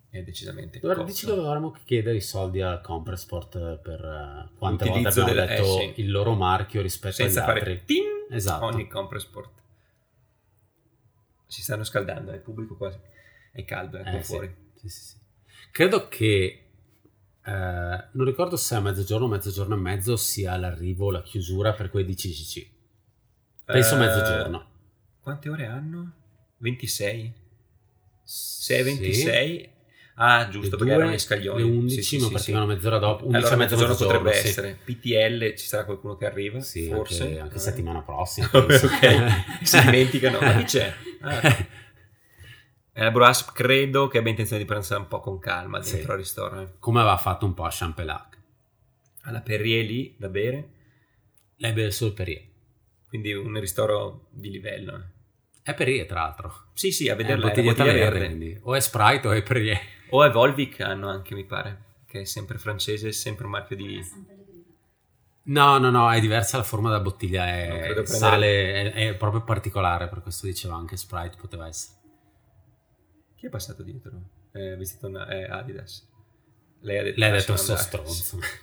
B: È decisamente
A: Allora,
B: cotto.
A: dici dove dovremmo chiedere i soldi a Compra Sport eh, per eh, quante volte
B: L'utilizzo
A: abbiamo
B: della- eh,
A: detto
B: sì.
A: il loro marchio rispetto
B: Senza
A: agli
B: fare
A: Cioè, altri.
B: ting
A: Esatto.
B: ogni compra sport. Si stanno scaldando, è pubblico quasi. È caldo, è
A: Eh, sì.
B: fuori.
A: Sì, sì, sì. Credo che eh, non ricordo se a mezzogiorno o mezzogiorno e mezzo sia l'arrivo o la chiusura per quelli di CCC. Penso
B: Eh,
A: mezzogiorno.
B: Quante ore hanno? 26?
A: Se
B: 6, 26? Ah, giusto, perché erano gli scaglioni.
A: Le 11
B: Sì, sì,
A: ma
B: sì, sì.
A: partivano mezz'ora dopo. 11
B: Allora,
A: a mezzogiorno,
B: mezzogiorno potrebbe
A: sì.
B: essere. PTL ci sarà qualcuno che arriva,
A: Sì,
B: forse.
A: anche, anche
B: Eh.
A: settimana prossima. penso.
B: ok, si dimenticano. Ma chi c'è? Ah. Eh, la Bruasp credo che abbia intenzione di pranzare un po' con calma
A: Sì.
B: dentro al ristorante.
A: Come aveva fatto un po' a Champelac.
B: Alla Perrier lì da bere,
A: Lei beve solo Perrier.
B: quindi un ristoro di livello. eh.
A: È Perrier, tra l'altro.
B: Sì, sì, a
A: È
B: vederla è una
A: Eh, bottiglietta
B: bottiglia
A: verde,
B: verde.
A: quindi. O è Sprite o è Perrier.
B: O è Volvic hanno anche, mi pare, che è sempre francese, è sempre un marchio di...
C: È San Pellegrino.
A: No, no, no, è diversa la forma della bottiglia.
B: Non
A: È,
B: credo prendere-
A: sale, è, è proprio particolare, per questo dicevo anche Sprite poteva essere.
B: Chi è passato dietro? Eh, vestito una- eh, Adidas. Lei ha detto...
A: Lei ha detto
B: "Lasciano
A: sto
B: andare".
A: stronzo.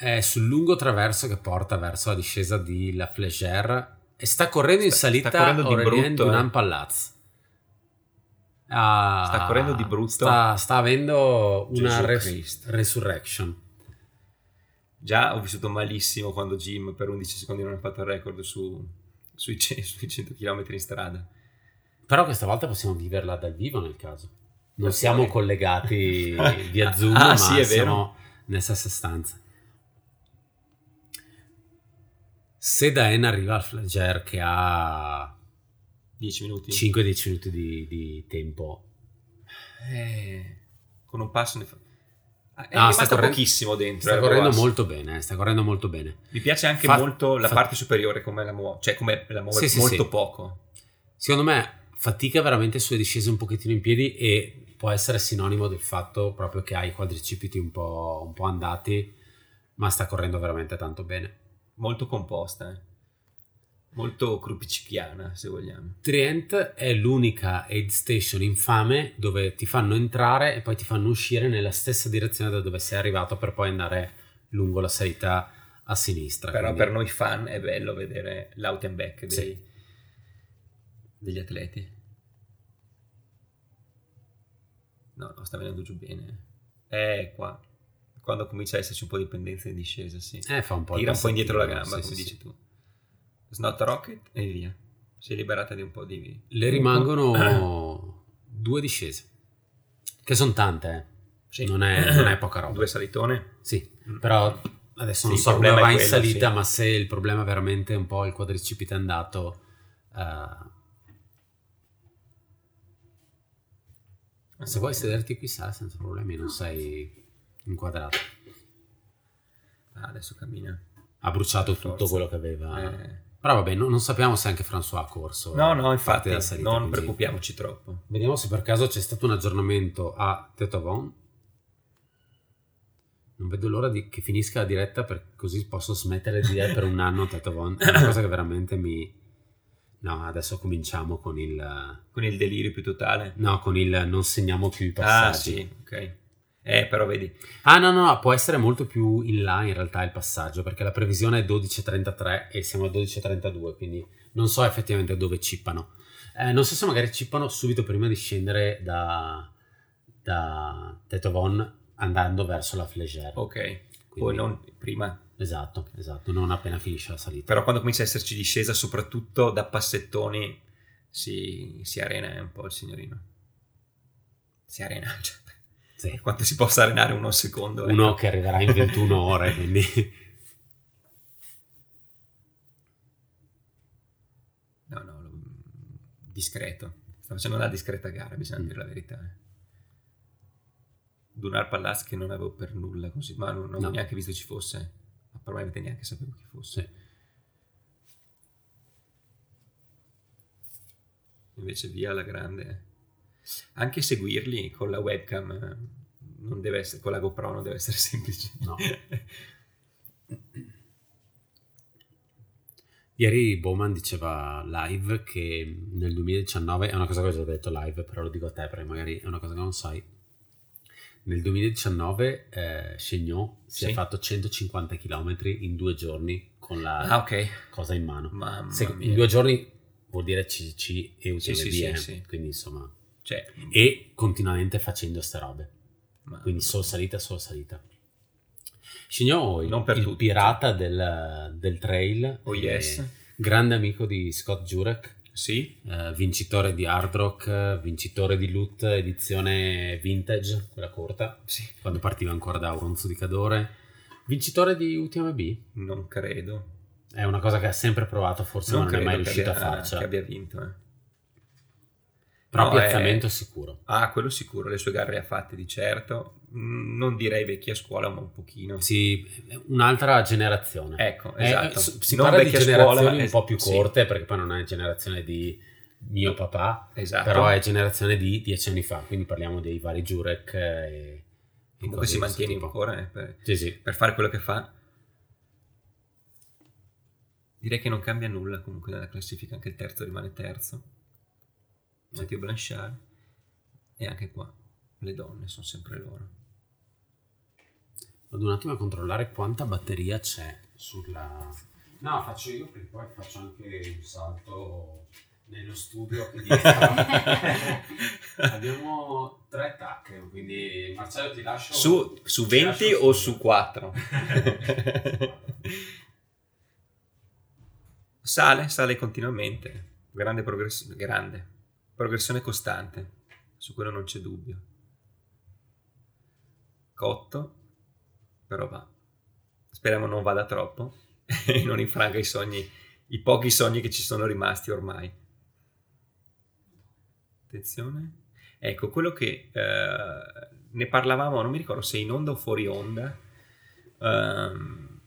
A: È sul lungo traverso che porta verso la discesa di La Flégère e sta correndo in
B: Sta- sta
A: salita
B: correndo di
A: Aurélien
B: brutto,
A: Dunan
B: eh.
A: Palaz. Ah,
B: Sta correndo di brutto.
A: Sta, sta avendo una
B: Gesù
A: res-
B: Cristo.
A: resurrection.
B: Già ho vissuto malissimo quando Jim per 11 secondi non ha fatto il record su, sui, ce- sui 100 km in strada.
A: Però questa volta possiamo viverla dal vivo nel caso. Non
B: Ok.
A: siamo collegati via
B: Ah,
A: Zoom,
B: ah,
A: ma
B: sì, è
A: siamo nella stessa stanza. Se Daen arriva al Flager che ha
B: 10 minuti.
A: 5-10 minuti di, di tempo,
B: Eh, con un passo ne fa... Ah, è
A: Ah,
B: rimasta
A: sta correndo-
B: pochissimo dentro.
A: sta
B: eh,
A: correndo
B: Roas.
A: molto bene, eh, sta correndo molto bene.
B: Mi piace anche
A: Fa-
B: molto la
A: fa-
B: parte superiore come la muove, cioè come la muove
A: Sì, sì,
B: molto
A: sì.
B: poco.
A: Secondo me fatica veramente sulle discese un pochettino in piedi e può essere sinonimo del fatto proprio che ha i quadricipiti un po', un po' andati, ma sta correndo veramente tanto bene.
B: Molto composta. eh. Molto crupicchiana, se vogliamo.
A: Trient è l'unica aid station infame dove ti fanno entrare e poi ti fanno uscire nella stessa direzione da dove sei arrivato per poi andare lungo la salita a sinistra.
B: Però
A: quindi-
B: per noi fan è bello vedere l'out and back dei-
A: Sì.
B: degli atleti. No, no, sta venendo giù bene. Eh, qua. Quando comincia a esserci un po' di pendenza in discesa, sì.
A: Eh, fa un po' il
B: Tira un po' indietro la
A: passatino,
B: gamba,
A: sì,
B: come
A: sì,
B: dici
A: sì.
B: tu. Snot a rocket e via. Si è liberata di un po' di...
A: Le rimangono due discese, che sono tante, eh.
B: Sì.
A: Non è- non è poca roba.
B: Due salitone. Mm.
A: eh. Sì, però adesso non
B: Sì,
A: so
B: il
A: come
B: problema
A: va
B: è
A: in
B: quello,
A: salita,
B: sì.
A: ma se il problema è veramente un po' il quadricipite andato, eh,
B: Ah,
A: se vuoi sederti qui sale senza problemi, non sei inquadrato.
B: Ah, adesso cammina.
A: Ha bruciato
B: Per
A: tutto
B: forza.
A: quello che aveva.
B: Eh.
A: Però Ah. vabbè, no- non sappiamo se anche François ha corso.
B: No, no,
A: a
B: infatti,
A: parte la salita,
B: non
A: quindi-
B: preoccupiamoci troppo.
A: Vediamo se per caso c'è stato un aggiornamento a Tetovon. Non vedo l'ora di- che finisca la diretta per- così posso smettere di dire per un anno Tetovon. È una cosa che veramente mi... No, adesso cominciamo con il...
B: Con il delirio più totale.
A: No, con il non segniamo più i
B: Ah,
A: passaggi.
B: sì, ok. Eh, però vedi,
A: Ah, no, no, no, può essere molto più in là in realtà il passaggio, perché la previsione è 12.33 e siamo a 12.32, quindi non so effettivamente dove cippano. Eh, non so se magari cippano subito prima di scendere da, da Tetovon andando verso la Flegère.
B: ok. Poi
A: Quindi-
B: non prima.
A: Esatto, esatto, non appena finisce la salita.
B: Però quando comincia a esserci discesa, soprattutto da passettoni, si, si arena un po' il signorino. Si arena. Cioè,
A: Sì.
B: quanto si possa arenare uno al secondo? eh.
A: Uno che arriverà in 21 ore, quindi...
B: No, no, lo- discreto. Sta facendo una discreta gara, bisogna
A: Mm.
B: dire la verità. eh. Dunar Palazzo che non avevo per nulla, così, ma non, non avevo
A: No.
B: neanche visto ci fosse. Ma probabilmente neanche sapevo chi fosse. Invece via alla grande. eh. Anche seguirli con la webcam eh, non deve essere, con la GoPro non deve essere semplice.
A: No. Ieri Bowman diceva live che nel 2019, è una cosa che ho già detto live, però lo dico a te perché magari è una cosa che non sai. Nel 2019 eh, Chaignot si
B: Sì.
A: è fatto 150 km in due giorni con la
B: ah, ok.
A: cosa in mano.
B: Mamma
A: Se-
B: mia.
A: in due giorni vuol dire CCC e UTMB,
B: Sì, sì, sì,
A: eh,
B: sì.
A: quindi insomma...
B: Cioè,
A: E continuamente facendo ste robe,
B: ma-
A: quindi solo salita, solo salita. Chaignot, il,
B: Non per
A: il
B: tutti.
A: pirata del, del trail,
B: Oh
A: eh,
B: yes.
A: grande amico di Scott Jurek,
B: Sì.
A: eh, vincitore di Hard Rock, eh, vincitore di Loot edizione vintage, quella corta,
B: Sì.
A: quando partiva ancora da Auronzo di Cadore, vincitore di UTMB,
B: Non credo.
A: è una cosa che ha sempre provato, forse non, è mai riuscito a cioè, farcela,
B: che abbia vinto. eh.
A: però
B: No,
A: piazzamento
B: è-
A: sicuro.
B: Ah, quello sicuro, le sue gare le ha fatte di certo. Mm, Non direi vecchia scuola, ma un pochino.
A: Sì, un'altra generazione.
B: Ecco,
A: Eh,
B: esatto.
A: s- si
B: Non
A: parla di
B: vecchia
A: generazioni
B: scuola,
A: un
B: es-
A: po' più
B: sì,
A: corte, perché poi non è generazione di mio papà,
B: esatto.
A: però è generazione di dieci anni fa, quindi parliamo dei vari Jurek eh, e... e cose
B: Comunque si
A: di questo
B: mantiene
A: tipo.
B: ancora eh, per,
A: Sì, sì.
B: per fare quello che fa. Direi che non cambia nulla comunque nella classifica, anche il terzo rimane terzo. Matteo Blanchard. E anche qua le donne sono sempre loro.
A: Vado un attimo a controllare quanta batteria c'è sulla... No, faccio io perché poi faccio anche un salto nello studio che Abbiamo tre tacche, quindi Marcello ti lascio...
B: Su, su 20 o su 4? sale, sale continuamente. Grande progressione, grande. Progressione costante. Su quello non c'è dubbio. Cotto, però va. Speriamo non vada troppo e non infranga i sogni, i pochi sogni che ci sono rimasti ormai. Attenzione. Ecco, quello che eh, ne parlavamo, non mi ricordo se in onda o fuori onda, ehm,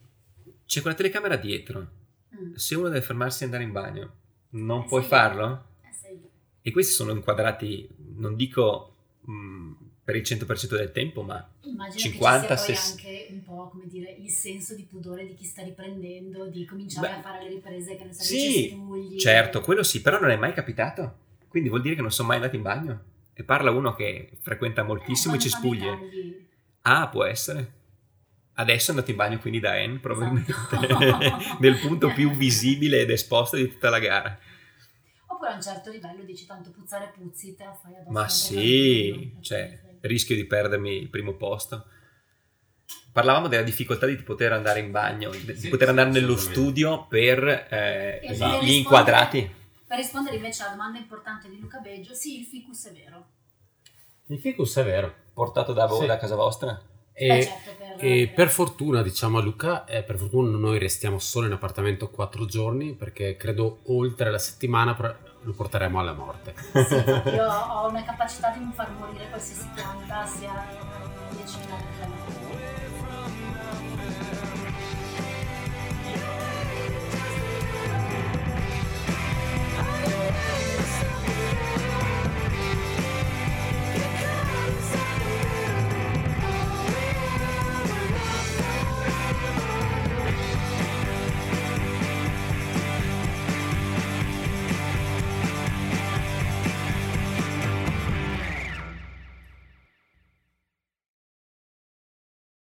B: c'è quella telecamera dietro.
C: Mm.
B: Se uno deve fermarsi e andare in bagno, non
C: Eh
B: puoi
C: sì.
B: farlo?
C: Eh, sei lì.
B: E questi sono inquadrati, non dico mh, per il 100% del tempo, ma
C: Immagino
B: 50,
C: che ci sia poi
B: 60.
C: anche un po' come dire il senso di pudore di chi sta riprendendo, di cominciare
B: Beh,
C: a fare le riprese che ne so,
B: sì,
C: dei cespugli.
B: Certo, quello sì, però non è mai capitato. Quindi vuol dire che non sono mai andato in bagno. E parla uno che frequenta
C: Eh,
B: moltissimo i
C: quando fanno i
B: cespugli.
C: tagli.
B: Ah, può essere. Adesso è andato in bagno quindi da Anne, probabilmente.
C: Esatto.
B: Nel punto più visibile ed esposto di tutta la gara.
C: Oppure a un certo livello dici tanto puzzare puzzi, te la fai addosso.
B: Ma
C: anche
B: sì,
C: tranquillo,
B: cioè,
C: perché-
B: rischio di perdermi il primo posto. Parlavamo della difficoltà di poter andare in bagno, di
A: Sì,
B: poter
A: sì,
B: andare nello
A: assolutamente.
B: studio per eh,
C: E
A: Esatto.
B: gli inquadrati.
C: Per rispondere invece alla domanda importante di Luca Beggio, sì, il ficus è vero.
A: Il ficus è vero.
B: Portato da voi,
A: Sì.
B: da casa vostra?
A: E,
C: Beh, certo, per,
A: e per fortuna, diciamo a Luca, eh, per fortuna noi restiamo solo in appartamento quattro giorni perché credo oltre la settimana pro- lo porteremo alla morte.
C: Sì, infatti io ho eh, una capacità di non far morire qualsiasi pianta, sia 10.000 che